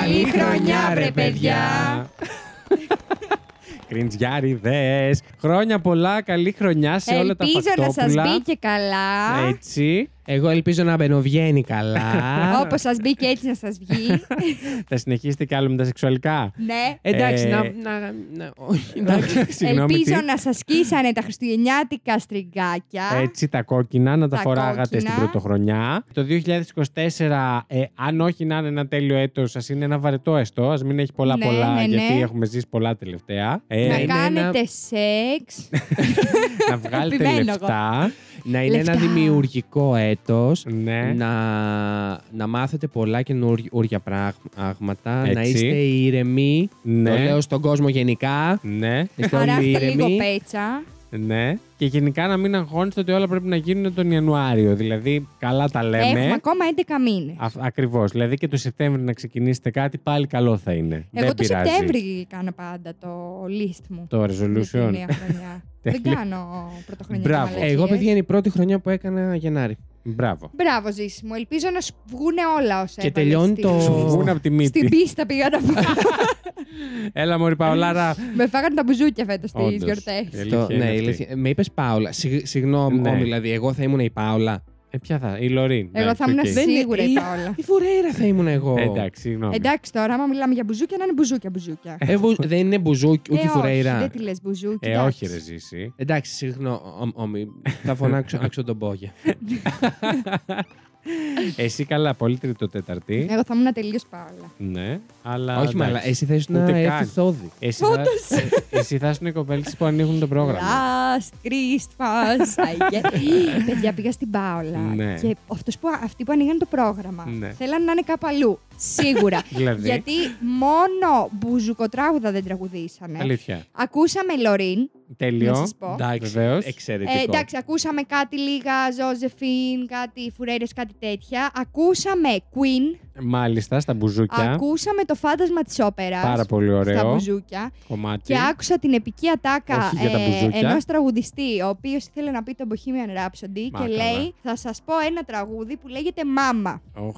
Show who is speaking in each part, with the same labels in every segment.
Speaker 1: Καλή χρονιά, βρε παιδιά.
Speaker 2: Κριντζιάριδες. Χρόνια πολλά, καλή χρονιά σε όλα τα
Speaker 1: Ελπίζω να
Speaker 2: φακτόπουλα.
Speaker 1: σας μπήκε καλά.
Speaker 2: Έτσι.
Speaker 3: Εγώ ελπίζω να μπαινοβγαίνει καλά.
Speaker 1: Όπως σας μπήκε έτσι να σας βγει.
Speaker 2: Θα συνεχίσετε κι άλλο με τα σεξουαλικά.
Speaker 1: ναι.
Speaker 3: Εντάξει,
Speaker 2: Ε,
Speaker 3: να. να- να- όχι, εντάξει.
Speaker 2: Συγγνώμη,
Speaker 1: Ελπίζω
Speaker 2: τι.
Speaker 1: να σας σκίσανε τα χριστουγεννιάτικα στριγκάκια.
Speaker 2: Έτσι τα κόκκινα να τα,
Speaker 1: Τα
Speaker 2: φοράγατε
Speaker 1: κόκκινα.
Speaker 2: στην πρωτοχρονιά. Το 2024, ε, αν όχι να είναι ένα τέλειο έτος, ας είναι ένα βαρετό έστω, ας μην έχει πολλά
Speaker 1: Ναι,
Speaker 2: πολλά,
Speaker 1: ναι, ναι.
Speaker 2: γιατί έχουμε ζήσει πολλά τελευταία. Ε,
Speaker 3: Να
Speaker 1: Να
Speaker 3: είναι
Speaker 1: κάνετε σεξ.
Speaker 2: να βγάλετε
Speaker 1: Επιμένω εγώ.
Speaker 2: λεφτά.
Speaker 3: Να είναι ένα
Speaker 1: Λεφτά.
Speaker 3: δημιουργικό έτος.
Speaker 2: Ναι.
Speaker 3: να, να μάθετε πολλά καινούργια πράγματα, να
Speaker 2: Έτσι.
Speaker 3: είστε ήρεμοι.
Speaker 2: Ναι.
Speaker 3: Το λέω στον κόσμο γενικά.
Speaker 2: Ναι,
Speaker 3: Είστε όλοι
Speaker 1: Χαράστε λίγο
Speaker 3: ήρεμοι.
Speaker 1: πέτσα.
Speaker 2: ναι. Και γενικά να μην αγχώνεστε ότι όλα πρέπει να γίνουν τον Ιανουάριο. Δηλαδή, καλά τα
Speaker 1: Έχουμε
Speaker 2: λέμε.
Speaker 1: ακόμα 11 μήνες.
Speaker 2: Ακριβώς. Δηλαδή και το Σεπτέμβριο να ξεκινήσετε κάτι, πάλι καλό θα είναι.
Speaker 1: Εγώ
Speaker 2: Δεν
Speaker 1: το
Speaker 2: πειράζει.
Speaker 1: Σεπτέμβρη κάνω πάντα το list μου.
Speaker 2: Το
Speaker 1: για τη
Speaker 2: resolution.
Speaker 1: νέα χρονιά. Δεν
Speaker 2: Τέλεια.
Speaker 1: κάνω πρωτοχρονιά.
Speaker 2: Μπράβο.
Speaker 3: Εγώ, παιδιά, είναι η πρώτη χρονιά που έκανα Γενάρη.
Speaker 2: Μπράβο.
Speaker 1: Μπράβο, Ζήση μου. Ελπίζω να σου βγούνε όλα όσα
Speaker 3: Και
Speaker 1: έβαλες
Speaker 3: τελειώνει
Speaker 1: στη-
Speaker 3: το-
Speaker 2: Σου βγουν από τη μύτη.
Speaker 1: Στην πίστα πήγα να πάω.
Speaker 2: Έλα, Μωρή Παολάρα.
Speaker 1: Με φάγανε τα μπουζούκια φέτος στις
Speaker 2: Όντως. Ε,
Speaker 1: γιορτέ.
Speaker 2: Η αλήθεια
Speaker 3: Το-
Speaker 2: είναι
Speaker 3: ναι, η
Speaker 2: αυτή.
Speaker 3: αλήθεια- Με είπες Πάολα. Συγ- Συγγνώμη,
Speaker 2: Ναι.
Speaker 3: όμι, δηλαδή, εγώ θα ήμουν η Πάολα.
Speaker 2: Ε, ποια θα, η Λωρίν.
Speaker 1: Εγώ θα ήμουν
Speaker 2: Εντάξει, οκ.
Speaker 1: σίγουρη. Σίγουρα
Speaker 3: είναι- ε,
Speaker 1: η Πάολα.
Speaker 3: Η Φουρέιρα θα ήμουν εγώ.
Speaker 2: Ε, Εντάξει, συγγνώμη.
Speaker 1: Εντάξει τώρα, άμα μιλάμε για μπουζούκια, να είναι μπουζούκια μπουζούκια.
Speaker 3: Ε, βου- δεν είναι μπουζούκι, ούτε
Speaker 1: Ε,
Speaker 3: η
Speaker 1: όχι,
Speaker 3: Φουρέιρα.
Speaker 1: Δεν τη λες μπουζούκια.
Speaker 2: Ε,
Speaker 1: εντάξει.
Speaker 2: όχι, ρε Ζήση.
Speaker 3: Εντάξει, συγγνώμη. Θα φωνάξω άξω τον πόγια.
Speaker 2: Εσύ καλά, πολύ τρίτο-τέταρτη.
Speaker 1: Εγώ θα ήμουν τελείως Πάολα.
Speaker 2: Ναι, αλλά.
Speaker 3: Όχι, μα
Speaker 2: εντάξει.
Speaker 3: αλλά εσύ θα ήσουν
Speaker 2: Ούτε καν.
Speaker 3: έρθει θόδη.
Speaker 2: Εσύ θα, ε, εσύ θα ήσουν οι κοπέλες που ανοίγουν το πρόγραμμα.
Speaker 1: Last Christmas. I get- Παιδιά, πήγα στην Πάολα.
Speaker 2: Ναι.
Speaker 1: Και αυτός που, αυτοί που ανοίγαν το πρόγραμμα
Speaker 2: Ναι.
Speaker 1: θέλαν να είναι κάπου αλλού. Σίγουρα.
Speaker 2: Δηλαδή?
Speaker 1: Γιατί μόνο μπουζουκοτράγουδα δεν τραγουδήσανε.
Speaker 2: Αλήθεια.
Speaker 1: Ακούσαμε Λωρίν.
Speaker 2: Τέλειο.
Speaker 1: ναι. Να σας πω.
Speaker 3: Ε,
Speaker 2: Βεβαίως.
Speaker 3: Εξαιρετικό.
Speaker 1: Ε, εντάξει, ακούσαμε κάτι λίγα Ζώζεφιν, κάτι Φουρέρες, κάτι τέτοια. Ακούσαμε Queen.
Speaker 2: Μάλιστα, στα μπουζούκια.
Speaker 1: Ακούσαμε το φάντασμα της όπερας.
Speaker 2: Πάρα πολύ
Speaker 1: Στα
Speaker 2: ωραίο.
Speaker 1: μπουζούκια.
Speaker 2: Κομμάτι.
Speaker 1: Και άκουσα την επική ατάκα
Speaker 2: Όχι για τα μπουζούκια.
Speaker 1: ενός τραγουδιστή, ο οποίος ήθελε να πει τον Bohemian Rhapsody
Speaker 2: Μα,
Speaker 1: και
Speaker 2: καλά.
Speaker 1: λέει: Θα σας πω ένα τραγούδι που λέγεται Μάμα.
Speaker 2: Οχ.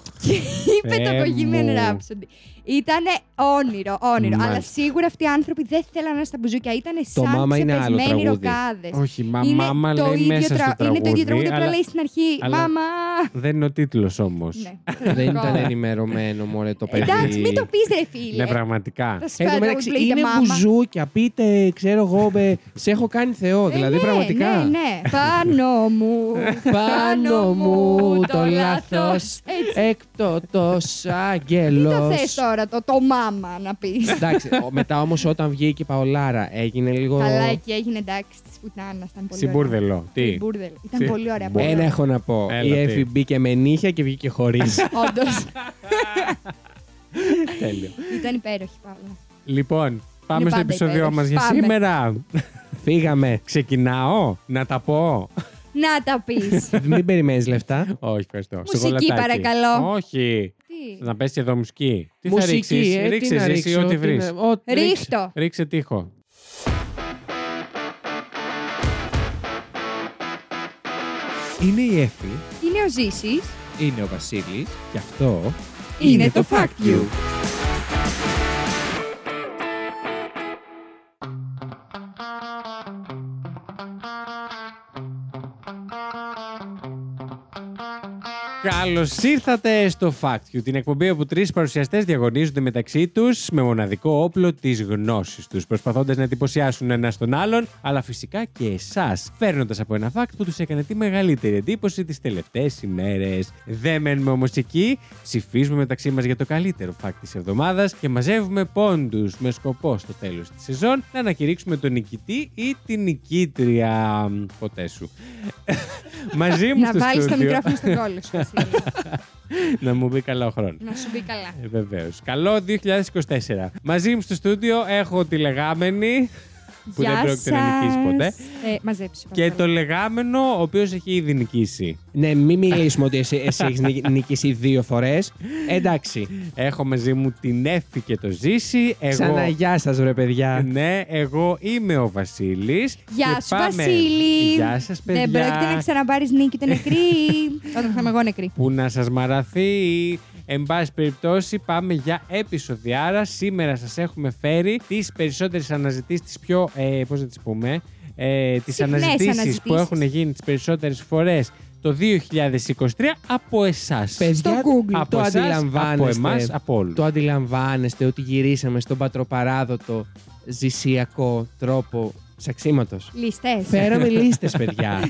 Speaker 1: Είπε το
Speaker 2: Θεέ
Speaker 1: Bohemian
Speaker 2: μου.
Speaker 1: Rhapsody. Ήταν όνειρο, όνειρο. Αλλά
Speaker 2: Μάλιστα.
Speaker 1: σίγουρα αυτοί οι άνθρωποι δεν θέλαν να είναι στα μπουζούκια. Ήταν σαν
Speaker 3: Μάμα είναι άλλο
Speaker 1: ξεπεσμένοι
Speaker 3: τραγούδι.
Speaker 1: ροκάδες.
Speaker 2: Όχι, μα
Speaker 1: Είναι
Speaker 2: μάμα
Speaker 1: το
Speaker 2: λέει
Speaker 1: ίδιο
Speaker 2: μέσα
Speaker 1: τρα-
Speaker 2: στο τραγούδι.
Speaker 1: Είναι το ίδιο τραγούδι, απλά
Speaker 2: αλλά
Speaker 1: λέει στην αρχή
Speaker 2: αλλά-
Speaker 1: Μάμα.
Speaker 2: Δεν είναι ο τίτλος όμως.
Speaker 1: Ναι,
Speaker 3: Δεν
Speaker 1: τραγικό.
Speaker 3: ήταν ενημερωμένο μωρέ το παιδί.
Speaker 1: Εντάξει, μην το πεις, ρε
Speaker 2: Ναι,
Speaker 1: φίλε.
Speaker 2: πραγματικά.
Speaker 1: Θα σου
Speaker 3: Εν τω
Speaker 1: φέρω να
Speaker 3: μεταξύ,
Speaker 1: μου πλέει τα
Speaker 3: είναι
Speaker 1: μάμα.
Speaker 3: μπουζούκια. Πείτε, ξέρω εγώ, μπε, σε έχω κάνει Θεό.
Speaker 1: Ε,
Speaker 3: δηλαδή,
Speaker 1: ναι,
Speaker 3: πραγματικά.
Speaker 1: Ναι, ναι. Πάνω μου.
Speaker 3: Πάνω μου το λάθο.
Speaker 1: Έτσι.
Speaker 3: Εκπτωτός
Speaker 1: Ε, Τι το
Speaker 3: άγγελο.
Speaker 1: θες τώρα, το, το μάμα να πεις.
Speaker 3: Εντάξει, ο- μετά όμως όταν βγήκε η Παολάρα έγινε λίγο.
Speaker 1: Καλά, εκεί έγινε εντάξει της πουτάνας. Ήταν πολύ ωραία.
Speaker 2: Συμπούρδελο. Τι.
Speaker 1: Συμπούρδελο. Ήταν
Speaker 2: Συ-
Speaker 1: πολύ ωραία.
Speaker 2: Μπο-
Speaker 3: Ένα έχω να πω.
Speaker 2: Έλα,
Speaker 3: η
Speaker 2: τι.
Speaker 3: Εφη μπήκε με νύχια και βγήκε χωρίς.
Speaker 1: Όντως.
Speaker 2: Τέλειο.
Speaker 1: Ήταν υπέροχη πάλι.
Speaker 2: Λοιπόν, πάμε
Speaker 1: Είναι
Speaker 2: στο
Speaker 1: πάντα
Speaker 2: επεισόδιο
Speaker 1: υπέροχη.
Speaker 2: μας για
Speaker 1: Πάμε.
Speaker 2: σήμερα.
Speaker 3: Φύγαμε.
Speaker 2: Ξεκινάω να τα πω.
Speaker 1: Να τα πεις.
Speaker 3: Μην περιμένεις λεφτά.
Speaker 2: Όχι, ευχαριστώ.
Speaker 1: Μουσική,
Speaker 2: Σοκολατάκι.
Speaker 1: παρακαλώ.
Speaker 2: Όχι.
Speaker 1: Τι.
Speaker 2: Να πέσει εδώ μουσική. Τι θα
Speaker 3: Μουσική,
Speaker 2: ρίξεις?
Speaker 3: ε, τι
Speaker 2: Ρίξες
Speaker 3: να
Speaker 2: εσύ
Speaker 3: ρίξω,
Speaker 2: ό,τι
Speaker 3: τι
Speaker 2: βρεις.
Speaker 3: να- ό,τι-
Speaker 1: Ρίχτο.
Speaker 2: Ρίξε τείχο.
Speaker 3: Είναι η Εφη.
Speaker 1: Είναι ο Ζήσης.
Speaker 3: Είναι ο Βασίλης. Και αυτό
Speaker 1: Είναι το Fact You.
Speaker 2: Καλώς ήρθατε στο Fact You, την εκπομπή όπου τρεις παρουσιαστές διαγωνίζονται μεταξύ τους με μοναδικό όπλο της γνώσης τους, προσπαθώντας να εντυπωσιάσουν ένα τον άλλον, αλλά φυσικά και εσάς, φέρνοντας από ένα fact που τους έκανε τη μεγαλύτερη εντύπωση τις τελευταίες ημέρες. Δεν μένουμε όμως εκεί, ψηφίζουμε μεταξύ μας για το καλύτερο fact της εβδομάδας και μαζεύουμε πόντους με σκοπό στο τέλος της σεζόν να ανακηρύξουμε τον νικητή ή την νικήτρια. Ποτέ σου. Μαζί μου
Speaker 1: Να
Speaker 2: στο
Speaker 1: βάλεις το
Speaker 2: στούντιο-
Speaker 1: μικρόφωνο στον κόλλο σου. Βασίλη.
Speaker 2: να μου μπει καλά ο χρόνος.
Speaker 1: Να σου μπει καλά.
Speaker 2: Ε, Βεβαίως. Καλό 2024. Μαζί μου στο στούντιο έχω τη λεγάμενη. που
Speaker 1: Γεια
Speaker 2: δεν πρόκειται να
Speaker 1: σας.
Speaker 2: νικήσει ποτέ.
Speaker 1: Ε, Μαζέψου.
Speaker 2: Και
Speaker 1: παρακαλώ.
Speaker 2: το λεγάμενο, ο οποίος έχει ήδη νικήσει.
Speaker 3: Ναι, μην μιλήσουμε ότι εσύ, εσύ έχεις νικήσει δύο φορές. Εντάξει.
Speaker 2: Έχω μαζί μου την Εφη και το Ζήση. Εγώ...
Speaker 3: Ξανά γεια σα, ρε παιδιά.
Speaker 2: Ναι, εγώ είμαι ο Βασίλης.
Speaker 1: Γεια σου, Βασίλη.
Speaker 2: Γεια σας, παιδιά.
Speaker 1: Δεν πρόκειται να ξαναπάρεις νίκη την νεκρή. Όταν θα είμαι εγώ νεκρή.
Speaker 2: Που να σας μαραθεί. Εν πάση περιπτώσει, πάμε για επεισοδιάρα. Σήμερα σας έχουμε φέρει τις περισσότερες αναζητήσεις, τις πιο. Ε, Πώς να τις πούμε. Ε, τις
Speaker 1: Συχνές
Speaker 2: αναζητήσεις
Speaker 1: αναζητήσεις.
Speaker 2: που έχουν γίνει τις περισσότερες φορές το 2023 από εσάς.
Speaker 1: Στο Google.
Speaker 2: Από
Speaker 3: το
Speaker 2: εσάς,
Speaker 3: αντιλαμβάνεστε.
Speaker 2: από εμάς, από όλους.
Speaker 3: Το αντιλαμβάνεστε ότι γυρίσαμε στον πατροπαράδοτο ζησιακό τρόπο ψαξίματο.
Speaker 1: Λιστέ.
Speaker 3: Φέραμε λίστες, παιδιά.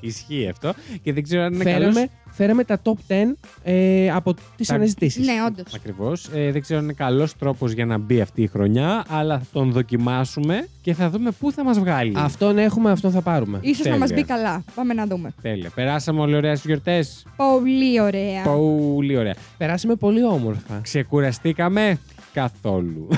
Speaker 2: Ισχύει αυτό. Και δεν ξέρω αν είναι καλός.
Speaker 3: φέραμε, φέραμε τα top 10 ε, από τις
Speaker 2: Τα-
Speaker 3: αναζητήσεις.
Speaker 1: Ναι, όντως.
Speaker 2: Ακριβώς. Ε, δεν ξέρω αν είναι καλός τρόπος για να μπει αυτή η χρονιά, αλλά θα τον δοκιμάσουμε και θα δούμε πού θα μας βγάλει.
Speaker 3: Αυτόν έχουμε, αυτόν θα πάρουμε.
Speaker 1: σω να μας
Speaker 2: Τέλεια.
Speaker 1: μπει καλά. Πάμε να δούμε.
Speaker 2: Τέλεια. Περάσαμε όλοι ωραία στις γιορτές.
Speaker 1: Πολύ ωραία.
Speaker 2: Πολύ ωραία.
Speaker 3: Περάσαμε πολύ όμορφα.
Speaker 2: Ξεκουραστήκαμε καθόλου.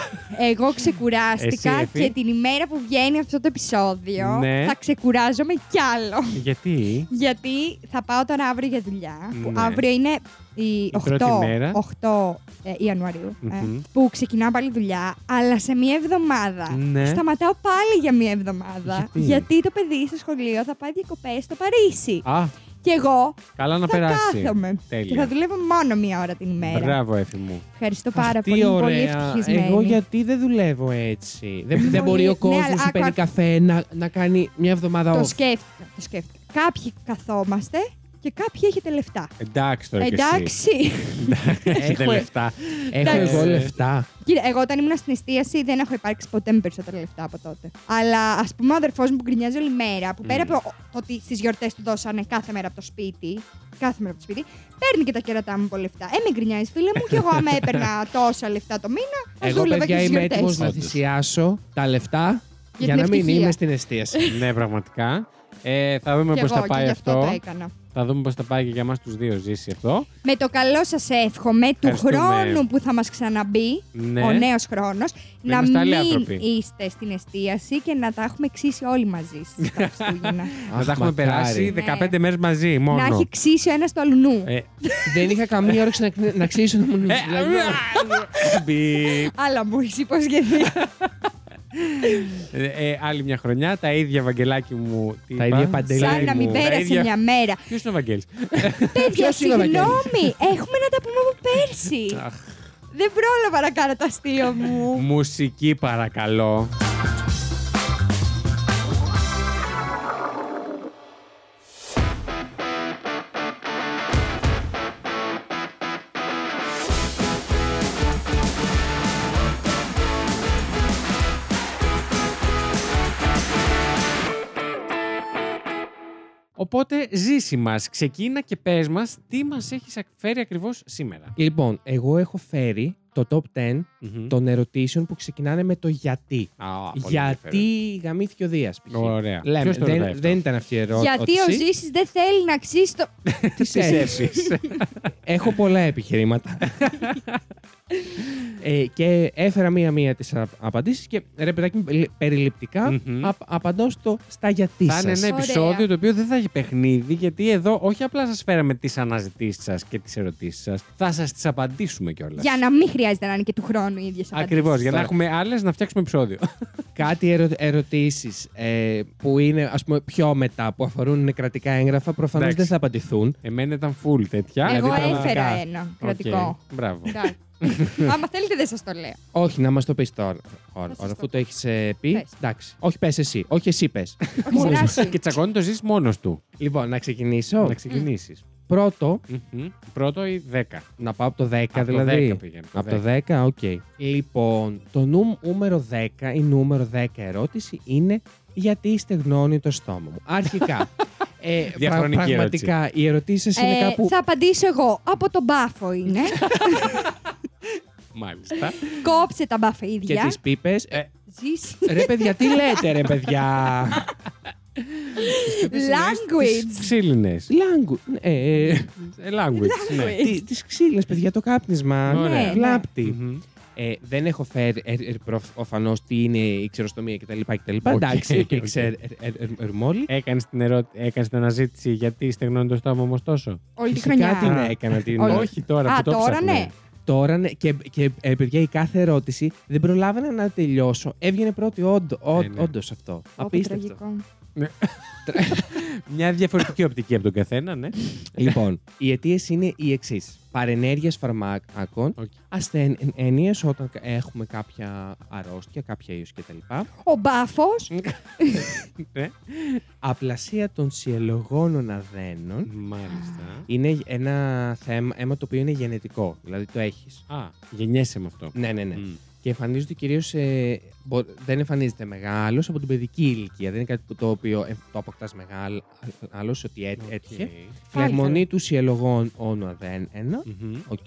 Speaker 1: Εγώ ξεκουράστηκα
Speaker 2: Εσύ, Εφη.
Speaker 1: και την ημέρα που βγαίνει αυτό το επεισόδιο
Speaker 2: Ναι.
Speaker 1: θα ξεκουράζομαι κι άλλο.
Speaker 2: Γιατί.
Speaker 1: Γιατί θα πάω τώρα αύριο για δουλειά. Που
Speaker 2: Ναι.
Speaker 1: αύριο είναι η 8,
Speaker 2: πρώτη μέρα.
Speaker 1: 8 ε, Ιανουαρίου. ε,
Speaker 2: Μμμ.
Speaker 1: που ξεκινάω πάλι δουλειά, αλλά σε μία εβδομάδα.
Speaker 2: Ναι.
Speaker 1: Σταματάω πάλι για μία εβδομάδα.
Speaker 2: Γιατί?
Speaker 1: το παιδί στο σχολείο θα πάει διακοπές στο Παρίσι.
Speaker 2: Α,
Speaker 1: Και εγώ
Speaker 2: καλά να
Speaker 1: θα
Speaker 2: περάσει.
Speaker 1: κάθομαι. Και θα
Speaker 2: Τέλεια.
Speaker 1: δουλεύω μόνο μία ώρα την ημέρα.
Speaker 2: Μπράβο, έφη μου.
Speaker 1: Ευχαριστώ πάρα
Speaker 3: Αυτή
Speaker 1: πολύ. Πολύ
Speaker 3: ωραία.
Speaker 1: ευτυχισμένη.
Speaker 3: Εγώ γιατί δεν δουλεύω έτσι. δεν, δεν
Speaker 1: Πολύ-
Speaker 3: μπορεί ο
Speaker 1: ναι, αλλά
Speaker 3: κόσμος που
Speaker 1: άκου,
Speaker 3: παίρνει
Speaker 1: άκου.
Speaker 3: καφέ να, να κάνει μια εβδομάδα
Speaker 1: Το
Speaker 3: off.
Speaker 1: σκέφτηκα, το σκέφτηκα. Κάποιοι καθόμαστε και κάποιοι έχετε λεφτά.
Speaker 2: Εντάξει τώρα κι εσύ.
Speaker 1: Εντάξει.
Speaker 2: Έχετε
Speaker 3: Έχω- ε,
Speaker 2: λεφτά.
Speaker 3: Έχω
Speaker 1: Εντάξει.
Speaker 3: εγώ λεφτά.
Speaker 1: Κύριε, εγώ όταν ήμουν στην εστίαση δεν έχω υπάρξει ποτέ με περισσότερα λεφτά από τότε. Αλλά ας πούμε ο αδερφός μου που γκρινιάζει όλη μέρα, που πέρα από το ότι στις γιορτές του δώσανε κάθε μέρα από το σπίτι, κάθε μέρα από το σπίτι, παίρνει και τα κερατά μου από λεφτά. Ε, με γκρινιάζει, φίλε μου, και εγώ άμα έπαιρνα τόσα λεφτά το μήνα, ας
Speaker 3: Εγώ,
Speaker 1: δούλευα και
Speaker 3: παιδιά,
Speaker 1: στις
Speaker 3: είμαι έτοιμος
Speaker 1: γιορτές.
Speaker 3: να
Speaker 2: Όντως.
Speaker 3: θυσιάσω τα λεφτά για,
Speaker 1: Για
Speaker 3: να
Speaker 1: την
Speaker 3: μην
Speaker 1: ευτυχία.
Speaker 3: είμαι στην εστίαση.
Speaker 2: ναι, πραγματικά. Ε, θα δούμε
Speaker 1: Και
Speaker 2: πώ
Speaker 1: εγώ
Speaker 2: θα
Speaker 1: και
Speaker 2: πάει
Speaker 1: γι' αυτό
Speaker 2: αυτό.
Speaker 1: το έκανα.
Speaker 2: Θα δούμε πώς θα πάει και για εμάς τους δύο ζήσει αυτό.
Speaker 1: Με το καλό σας εύχομαι του
Speaker 2: Ευχαριστούμε.
Speaker 1: χρόνου που θα μας ξαναμπεί,
Speaker 2: Ναι.
Speaker 1: ο νέος χρόνος,
Speaker 2: Να
Speaker 1: να,
Speaker 2: είμαστε άλλοι
Speaker 1: μην
Speaker 2: άνθρωποι.
Speaker 1: είστε στην εστίαση και να τα έχουμε ξύσει όλοι μαζί στα Χριστούγεννα.
Speaker 2: Να
Speaker 3: Αχ,
Speaker 2: τα έχουμε
Speaker 3: μακάρι.
Speaker 2: περάσει
Speaker 1: Ναι.
Speaker 2: 15 μέρες μαζί μόνο.
Speaker 1: Να έχει ξύσει ο ένας το αλουνού.
Speaker 2: Ε,
Speaker 3: δεν είχα καμία όρεξη να, κνε- να ξύσω να μου
Speaker 2: ε,
Speaker 3: δηλαδή,
Speaker 2: μπιπ.
Speaker 1: Αλλά μου έχεις υποσχεθεί.
Speaker 2: Ε, ε, άλλη μια χρονιά, τα ίδια βαγγελάκι μου. τι
Speaker 3: Τα
Speaker 2: είπα?
Speaker 3: ίδια Παντελή
Speaker 1: Σαν να μην
Speaker 2: μου, τα
Speaker 1: πέρασε
Speaker 2: ίδια-
Speaker 1: μια μέρα.
Speaker 2: Ποιος είναι ο Βαγγέλης?
Speaker 1: Παιδιά,
Speaker 3: Ποιος είναι ο
Speaker 1: συγγνώμη, έχουμε να τα πούμε από πέρσι. Δεν πρόλαβα να κάνω το αστείο μου.
Speaker 2: Μουσική παρακαλώ. Οπότε ζήσει μας, ξεκίνα και πες μας τι μας έχεις φέρει ακριβώς σήμερα.
Speaker 1: ε.
Speaker 3: Λοιπόν, εγώ έχω φέρει το top 10
Speaker 2: Μμμ.
Speaker 3: των ερωτήσεων που ξεκινάνε με το γιατί.
Speaker 2: Α, πολύ ενδιαφέρον.
Speaker 3: γιατί γαμήθηκε ο Δίας.
Speaker 2: Ωραία.
Speaker 3: Λέμε,
Speaker 2: Ποιος το ρωτάει
Speaker 3: δεν,
Speaker 2: αυτό?
Speaker 3: δεν ήταν αυτή η ερώτηση.
Speaker 1: Γιατί ο Ζήσης δεν θέλει να ξύσει το.
Speaker 3: Τις έφυγε. Έχω πολλά επιχειρήματα. ε, και έφερα μία-μία τις α- απαντήσεις και ρε παιδάκι μου, λε- περιληπτικά
Speaker 2: Μμμ.
Speaker 3: απ- απαντώ στο στα
Speaker 2: Θα
Speaker 3: γιατί
Speaker 2: είναι
Speaker 3: σας.
Speaker 2: ένα
Speaker 1: Ωραία.
Speaker 2: επεισόδιο το οποίο δεν θα έχει παιχνίδι, γιατί εδώ όχι απλά σας φέραμε τις αναζητήσεις σας και τις ερωτήσεις σας, θα σας τις απαντήσουμε κιόλας.
Speaker 1: Για να μην χρειάζεται να είναι και του χρόνου οι ίδιες απαντήσεις.
Speaker 2: Ακριβώς, για να
Speaker 3: Τώρα.
Speaker 2: έχουμε άλλες να φτιάξουμε επεισόδιο.
Speaker 3: Κάτι ερω, ερωτήσεις ε, που είναι ας πούμε πιο μετά, που αφορούν κρατικά έγγραφα, προφανώς
Speaker 2: Εντάξει.
Speaker 3: δεν θα απαντηθούν.
Speaker 2: Εμένα ήταν full τέτοια.
Speaker 1: Εγώ
Speaker 2: δηλαδή,
Speaker 1: έφερα
Speaker 2: πραγματικά.
Speaker 1: ένα
Speaker 2: Οκ,
Speaker 1: κρατικό.
Speaker 2: Μπράβο.
Speaker 1: Εντάξει. Άμα θέλετε, δεν σας το λέω.
Speaker 3: Όχι, να μας το πεις τώρα, ώρα,
Speaker 1: σας το
Speaker 3: αφού
Speaker 1: πω.
Speaker 3: το έχεις ε, πει.
Speaker 1: Πες.
Speaker 3: Εντάξει. Όχι πες εσύ, όχι εσύ πες.
Speaker 1: Όχι, δράση.
Speaker 2: και τσακώνει το ζήσει μόνος του.
Speaker 3: λοιπόν, να ξεκινήσω.
Speaker 2: Να ξεκινήσεις.
Speaker 3: Πρώτο,
Speaker 2: Πρώτο ή δέκα.
Speaker 3: να πάω από το 10
Speaker 2: Από το
Speaker 3: δηλαδή.
Speaker 2: 10 πήγαινε,
Speaker 3: Από το 10, οκ. Λοιπόν, το νου- νούμερο 10, η νούμερο 10 ερώτηση είναι γιατί στεγνώνει το στόμα μου. Αρχικά. ε, πρα-
Speaker 2: Διαχρονική
Speaker 3: πραγματικά, οι ερωτήσεις σα είναι
Speaker 1: Ε,
Speaker 3: κάπου.
Speaker 1: Θα απαντήσω εγώ. Από τον μπάφο είναι.
Speaker 2: Μάλιστα.
Speaker 1: Κόψε τα
Speaker 3: και
Speaker 1: μπαφίδια.
Speaker 3: τις πίπες.
Speaker 2: Ε,
Speaker 1: Ζήση.
Speaker 3: ρε, παιδιά, τι λέτε, ρε, παιδιά.
Speaker 1: Language.
Speaker 2: Ξύλινε.
Speaker 3: Λάγκου. Ε, ε,
Speaker 2: Language. ναι.
Speaker 1: Language.
Speaker 3: τι ξύλινες, παιδιά, το κάπνισμα.
Speaker 2: Ωραία.
Speaker 1: Ναι, ναι.
Speaker 3: Βλάπτη.
Speaker 2: Μμμ.
Speaker 3: Ε, δεν έχω φέρει ε, ε, προφανώ τι είναι η ξεροστομία κτλ. κτλ.
Speaker 2: Οκ,
Speaker 3: Εντάξει, και
Speaker 2: οκ.
Speaker 3: ξερ, ε, ε, ε, ερμόλη.
Speaker 2: Έκανες την, ερω... έκανες την αναζήτηση γιατί στεγνώνει το στόμα όμως τόσο.
Speaker 1: Όλη τη
Speaker 3: Φυσικά
Speaker 1: χρονιά.
Speaker 3: την
Speaker 2: Α.
Speaker 3: έκανα την.
Speaker 1: Όλη.
Speaker 2: Όχι τώρα
Speaker 1: Α,
Speaker 2: που το
Speaker 1: τώρα
Speaker 2: ψάχνουμε.
Speaker 1: ναι.
Speaker 3: Τώρα ναι, και, και ε, παιδιά, η κάθε ερώτηση δεν προλάβαινα να τελειώσω. Έβγαινε πρώτη, όντω,
Speaker 2: Ε, ναι.
Speaker 3: όντως αυτό.
Speaker 1: Όπο,
Speaker 3: Απίστευτο.
Speaker 1: τραγικό.
Speaker 2: Μια διαφορετική οπτική από τον καθένα, ναι.
Speaker 3: Λοιπόν, οι αιτίες είναι οι εξής. Παρενέργειε φαρμάκων,
Speaker 2: Οκ.
Speaker 3: ασθένειε όταν έχουμε κάποια αρρώστια, κάποια ίωση κτλ.
Speaker 1: Ο μπάφος.
Speaker 2: ναι.
Speaker 3: Απλασία των συελογώνων αδένων
Speaker 2: Μάλιστα.
Speaker 3: είναι ένα θέμα αίμα το οποίο είναι γενετικό, δηλαδή το έχεις.
Speaker 2: Α, γεννιέσαι με αυτό.
Speaker 3: Ναι, ναι, ναι.
Speaker 2: Μμ.
Speaker 3: Και εμφανίζονται κυρίως. δεν εμφανίζεται μεγάλος από την παιδική ηλικία. Δεν είναι κάτι που το οποίο ε, το αποκτάς μεγάλο, ότι έτ,
Speaker 2: Οκ.
Speaker 3: έτυχε.
Speaker 1: Φάλτρα.
Speaker 3: Φλεγμονή του συελογών όνο αδέν ένα.
Speaker 2: Μμμ.
Speaker 3: Οκ.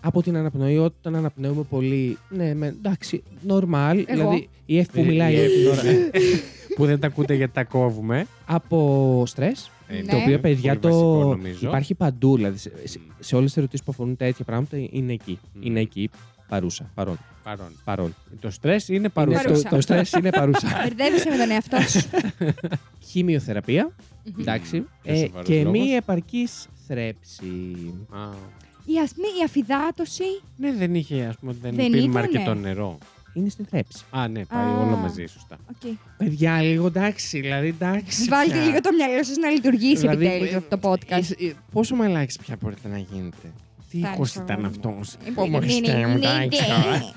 Speaker 3: Από την αναπνοή, όταν αναπνέουμε πολύ. Ναι, με, εντάξει, normal. Δηλαδή η F που
Speaker 2: Ε,
Speaker 3: μιλάει.
Speaker 2: ε,
Speaker 3: είναι
Speaker 2: τώρα, ε, που δεν τα ακούτε γιατί τα κόβουμε.
Speaker 3: από στρες.
Speaker 1: Ναι.
Speaker 3: Το οποίο,
Speaker 2: είναι
Speaker 3: παιδιά,
Speaker 2: Ε, πολύ βασικό,
Speaker 3: το
Speaker 2: νομίζω.
Speaker 3: υπάρχει παντού. Δηλαδή, σε, σε, σε όλες τις ερωτήσεις που αφορούν τέτοια πράγματα είναι εκεί.
Speaker 2: Μμ.
Speaker 3: Είναι εκεί. Παρούσα. Παρόν.
Speaker 2: Παρόν.
Speaker 3: παρόν.
Speaker 2: Το στρες είναι παρούσα.
Speaker 1: παρούσα.
Speaker 3: Το, το στρες είναι παρούσα.
Speaker 1: Μπερδεύεσαι με τον εαυτό σου.
Speaker 3: χημειοθεραπεία. Εντάξει.
Speaker 2: Πιο
Speaker 3: Ε,
Speaker 2: σοβαρός
Speaker 3: και
Speaker 2: λόγος.
Speaker 3: μη επαρκής θρέψη.
Speaker 2: Α.
Speaker 1: Η ασμή, η αφυδάτωση.
Speaker 2: Ναι, δεν είχε, ας πούμε, δεν,
Speaker 1: Δεν
Speaker 2: πίνουμε
Speaker 1: ήτανε.
Speaker 2: αρκετό νερό.
Speaker 3: Είναι στην θρέψη.
Speaker 2: Α, ναι, πάει
Speaker 1: Α.
Speaker 2: όλο μαζί, σωστά.
Speaker 1: Okay.
Speaker 3: Παιδιά, λίγο εντάξει, δηλαδή εντάξει.
Speaker 1: Βάλτε
Speaker 3: πια.
Speaker 1: λίγο το μυαλό σας να λειτουργήσει
Speaker 3: Δηλαδή,
Speaker 1: επιτέλους
Speaker 3: ε,
Speaker 1: αυτό το podcast.
Speaker 3: ε, ε, πόσο με αλλάξει πια μπορείτε να γίνετε.
Speaker 2: Τι
Speaker 1: Φτάνει
Speaker 2: ήχος
Speaker 1: τώρα.
Speaker 2: ήταν αυτός.
Speaker 1: Ε,
Speaker 3: πω, μωρέ, στέμμα, εντάξει,
Speaker 1: Ναι,
Speaker 3: τώρα.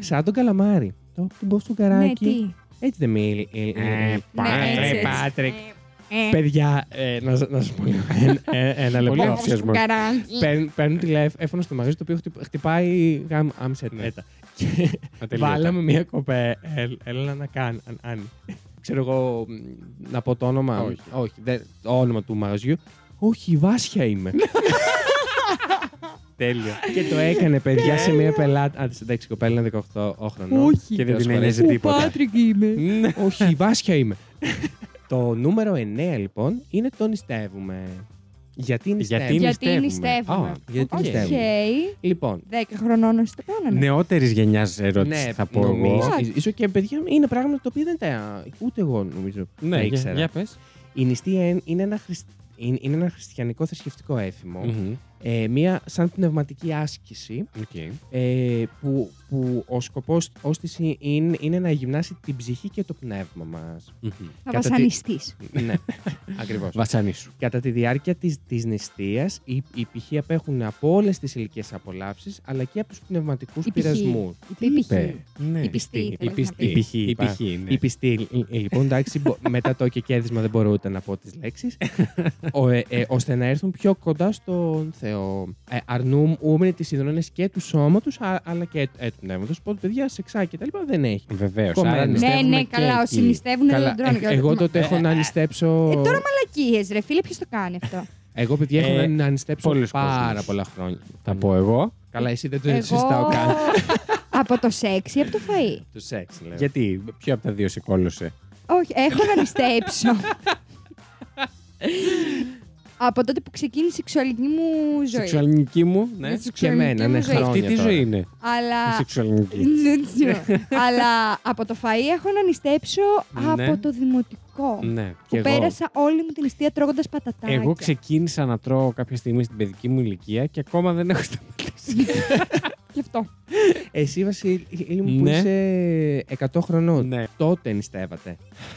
Speaker 3: Σαν τον καλαμάρι. Το κουμπό του
Speaker 1: Ναι,
Speaker 3: καράκι.
Speaker 1: τι.
Speaker 3: Έτσι δεν μιλεί. ε, ε, ε,
Speaker 1: Ναι, έτσι, έτσι.
Speaker 3: Πάτρικ.
Speaker 1: Ε,
Speaker 3: Παιδιά, ε, να, σ- να σου πω λίγο. Ένα- ε, Ένα
Speaker 2: Πολύ αυστηρό.
Speaker 3: λεπτό.
Speaker 1: Όπως
Speaker 2: αυτιασμό.
Speaker 1: που καράκι.
Speaker 3: Παίρν- Παίρνουν τηλέφωνο στο μαγαζί το οποίο χτυ- χτυπάει γάμ άμεσα
Speaker 2: Ναι.
Speaker 3: τέτα. Και
Speaker 2: Ατελείωτα.
Speaker 3: Βάλαμε μια κοπέλα να κάνει. αν- αν- Ξέρω εγώ μ, να πω το όνομα.
Speaker 2: Όχι.
Speaker 3: δεν- το όνομα του μαγαζιού. Όχι, η Βάσια είμαι.
Speaker 2: Τέλειο.
Speaker 3: και το έκανε, παιδιά, σε μια πελάτη. Α, εντάξει, η κοπέλα είναι 18 χρονών.
Speaker 1: Όχι.
Speaker 2: Και δεν την
Speaker 3: ένιωσε
Speaker 2: ένιωσε τίποτα.
Speaker 1: είμαι.
Speaker 2: Ναι.
Speaker 3: Όχι, η Βάσια είμαι. το νούμερο 9, λοιπόν, είναι το νηστεύουμε. Γιατί νηστεύουμε.
Speaker 2: Γιατί
Speaker 1: Γιατί
Speaker 2: νηστεύουμε.
Speaker 1: νηστεύουμε.
Speaker 2: Α,
Speaker 3: γιατί
Speaker 2: οκ.
Speaker 1: Οκ.
Speaker 3: νηστεύουμε. Ναι, Λοιπόν,
Speaker 1: 10 χρονών νηστεύουμε.
Speaker 2: Νεότερης γενιάς ερώτηση
Speaker 3: ναι,
Speaker 2: θα πω
Speaker 3: νομίζω,
Speaker 2: εγώ.
Speaker 1: εγώ.
Speaker 3: ίσως και παιδιά είναι πράγματα τα οποία δεν τα. ούτε εγώ νομίζω.
Speaker 2: Ναι,
Speaker 3: τα
Speaker 2: για-
Speaker 3: ήξερα.
Speaker 2: για πες.
Speaker 3: Η νηστεία εν- είναι ένα, χριστ- είναι- είναι ένα χριστιανικό θρησκευτικό έθιμο.
Speaker 2: Μμμ.
Speaker 3: Ε, μία σαν πνευματική άσκηση
Speaker 2: Οκ.
Speaker 3: ε, που, που ο σκοπός ως της είναι, είναι να γυμνάσει την ψυχή και το πνεύμα μας.
Speaker 2: Μμμ.
Speaker 1: Θα
Speaker 3: κατά τη-
Speaker 1: βασανιστείς.
Speaker 3: ναι, ακριβώς.
Speaker 2: Βασανίσου.
Speaker 3: Κατά τη διάρκεια της, της νηστείας, οι, οι πηχοί απέχουν από όλες τις ηλικές απολαύσεις, αλλά και από τους πνευματικούς
Speaker 1: Οι πηχοί.
Speaker 3: πειρασμούς.
Speaker 1: Τι είπε.
Speaker 2: Ναι.
Speaker 1: Η πιστή,
Speaker 2: Η
Speaker 1: θέλεις να
Speaker 2: πιστή.
Speaker 1: πεις.
Speaker 2: Η πηχή,
Speaker 3: Ε, Η πηχή,
Speaker 2: πηχή, ναι.
Speaker 3: Η πιστή, ε, ε, λοιπόν, εντάξει, μπο- μετά το και κέρδισμα δεν μπορώ ούτε να πω τις λέξεις, ο, ε, ε, ώστε να έρθουν πιο κοντά στον Θεό. Ε, αρνούμ ούμενοι τις ιδρώνες και του σώματος, α- αλλά και ε, του πνεύματος. Οπότε, παιδιά, σεξά και τα λοιπά δεν έχει.
Speaker 2: Βεβαίως.
Speaker 3: Κομμένα.
Speaker 2: Άρα
Speaker 3: Ναι,
Speaker 1: Ναι,
Speaker 2: νηστεύουμε
Speaker 1: ναι,
Speaker 2: και
Speaker 1: καλά.
Speaker 2: εκεί.
Speaker 1: Όσοι νηστεύουν
Speaker 3: Καλά,
Speaker 1: δεν τρώνε.
Speaker 3: ε,
Speaker 1: και όλα.
Speaker 3: εγώ τότε
Speaker 1: Μα-
Speaker 3: έχω να ανιστέψω...
Speaker 1: Ε, τώρα μαλακίες, ρε φίλε, ποιος το κάνει αυτό.
Speaker 3: Εγώ, παιδιά, έχω
Speaker 2: Ε,
Speaker 3: να ανιστέψω
Speaker 2: πολλούς
Speaker 3: πάρα
Speaker 2: κόσμους.
Speaker 3: πολλά χρόνια.
Speaker 2: Θα πω εγώ.
Speaker 3: Καλά, εσύ δεν το συζητάω
Speaker 1: εγώ.
Speaker 3: καν.
Speaker 1: από το σεξ ή από το φαΐ.
Speaker 3: Του σεξ, λέω.
Speaker 2: Γιατί, ποιο από τα δύο σε κόλλωσε.
Speaker 1: Όχι, έχω να νηστέψω. από τότε που ξεκίνησε η σεξουαλική μου ζωή.
Speaker 2: Σεξουαλική μου, ναι.
Speaker 1: Ναι.
Speaker 3: Και εμένα, ναι,
Speaker 1: μου ζωή.
Speaker 3: χρόνια
Speaker 2: Αυτή τη
Speaker 3: τώρα.
Speaker 2: ζωή είναι. Η
Speaker 1: Αλλά.
Speaker 2: σεξουαλική.
Speaker 1: Ναι, ναι. Αλλά από το φαΐ έχω να νηστέψω
Speaker 2: Ναι.
Speaker 1: από το δημοτικό.
Speaker 2: Ναι.
Speaker 1: Που
Speaker 3: Κι εγώ.
Speaker 1: πέρασα όλη μου την νηστεία τρώγοντας πατατάκια.
Speaker 2: Εγώ ξεκίνησα να τρώω κάποια στιγμή στην παιδική μου ηλικία και ακόμα δεν έχω σταματήσει.
Speaker 1: Γι' αυτό.
Speaker 3: Εσύ, Βασίλη, μου που
Speaker 2: Ναι.
Speaker 3: είσαι 100 χρονών,
Speaker 2: Ναι.
Speaker 3: τότε νηστεύατε.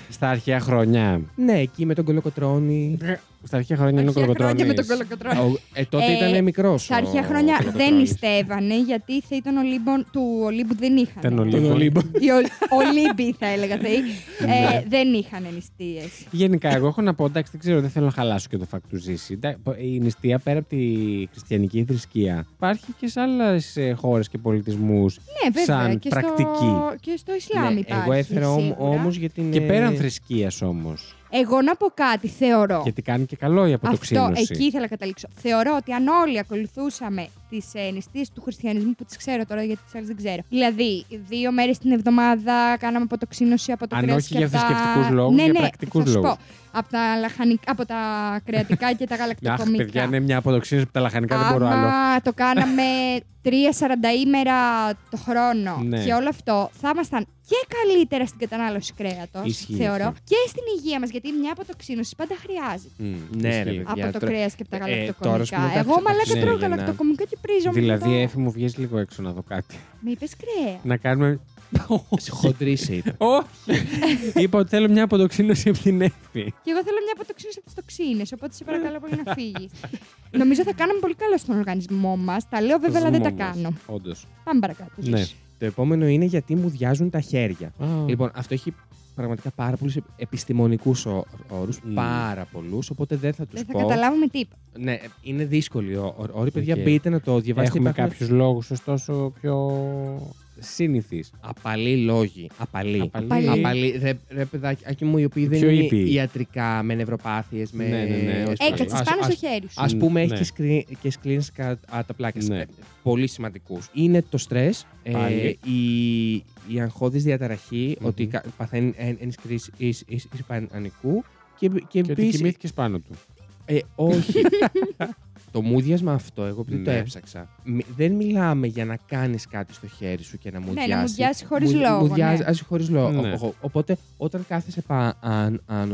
Speaker 2: Στα αρχαία χρόνια.
Speaker 3: Ναι, εκεί με τον κολοκοτρόνη.
Speaker 2: Στα αρχαία χρόνια είναι ο
Speaker 1: Αρχαία
Speaker 2: κολοκοτρόνης.
Speaker 1: χρόνια με τον κολοκοτρόνη.
Speaker 3: Ο- ε, τότε
Speaker 1: Ε,
Speaker 3: ήταν μικρός.
Speaker 1: Στα αρχαία χρόνια δεν νηστεύανε γιατί θα ήταν Ολύμπων, του Ολύμπου δεν είχαν.
Speaker 2: Ήταν ο
Speaker 3: Τον
Speaker 2: Λίμπο.
Speaker 3: Ολύμπο.
Speaker 1: Οι Ολ- Ολύμποι θα έλεγα θεοί.
Speaker 2: Ναι.
Speaker 1: ε, δεν είχαν νηστείες.
Speaker 2: Γενικά, εγώ έχω να πω, εντάξει, δεν ξέρω, δεν θέλω να χαλάσω και το φακτουζήσει. Εντά- Η νηστεία πέρα από τη χριστιανική θρησκεία υπάρχει και σε άλλες χώρες και πολιτισμούς.
Speaker 1: Ναι, βέβαια.
Speaker 2: Σαν
Speaker 1: και Στο,
Speaker 2: πρακτική. Ναι,
Speaker 1: και στο Ισλάμ υπάρχει.
Speaker 3: Ναι, Εγώ έφερα
Speaker 1: σίγουρα.
Speaker 3: όμως για την.
Speaker 2: Και
Speaker 3: ε,
Speaker 2: πέραν θρησκείας όμως.
Speaker 1: Εγώ να πω κάτι, θεωρώ.
Speaker 2: Γιατί κάνει και καλό η
Speaker 1: Αυτό
Speaker 2: αποτοξίνωση.
Speaker 1: εκεί ήθελα να καταλήξω. Θεωρώ ότι αν όλοι ακολουθούσαμε τις ε, νηστείες του χριστιανισμού που τις ξέρω τώρα γιατί τις άλλες δεν ξέρω. Δηλαδή, δύο μέρες την εβδομάδα κάναμε αποτοξίνωση από το
Speaker 2: Αν
Speaker 1: κρέα.
Speaker 2: όχι για θρησκευτικούς λόγους,
Speaker 1: ναι,
Speaker 2: για
Speaker 1: ναι,
Speaker 2: πρακτικούς
Speaker 1: θα σου
Speaker 2: λόγους.
Speaker 1: Πω, από, τα λαχανικά, από τα κρεατικά και τα
Speaker 2: Αχ,
Speaker 1: γαλακτοκομικά.
Speaker 2: παιδιά, είναι μια αποδοξίνηση από τα λαχανικά, δεν μπορώ άλλο.
Speaker 1: Άμα το κάναμε 3-40 ημέρα το χρόνο
Speaker 2: Ναι.
Speaker 1: και όλο αυτό, θα ήμασταν και καλύτερα στην κατανάλωση κρέατος,
Speaker 2: Ισχύει
Speaker 1: θεωρώ,
Speaker 2: αυτό.
Speaker 1: και στην υγεία μας. Γιατί μια αποτοξίνωση πάντα χρειάζεται.
Speaker 2: Μμ,
Speaker 3: Ναι, ρε,
Speaker 2: ισχύει.
Speaker 3: παιδιά.
Speaker 1: από το
Speaker 3: τώρα-
Speaker 1: κρέας και από τα
Speaker 3: Ε, τώρα, ας
Speaker 1: γαλακτοκομικά.
Speaker 3: πούμε,
Speaker 1: Εγώ
Speaker 3: εντάξει, ναι,
Speaker 1: μαλάκα
Speaker 2: εντάξει,
Speaker 1: τρώω
Speaker 3: για να-
Speaker 1: γαλακτοκομικά και πρίζομαι.
Speaker 2: Δηλαδή,
Speaker 3: ε,
Speaker 1: μετά.
Speaker 2: έφη μου βγες λίγο έξω να δω κάτι.
Speaker 1: Με είπες κρέα.
Speaker 2: Να κάνουμε.
Speaker 3: Χοντρή σε είπα.
Speaker 2: Όχι! Είπα ότι θέλω μια αποδοξίνωση από την έφη.
Speaker 1: Και εγώ θέλω μια αποτοξίνωση από τις τοξίνες, οπότε σε παρακαλώ πολύ να φύγεις. Νομίζω θα κάναμε πολύ καλό στον οργανισμό μας. Τα λέω βέβαια, αλλά δεν τα κάνω.
Speaker 2: Όντως.
Speaker 1: Πάμε παρακάτω.
Speaker 2: Ναι.
Speaker 1: Ζήση.
Speaker 3: Το επόμενο είναι γιατί μου διάζουν τα χέρια. Λοιπόν, αυτό έχει πραγματικά πάρα πολλούς επιστημονικού όρου.
Speaker 2: Μμ.
Speaker 3: Πάρα πολλούς. Οπότε δεν θα τους
Speaker 1: Δεν θα
Speaker 3: πω.
Speaker 1: καταλάβουμε τίποτα.
Speaker 3: Ναι, ε, είναι δύσκολοι οι όροι. Παιδιά,
Speaker 2: Οκ.
Speaker 3: μπείτε να το διαβάσετε.
Speaker 2: Έχουμε
Speaker 3: Υπάρχουν
Speaker 2: κάποιους λόγους, ωστόσο, πιο σύνηθεί.
Speaker 3: Απαλοί λόγοι. Απαλοί.
Speaker 1: Απαλή.
Speaker 2: Απαλή.
Speaker 3: Ε, Απαλή, ρε, ρε παιδάκι μου, οι οποίοι δεν
Speaker 2: Πιο
Speaker 3: είναι
Speaker 2: ήπιοι.
Speaker 3: ιατρικά με νευροπάθειες, με...
Speaker 2: Ναι, ναι, ναι, όχι. Ε,
Speaker 1: Έκατσε
Speaker 3: Ας-
Speaker 1: πάνω στο
Speaker 3: ας-
Speaker 1: χέρι σου.
Speaker 3: Ας πούμε,
Speaker 2: Ναι.
Speaker 3: έχεις και, screen, και screens κατά τα πλάκα.
Speaker 2: Ναι.
Speaker 3: Ε, Πολύ σημαντικούς. Είναι το στρες, ε,
Speaker 2: Πάλι.
Speaker 3: η, η αγχώδης διαταραχή,
Speaker 2: Μμμ.
Speaker 3: ότι κα- παθαίνει εν- ένιση κρίση εις- εις- εις πανικού και, και
Speaker 2: Και ότι
Speaker 3: επίσης-
Speaker 2: κοιμήθηκες πάνω του.
Speaker 3: ε, όχι. το μούδιασμα αυτό, εγώ επειδή το
Speaker 2: Ναι.
Speaker 3: έψαξα, μι- δεν μιλάμε για να κάνεις κάτι στο χέρι σου και να μουδιάσει.
Speaker 1: να μουδιάσει χωρίς λόγο,
Speaker 3: Μουδιάζει
Speaker 1: ναι.
Speaker 3: χωρίς λόγο.
Speaker 2: Ναι.
Speaker 3: Ο- ο- Οπότε όταν κάθεσαι πάνω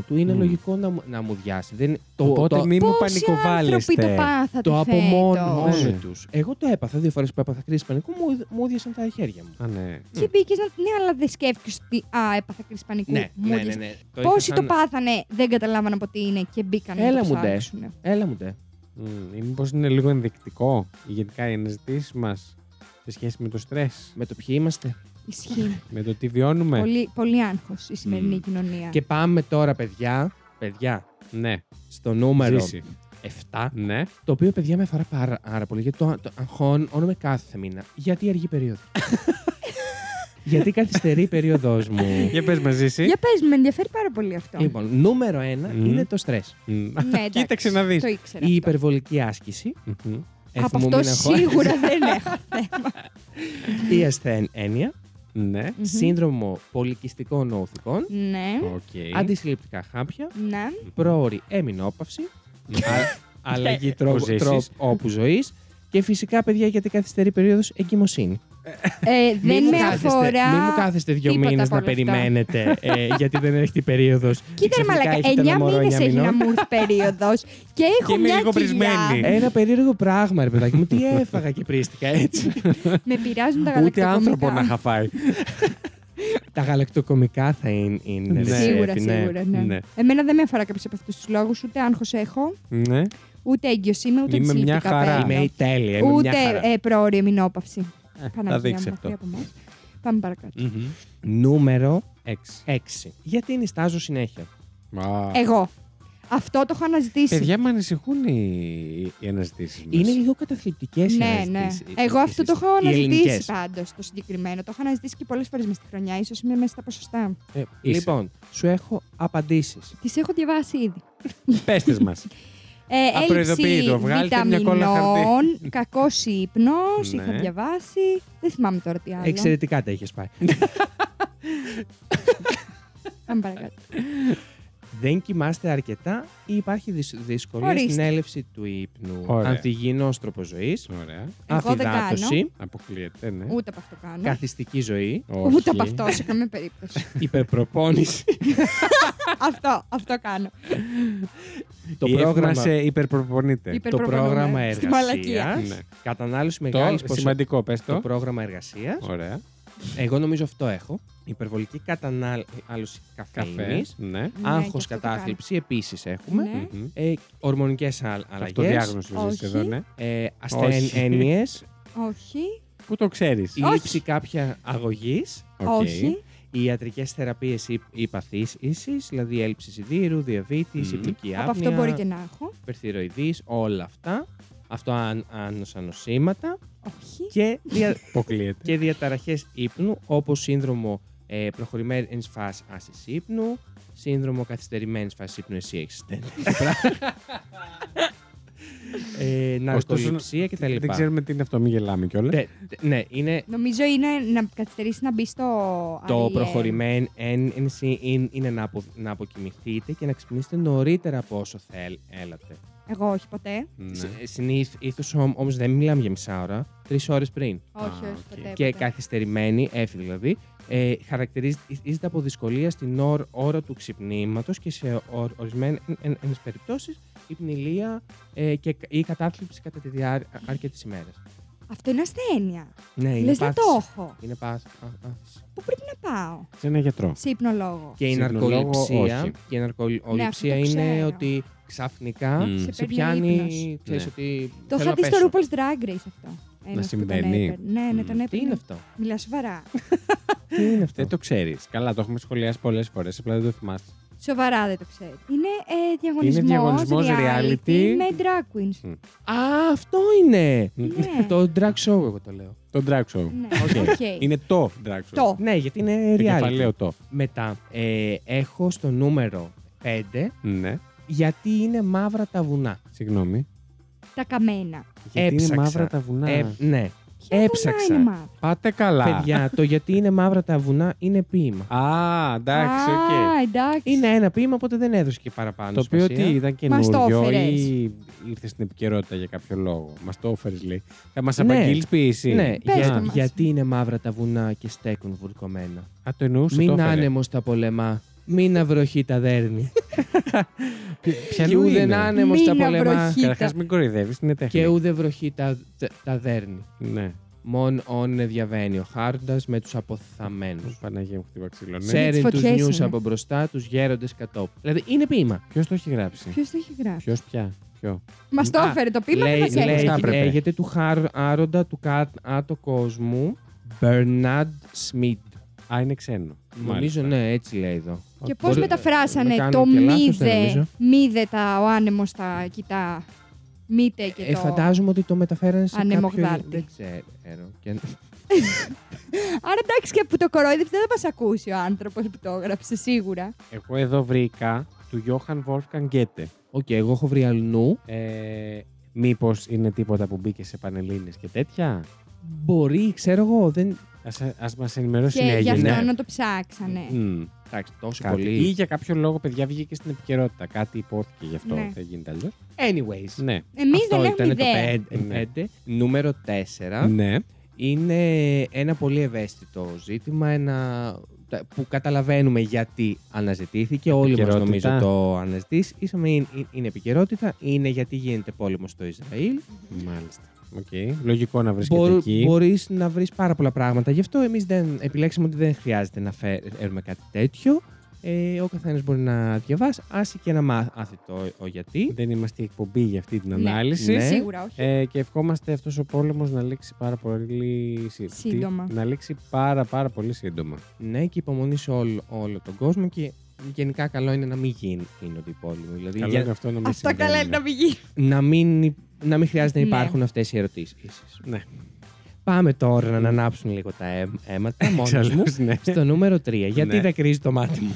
Speaker 3: του είναι
Speaker 2: Μμ.
Speaker 3: λογικό να, μου- να μουδιάσει. Δεν, το,
Speaker 2: Οπότε
Speaker 3: το,
Speaker 2: μην μου
Speaker 1: Πόσοι άνθρωποι το
Speaker 2: πανικοβάλλεστε.
Speaker 1: πάθατε
Speaker 3: το από μόνο
Speaker 1: φέτος.
Speaker 2: Ναι.
Speaker 3: τους. Εγώ το έπαθα δύο φορές που έπαθα κρίση πανικού, μου, μουδιασαν τα χέρια μου.
Speaker 2: Α, ναι.
Speaker 1: Και μπήκε να. Ναι, αλλά δεν σκέφτηκες ότι. Α, έπαθα κρίση πανικού. Μου
Speaker 3: ναι,
Speaker 1: δεις.
Speaker 3: ναι. είχα
Speaker 1: Πόσοι
Speaker 3: σαν-
Speaker 1: το πάθανε, δεν καταλάβανε από τι είναι και μπήκαν να
Speaker 3: Έλα
Speaker 1: το
Speaker 3: μου, ντε.
Speaker 1: ψάξουνε.
Speaker 3: Έλα μου ντε.
Speaker 2: Μμ, ή Μήπως είναι λίγο ενδεικτικό γενικά οι αναζητήσεις μας σε σχέση με το στρες,
Speaker 3: Με το ποιοι είμαστε.
Speaker 1: Ισχύει.
Speaker 2: με το τι βιώνουμε.
Speaker 1: πολύ, πολύ άγχος η σημερινή
Speaker 2: Μμ.
Speaker 1: κοινωνία.
Speaker 3: Και πάμε τώρα, παιδιά. Παιδιά,
Speaker 2: Ναι,
Speaker 3: στο νούμερο
Speaker 2: ζήσει.
Speaker 3: 7.
Speaker 2: Ναι.
Speaker 3: Το οποίο, παιδιά, με αφορά πάρα, πάρα πολύ. Γιατί το, το αγχώνομαι κάθε μήνα. Γιατί η αργή περίοδο. γιατί καθυστερεί η περίοδός μου.
Speaker 2: Για πες μας ζήσει.
Speaker 1: Για πες, με ενδιαφέρει πάρα πολύ αυτό.
Speaker 3: λοιπόν, νούμερο ένα
Speaker 2: Μμμ.
Speaker 3: είναι το στρες.
Speaker 2: Μμ.
Speaker 1: Ναι, εντάξει,
Speaker 2: Κοίταξε να δεις.
Speaker 1: Το ήξερα.
Speaker 3: Η
Speaker 1: αυτό.
Speaker 3: υπερβολική άσκηση.
Speaker 2: Μμμ.
Speaker 1: Από
Speaker 3: εθιμομήν
Speaker 1: αυτό
Speaker 3: αγχώ-
Speaker 1: σίγουρα δεν έχω.
Speaker 3: Η ασθένεια.
Speaker 2: Ναι.
Speaker 1: Μμμ.
Speaker 3: Σύνδρομο πολυκιστικών νοουθικών.
Speaker 1: ναι,
Speaker 2: Οκ.
Speaker 3: Αντισυλληπτικά χάπια.
Speaker 1: ναι.
Speaker 3: Πρόωρη εμινόπαυση. α- αλλαγή
Speaker 2: Ζήσεις.
Speaker 3: τρόπου ζωής. Και φυσικά, παιδιά, γιατί καθυστερεί η περίοδος εγκυμοσύνη.
Speaker 1: Ε, δεν
Speaker 3: Μην
Speaker 1: με
Speaker 3: μου κάθεστε-
Speaker 1: αφορά.
Speaker 3: Μην μου κάθεστε δύο
Speaker 1: τίποτα
Speaker 3: μήνες
Speaker 1: από
Speaker 3: να
Speaker 1: όλα αυτά.
Speaker 3: περιμένετε, ε, γιατί δεν έρχεται η περίοδος.
Speaker 1: Κοίτα, ρε μαλακά. Εννιά μήνε έχει να μου έρθει περίοδος και έχω
Speaker 2: είμαι
Speaker 1: μια
Speaker 2: λίγο
Speaker 1: κοιλιά.
Speaker 2: πρισμένη.
Speaker 3: Ένα περίεργο πράγμα, ρε παιδάκι μου. Τι έφαγα και πρίστηκα έτσι.
Speaker 1: Ε, Με πειράζουν τα
Speaker 2: Ούτε
Speaker 1: γαλακτοκομικά.
Speaker 2: άνθρωπο να είχα φάει.
Speaker 3: Τα γαλακτοκομικά θα είναι. είναι ρε,
Speaker 1: Σίγουρα,
Speaker 3: Εφη, ναι.
Speaker 1: σίγουρα. Ναι.
Speaker 2: Ναι.
Speaker 1: Εμένα δεν με αφορά κάποιος από αυτούς τους λόγους. Ούτε άγχος έχω,
Speaker 2: Ναι.
Speaker 1: ούτε έγκυος είμαι, ούτε
Speaker 2: Είμαι μια
Speaker 1: αντισυλληπτικά
Speaker 2: χαρά.
Speaker 1: παίρνω.
Speaker 3: Είμαι η τέλεια. Είμαι μια
Speaker 1: Ούτε
Speaker 3: χαρά.
Speaker 1: ε, πρόωρη εμεινόπαυση.
Speaker 2: Ε, Θα
Speaker 1: Παναγία
Speaker 2: δείξει
Speaker 1: μου,
Speaker 2: αυτό.
Speaker 1: μακριά από εμάς. Πάμε παρακάτω.
Speaker 2: Μμμ.
Speaker 3: Νούμερο
Speaker 2: Έξι.
Speaker 3: 6. Γιατί νιστάζω συνέχεια.
Speaker 1: Ε,
Speaker 2: Α.
Speaker 1: Εγώ. Αυτό το έχω αναζητήσει.
Speaker 2: Παιδιά, με ανησυχούν οι, οι αναζητήσεις μας.
Speaker 3: Είναι λίγο καταθλιπτικές οι
Speaker 1: ναι, ναι.
Speaker 3: αναζητήσεις.
Speaker 1: Εγώ αυτό το έχω
Speaker 3: Οι
Speaker 1: αναζητήσει
Speaker 3: ελληνικές.
Speaker 1: πάντως το συγκεκριμένο. Το έχω αναζητήσει και πολλές φορές μες στη χρονιά. σω είμαι μέσα στα ποσοστά.
Speaker 3: Ε, Λοιπόν, σου έχω απαντήσεις.
Speaker 1: Τις έχω διαβάσει ήδη.
Speaker 2: Πέστε μας.
Speaker 1: Ε, έλλειψη
Speaker 2: Απροειδοποιητό. Βγάλετε μια κόλλα
Speaker 1: βιταμινών, κακός ύπνος,
Speaker 2: Ναι.
Speaker 1: είχα διαβάσει. Δεν θυμάμαι τώρα τι άλλο.
Speaker 3: Εξαιρετικά τα έχει πάει.
Speaker 1: Πάμε παρακάτω.
Speaker 3: δεν κοιμάστε αρκετά ή υπάρχει δυσ- δυσκολία
Speaker 1: Ορίστε.
Speaker 3: στην έλευση του ύπνου.
Speaker 2: Ωραία.
Speaker 3: Ανθυγιεινός τρόπος ζωής,
Speaker 2: Ωραία.
Speaker 1: Εγώ δεν
Speaker 3: αφυδάτωση,
Speaker 2: Αποκλείεται, ναι.
Speaker 1: Ούτε από αυτό κάνω.
Speaker 3: καθιστική ζωή,
Speaker 2: Όχι.
Speaker 1: Ούτε από αυτό σε καμία περίπτωση.
Speaker 3: υπερπροπόνηση.
Speaker 1: αυτό, αυτό κάνω.
Speaker 3: το,
Speaker 2: Η Εύη
Speaker 3: πρόγραμμα,
Speaker 2: μας, ε, υπερπροπονείται.
Speaker 3: το
Speaker 1: Υπερπροπονούμε.
Speaker 3: πρόγραμμα
Speaker 1: Στη μαλακία.
Speaker 3: εργασίας,
Speaker 2: Ναι.
Speaker 3: κατανάλωση
Speaker 2: Το
Speaker 3: μεγάλης ποσότητας.
Speaker 2: σημαντικό, πες το.
Speaker 3: Το πρόγραμμα εργασίας,
Speaker 2: Ωραία.
Speaker 3: εγώ νομίζω αυτό έχω, υπερβολική κατανάλωση
Speaker 2: Καφέ.
Speaker 3: καφέινης,
Speaker 2: Ναι.
Speaker 1: Ναι, και
Speaker 3: άγχος
Speaker 1: αυτό το κάνω.
Speaker 3: κατάθλιψη επίσης έχουμε,
Speaker 1: Ναι.
Speaker 2: Μμμ.
Speaker 3: ε, ορμονικές α- αλλαγές,
Speaker 2: Αυτοδιάγνωση ζεις
Speaker 1: Όχι.
Speaker 2: εδώ, ναι.
Speaker 3: ε,
Speaker 2: Όχι.
Speaker 3: ασθένειες,
Speaker 1: Όχι.
Speaker 2: Πού το ξέρεις.
Speaker 3: η
Speaker 1: Όχι.
Speaker 3: λήψη κάποια αγωγής,
Speaker 1: Όχι.
Speaker 3: Οι ιατρικές θεραπείες ή, ή παθείς ίσης, δηλαδή έλλειψη σιδήρου, διαβήτης,
Speaker 2: Μμμ.
Speaker 3: υπνική
Speaker 1: Από
Speaker 3: άπνοια,
Speaker 1: αυτό μπορεί και να έχω.
Speaker 3: υπερθυροειδής, όλα αυτά. Αυτό αν, άνος ανοσήματα
Speaker 1: Όχι.
Speaker 3: και, δια,
Speaker 2: Αποκλείεται.
Speaker 3: και διαταραχές ύπνου όπως σύνδρομο ε, προχωρημένης φάσης άσης ύπνου, σύνδρομο καθυστερημένης φάσης ύπνου, εσύ έχεις τέτοια πράγματα. ε, ναρκοληψία κτλ.
Speaker 2: Δεν ξέρουμε τι είναι αυτό, μην γελάμε κιόλας.
Speaker 3: Τε- τε- Ναι, είναι
Speaker 1: Νομίζω είναι να καθυστερήσεις να μπεις στο. E
Speaker 3: το
Speaker 1: IEM.
Speaker 3: προχωρημένο ένση είναι- είναι να, απο, να αποκοιμηθείτε και να ξυπνήσετε νωρίτερα από όσο θέλ, έλατε.
Speaker 1: Εγώ όχι ποτέ.
Speaker 2: Ναι.
Speaker 3: Ναι. Συνήθω όμως δεν μιλάμε για μισά ώρα, τρεις ώρες πριν.
Speaker 1: Όχι,
Speaker 2: Α,
Speaker 1: όχι
Speaker 2: οκ.
Speaker 1: ποτέ.
Speaker 3: και
Speaker 1: ποτέ.
Speaker 3: καθυστερημένη, έφη δηλαδή, ε, χαρακτηρίζεται από δυσκολία στην όρ- ώρα του ξυπνήματος και σε ορισμένε περιπτώσει υπνηλία ε, και, ή κατάθλιψη κατά τη διάρκεια της ημέρας.
Speaker 1: Αυτό είναι ασθένεια.
Speaker 3: Ναι, είναι
Speaker 1: Λες δεν το
Speaker 3: πάθηση.
Speaker 1: έχω.
Speaker 3: Είναι πάθ- α- πάθηση.
Speaker 1: Πού πρέπει να πάω.
Speaker 2: Σε ένα γιατρό.
Speaker 1: Σε υπνολόγο.
Speaker 3: Και η
Speaker 2: Συγγνώμη,
Speaker 3: ναρκοληψία,
Speaker 2: όχι.
Speaker 3: και η ναρκοληψία
Speaker 1: Ναι, αυτό το
Speaker 3: είναι
Speaker 1: ξέρω.
Speaker 3: ότι ξαφνικά
Speaker 2: Μ. Σε
Speaker 3: σε
Speaker 1: παίρνει
Speaker 3: πιάνει,
Speaker 1: ύπνος.
Speaker 3: ξέρεις
Speaker 2: Mm. Ναι.
Speaker 3: ότι
Speaker 1: Το
Speaker 3: θέλω
Speaker 1: είχα
Speaker 3: να
Speaker 1: δει στο
Speaker 3: πέσω.
Speaker 1: RuPaul's Drag Race αυτό. Ένας που
Speaker 2: συμβαίνει?
Speaker 1: τον έπαιρνε. Ναι, ναι, τον
Speaker 2: Μ.
Speaker 3: Τι είναι
Speaker 1: έπαιρνε.
Speaker 3: αυτό. Ε,
Speaker 1: Μιλά σοβαρά.
Speaker 3: Τι είναι αυτό.
Speaker 2: Δεν το ξέρεις. Καλά, το έχουμε σχολιάσει πολλές φορές, απλά δεν το θυμάσαι.
Speaker 1: Σοβαρά δεν το ξέρει. Είναι ε, διαγωνισμός,
Speaker 2: διαγωνισμός reality.
Speaker 1: με drag queens.
Speaker 3: Α, αυτό είναι.
Speaker 1: Ναι.
Speaker 3: Το drag show, εγώ το λέω.
Speaker 2: Το drag show.
Speaker 1: Ναι,
Speaker 2: Οκ.
Speaker 1: οκ.
Speaker 2: Είναι το drag show.
Speaker 1: Το.
Speaker 3: Ναι, γιατί είναι
Speaker 2: Το
Speaker 3: reality.
Speaker 2: κεφαλαίο το.
Speaker 3: Μετά, ε, έχω στο νούμερο 5
Speaker 2: Ναι.
Speaker 3: γιατί είναι μαύρα τα βουνά.
Speaker 2: Συγγνώμη.
Speaker 1: Τα καμένα.
Speaker 2: Γιατί είναι
Speaker 3: Έψαξα.
Speaker 2: μαύρα τα βουνά.
Speaker 3: Ε, ναι.
Speaker 1: Ποια
Speaker 3: Έψαξα.
Speaker 1: βουνά είναι μαύρα?
Speaker 2: Πάτε καλά.
Speaker 3: Παιδιά, το γιατί είναι μαύρα τα βουνά είναι ποίημα.
Speaker 2: Α, εντάξει, οκ.
Speaker 1: Α, εντάξει.
Speaker 3: Είναι ένα ποίημα, οπότε δεν έδωσε και παραπάνω.
Speaker 2: Το οποίο
Speaker 3: σημασία.
Speaker 2: ότι ήταν
Speaker 1: Μας το
Speaker 2: καινούριο
Speaker 1: όφερες.
Speaker 2: ή ήρθε στην επικαιρότητα για κάποιο λόγο. Μας το όφερες, λέει. Θα μας
Speaker 3: Ναι.
Speaker 2: απαγγείλεις ποιήση.
Speaker 3: Ναι,
Speaker 1: Πες
Speaker 3: για-
Speaker 1: το μας.
Speaker 3: γιατί είναι μαύρα τα βουνά και στέκουν βουρκωμένα.
Speaker 2: Α, το εννοούσες. το
Speaker 3: Μην
Speaker 2: όφερες.
Speaker 3: άνεμος τα πολεμά, μην αυροχή τα δέρνει.
Speaker 2: Ποι-
Speaker 3: και
Speaker 2: Ποιανού
Speaker 3: ούδεν
Speaker 2: είναι.
Speaker 3: άνεμος τα
Speaker 1: Μην
Speaker 3: πολεμά
Speaker 1: αυροχή. Κοίτα.
Speaker 2: Καταρχάς, μην κοροϊδεύεις, είναι τέχνη.
Speaker 3: και ούδε βροχή τα, τα, τα δέρνει.
Speaker 2: Ναι,
Speaker 3: Μον όν διαβαίνει ο χάροντα με τους αποθαμένους.
Speaker 2: Παναγία μου χτύπα ξύλο. Ναι.
Speaker 1: τις
Speaker 3: Ξέρει του
Speaker 1: φωτιές
Speaker 3: νιου
Speaker 1: είναι.
Speaker 3: από μπροστά, τους γέροντες κατόπου. Δηλαδή είναι ποίημα.
Speaker 2: Ποιος το έχει γράψει.
Speaker 1: Ποιος το έχει γράψει.
Speaker 2: Ποιος πια. Ποιο.
Speaker 1: Μας το
Speaker 3: Α,
Speaker 1: έφερε το πείμα και
Speaker 3: Λέει,
Speaker 1: μας
Speaker 3: λέει,
Speaker 1: έκλεισε.
Speaker 2: Θα έπρεπε.
Speaker 3: λέγεται του χάρ, άροντα του κάτω κόσμου Bernard Smith.
Speaker 2: Α, είναι ξένο.
Speaker 3: Νομίζω, ναι, έτσι λέει εδώ.
Speaker 1: Και πώς
Speaker 3: Μπορεί- να
Speaker 1: μεταφράσανε
Speaker 3: κάνω
Speaker 1: το
Speaker 3: και λάθος, δεν
Speaker 1: μύδε.
Speaker 3: νομίζω.
Speaker 1: Μύδε τα ο άνεμος τα κοιτά. Μύτε και
Speaker 3: Ε,
Speaker 1: το.
Speaker 3: φαντάζομαι ότι το μεταφέρανε σε
Speaker 1: Ανεμογδάρτη.
Speaker 3: κάποιον... Δεν ξέρω. Και-
Speaker 1: Άρα εντάξει και που το κορόιδεψε δεν θα μας ακούσει ο άνθρωπος που το έγραψε σίγουρα.
Speaker 2: Εγώ εδώ βρήκα του Γιώχαν Wolfgang Goethe.
Speaker 3: Οκ, εγώ έχω βρει αλλού.
Speaker 2: Ε, Μήπως είναι τίποτα που μπήκε σε πανελλήνες και τέτοια.
Speaker 3: Μπορεί, ξέρω εγώ, δεν...
Speaker 2: Ας, ας μας ενημερώσει η
Speaker 1: και
Speaker 2: νέα
Speaker 1: γι' αυτό
Speaker 3: ναι.
Speaker 2: γενιά.
Speaker 1: να το ψάξανε.
Speaker 2: Μμμ,
Speaker 3: Εντάξει, τόσο
Speaker 2: κάτι. Ή
Speaker 3: πολύ.
Speaker 2: για κάποιο λόγο, παιδιά, βγήκε στην επικαιρότητα. Κάτι υπόθηκε γι' αυτό.
Speaker 1: Ναι.
Speaker 2: Δεν γίνεται αλλιώ.
Speaker 3: Anyways,
Speaker 2: Ναι.
Speaker 1: Εμείς
Speaker 3: αυτό
Speaker 1: δεν έχουμε
Speaker 3: ήταν
Speaker 1: ιδέα.
Speaker 3: το 5.
Speaker 2: Ναι.
Speaker 3: Νούμερο 4.
Speaker 2: Ναι.
Speaker 3: είναι ένα πολύ ευαίσθητο ζήτημα ένα, τα- που καταλαβαίνουμε γιατί αναζητήθηκε. Όλοι μας
Speaker 2: Επικαιρότητα.
Speaker 3: νομίζω το αναζητήσαμε. Είναι, είναι επικαιρότητα. Είναι γιατί γίνεται πόλεμος στο Ισραήλ.
Speaker 2: Μάλιστα. Οκ. Λογικό να βρίσκεται εκεί.
Speaker 3: μπορείς να βρεις πάρα πολλά πράγματα. Γι' αυτό εμείς δεν, επιλέξαμε ότι δεν χρειάζεται να φέρουμε κάτι τέτοιο. Ε, ο καθένας μπορεί να διαβάσει, άσε και να μάθει το ο γιατί.
Speaker 2: Δεν είμαστε η εκπομπή για αυτή την
Speaker 1: Ναι.
Speaker 2: ανάλυση.
Speaker 3: Ναι.
Speaker 1: Σίγουρα όχι.
Speaker 2: Ε, και ευχόμαστε αυτός ο πόλεμος να λήξει πάρα πολύ σύ- τι-
Speaker 1: Σύντομα.
Speaker 2: Να λήξει πάρα, πάρα πολύ σύντομα.
Speaker 3: Ναι, και υπομονή σε όλο, όλο τον κόσμο και γενικά καλό είναι να μην γίνει- γίνονται οι πόλεμοι. Δηλαδή,
Speaker 2: Καλό
Speaker 3: για-
Speaker 2: είναι αυτό να μην
Speaker 1: Αυτά
Speaker 3: ναι.
Speaker 1: καλά είναι
Speaker 2: συμβαίνει.
Speaker 1: να πηγαίνει.
Speaker 3: να μην, υ- να μην χρειάζεται να
Speaker 1: Ναι.
Speaker 3: υπάρχουν αυτές οι ερωτήσεις.
Speaker 2: Ναι.
Speaker 3: Πάμε τώρα να ανάψουν λίγο τα αίμα- αίματα μόνος μου.
Speaker 2: Εξαλλούς, ναι.
Speaker 3: Στο νούμερο 3.
Speaker 2: Ναι.
Speaker 3: Γιατί δακρύζει το μάτι μου.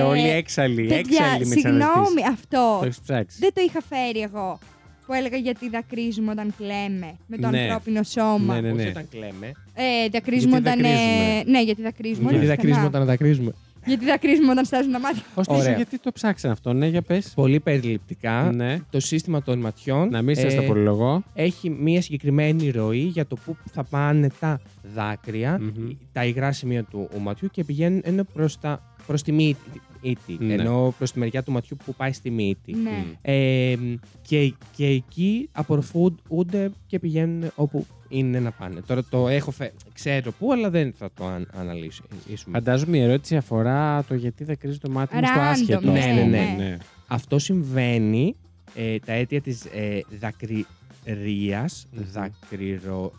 Speaker 1: Ε,
Speaker 2: όλοι έξαλλοι.
Speaker 1: Παιδιά,
Speaker 2: Έξαλλοι με τις αναζητήσει.
Speaker 1: συγγνώμη αυτό.
Speaker 2: Το έχεις ψάξει.
Speaker 1: Δεν το είχα φέρει εγώ. Που έλεγα γιατί δακρύζουμε όταν κλαίμε με το
Speaker 2: Ναι.
Speaker 1: ανθρώπινο σώμα.
Speaker 2: Ναι, ναι,
Speaker 3: Όχι
Speaker 2: ναι.
Speaker 3: όταν κλαίμε.
Speaker 1: Ε, δακρύζουμε
Speaker 2: Γιατί
Speaker 1: όταν. ε,
Speaker 2: δακρύζουμε.
Speaker 1: ναι, γιατί δακρύζουμε.
Speaker 2: Ναι.
Speaker 1: όλα
Speaker 3: Γιατί
Speaker 1: αυτά,
Speaker 3: δακρύζουμε
Speaker 1: να.
Speaker 3: όταν δακρύζουμε.
Speaker 1: Γιατί δακρύζουμε όταν στάζουν τα μάτια.
Speaker 2: Ωστόσο,
Speaker 3: Ωραία.
Speaker 2: γιατί το ψάξαν αυτό, ναι, για πες.
Speaker 3: Πολύ περιληπτικά.
Speaker 2: Ναι.
Speaker 3: Το σύστημα των ματιών
Speaker 2: Να μην σας
Speaker 3: ε,
Speaker 2: τα πολυλογώ.
Speaker 3: έχει μία συγκεκριμένη ροή για το πού θα πάνε τα δάκρυα,
Speaker 2: Μμμ.
Speaker 3: τα υγρά σημεία του ματιού και πηγαίνουν προς, τα, προς τη μύτη. ήτη.
Speaker 2: Ναι.
Speaker 3: Ενώ προς τη μεριά του ματιού που πάει στη μύτη.
Speaker 1: ναι.
Speaker 3: Ε, και, και εκεί απορροφούνται και πηγαίνουν όπου είναι να πάνε. Τώρα το έχω φε... ξέρω πού, αλλά δεν θα το αν, αναλύσω. ε, ίσουμε.
Speaker 2: Φαντάζομαι η ερώτηση αφορά το γιατί δακρύζει το μάτι μου στο
Speaker 1: Random,
Speaker 2: άσχετο.
Speaker 3: ναι,
Speaker 2: ας πούμε.
Speaker 3: ναι, ναι. Αυτό συμβαίνει ε, τα αίτια της ε, δακρυριας
Speaker 2: Μμμ.
Speaker 3: δακρυρο,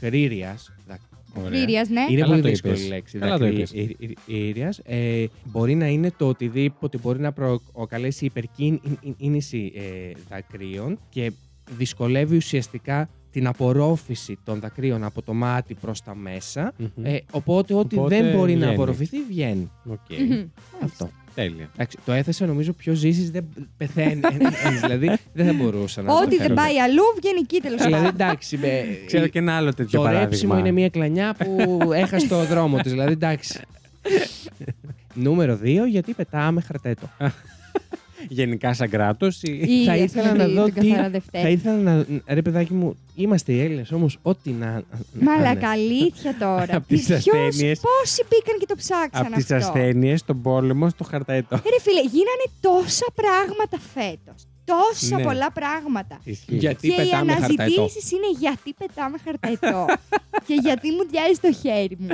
Speaker 3: δακρύριας, δα-
Speaker 2: Ωραία.
Speaker 1: Δακρύριας, ναι.
Speaker 3: είναι
Speaker 2: Καλά
Speaker 3: πολύ
Speaker 2: το
Speaker 3: δύσκολη
Speaker 2: είπες.
Speaker 3: η λέξη.
Speaker 2: Καλά το είπες.
Speaker 3: Δακρύριας. Ε, μπορεί να είναι το οτιδήποτε μπορεί να προκαλέσει υπερκίνηση ε, δακρύων και δυσκολεύει ουσιαστικά την απορρόφηση των δακρύων από το μάτι προς τα μέσα.
Speaker 2: Μμμ.
Speaker 3: Ε, οπότε ό,τι
Speaker 2: Οπότε
Speaker 3: δεν μπορεί να
Speaker 2: βγαίνει.
Speaker 3: απορροφηθεί βγαίνει.
Speaker 2: Οκ.
Speaker 1: Μμμ.
Speaker 3: Αυτό.
Speaker 2: Τέλεια.
Speaker 3: Εντάξει, το έθεσα νομίζω πιο ζήσει δεν πεθαίνει. δηλαδή δεν θα μπορούσα να
Speaker 1: Ό,τι
Speaker 3: το
Speaker 1: δεν
Speaker 3: κάνω.
Speaker 1: πάει αλλού βγαίνει εκεί τέλο
Speaker 3: Δηλαδή
Speaker 1: πάντων.
Speaker 3: εντάξει. με-
Speaker 2: Ξέρω και ένα άλλο τέτοιο
Speaker 3: Το
Speaker 2: παράδειγμα.
Speaker 3: ρέψιμο είναι μια κλανιά που έχασε το δρόμο της. Δηλαδή εντάξει. Νούμερο 2, γιατί πετάμε χαρτέτο.
Speaker 2: Γενικά σαν κράτος. Ή...
Speaker 1: Ή
Speaker 3: θα
Speaker 1: ας
Speaker 3: ήθελα
Speaker 1: πούμε,
Speaker 3: να δω
Speaker 1: την
Speaker 3: τι-
Speaker 1: καθαρά Δευτέρα.
Speaker 3: Θα ήθελα να. Ρε παιδάκι μου, είμαστε οι Έλληνες όμως, ό,τι να. να- να
Speaker 1: Μαλά,
Speaker 3: είναι.
Speaker 1: καλήθεια τώρα.
Speaker 2: Απ' τις
Speaker 1: Ποιος-
Speaker 2: ασθένειες.
Speaker 1: Πόσοι μπήκαν και το ψάξαν
Speaker 2: Από τις
Speaker 1: αυτό.
Speaker 2: ασθένειες, τον πόλεμο, στο χαρταετό.
Speaker 1: Ε, Ρε φίλε, γίνανε τόσα πράγματα φέτος. Τόσα
Speaker 2: Ναι.
Speaker 1: πολλά πράγματα.
Speaker 2: Ισχύει.
Speaker 3: Γιατί
Speaker 1: και οι
Speaker 3: πετάμε χαρτέτο.
Speaker 1: αναζητήσεις είναι γιατί πετάμε χαρταετό. και γιατί μου διάζει το χέρι μου.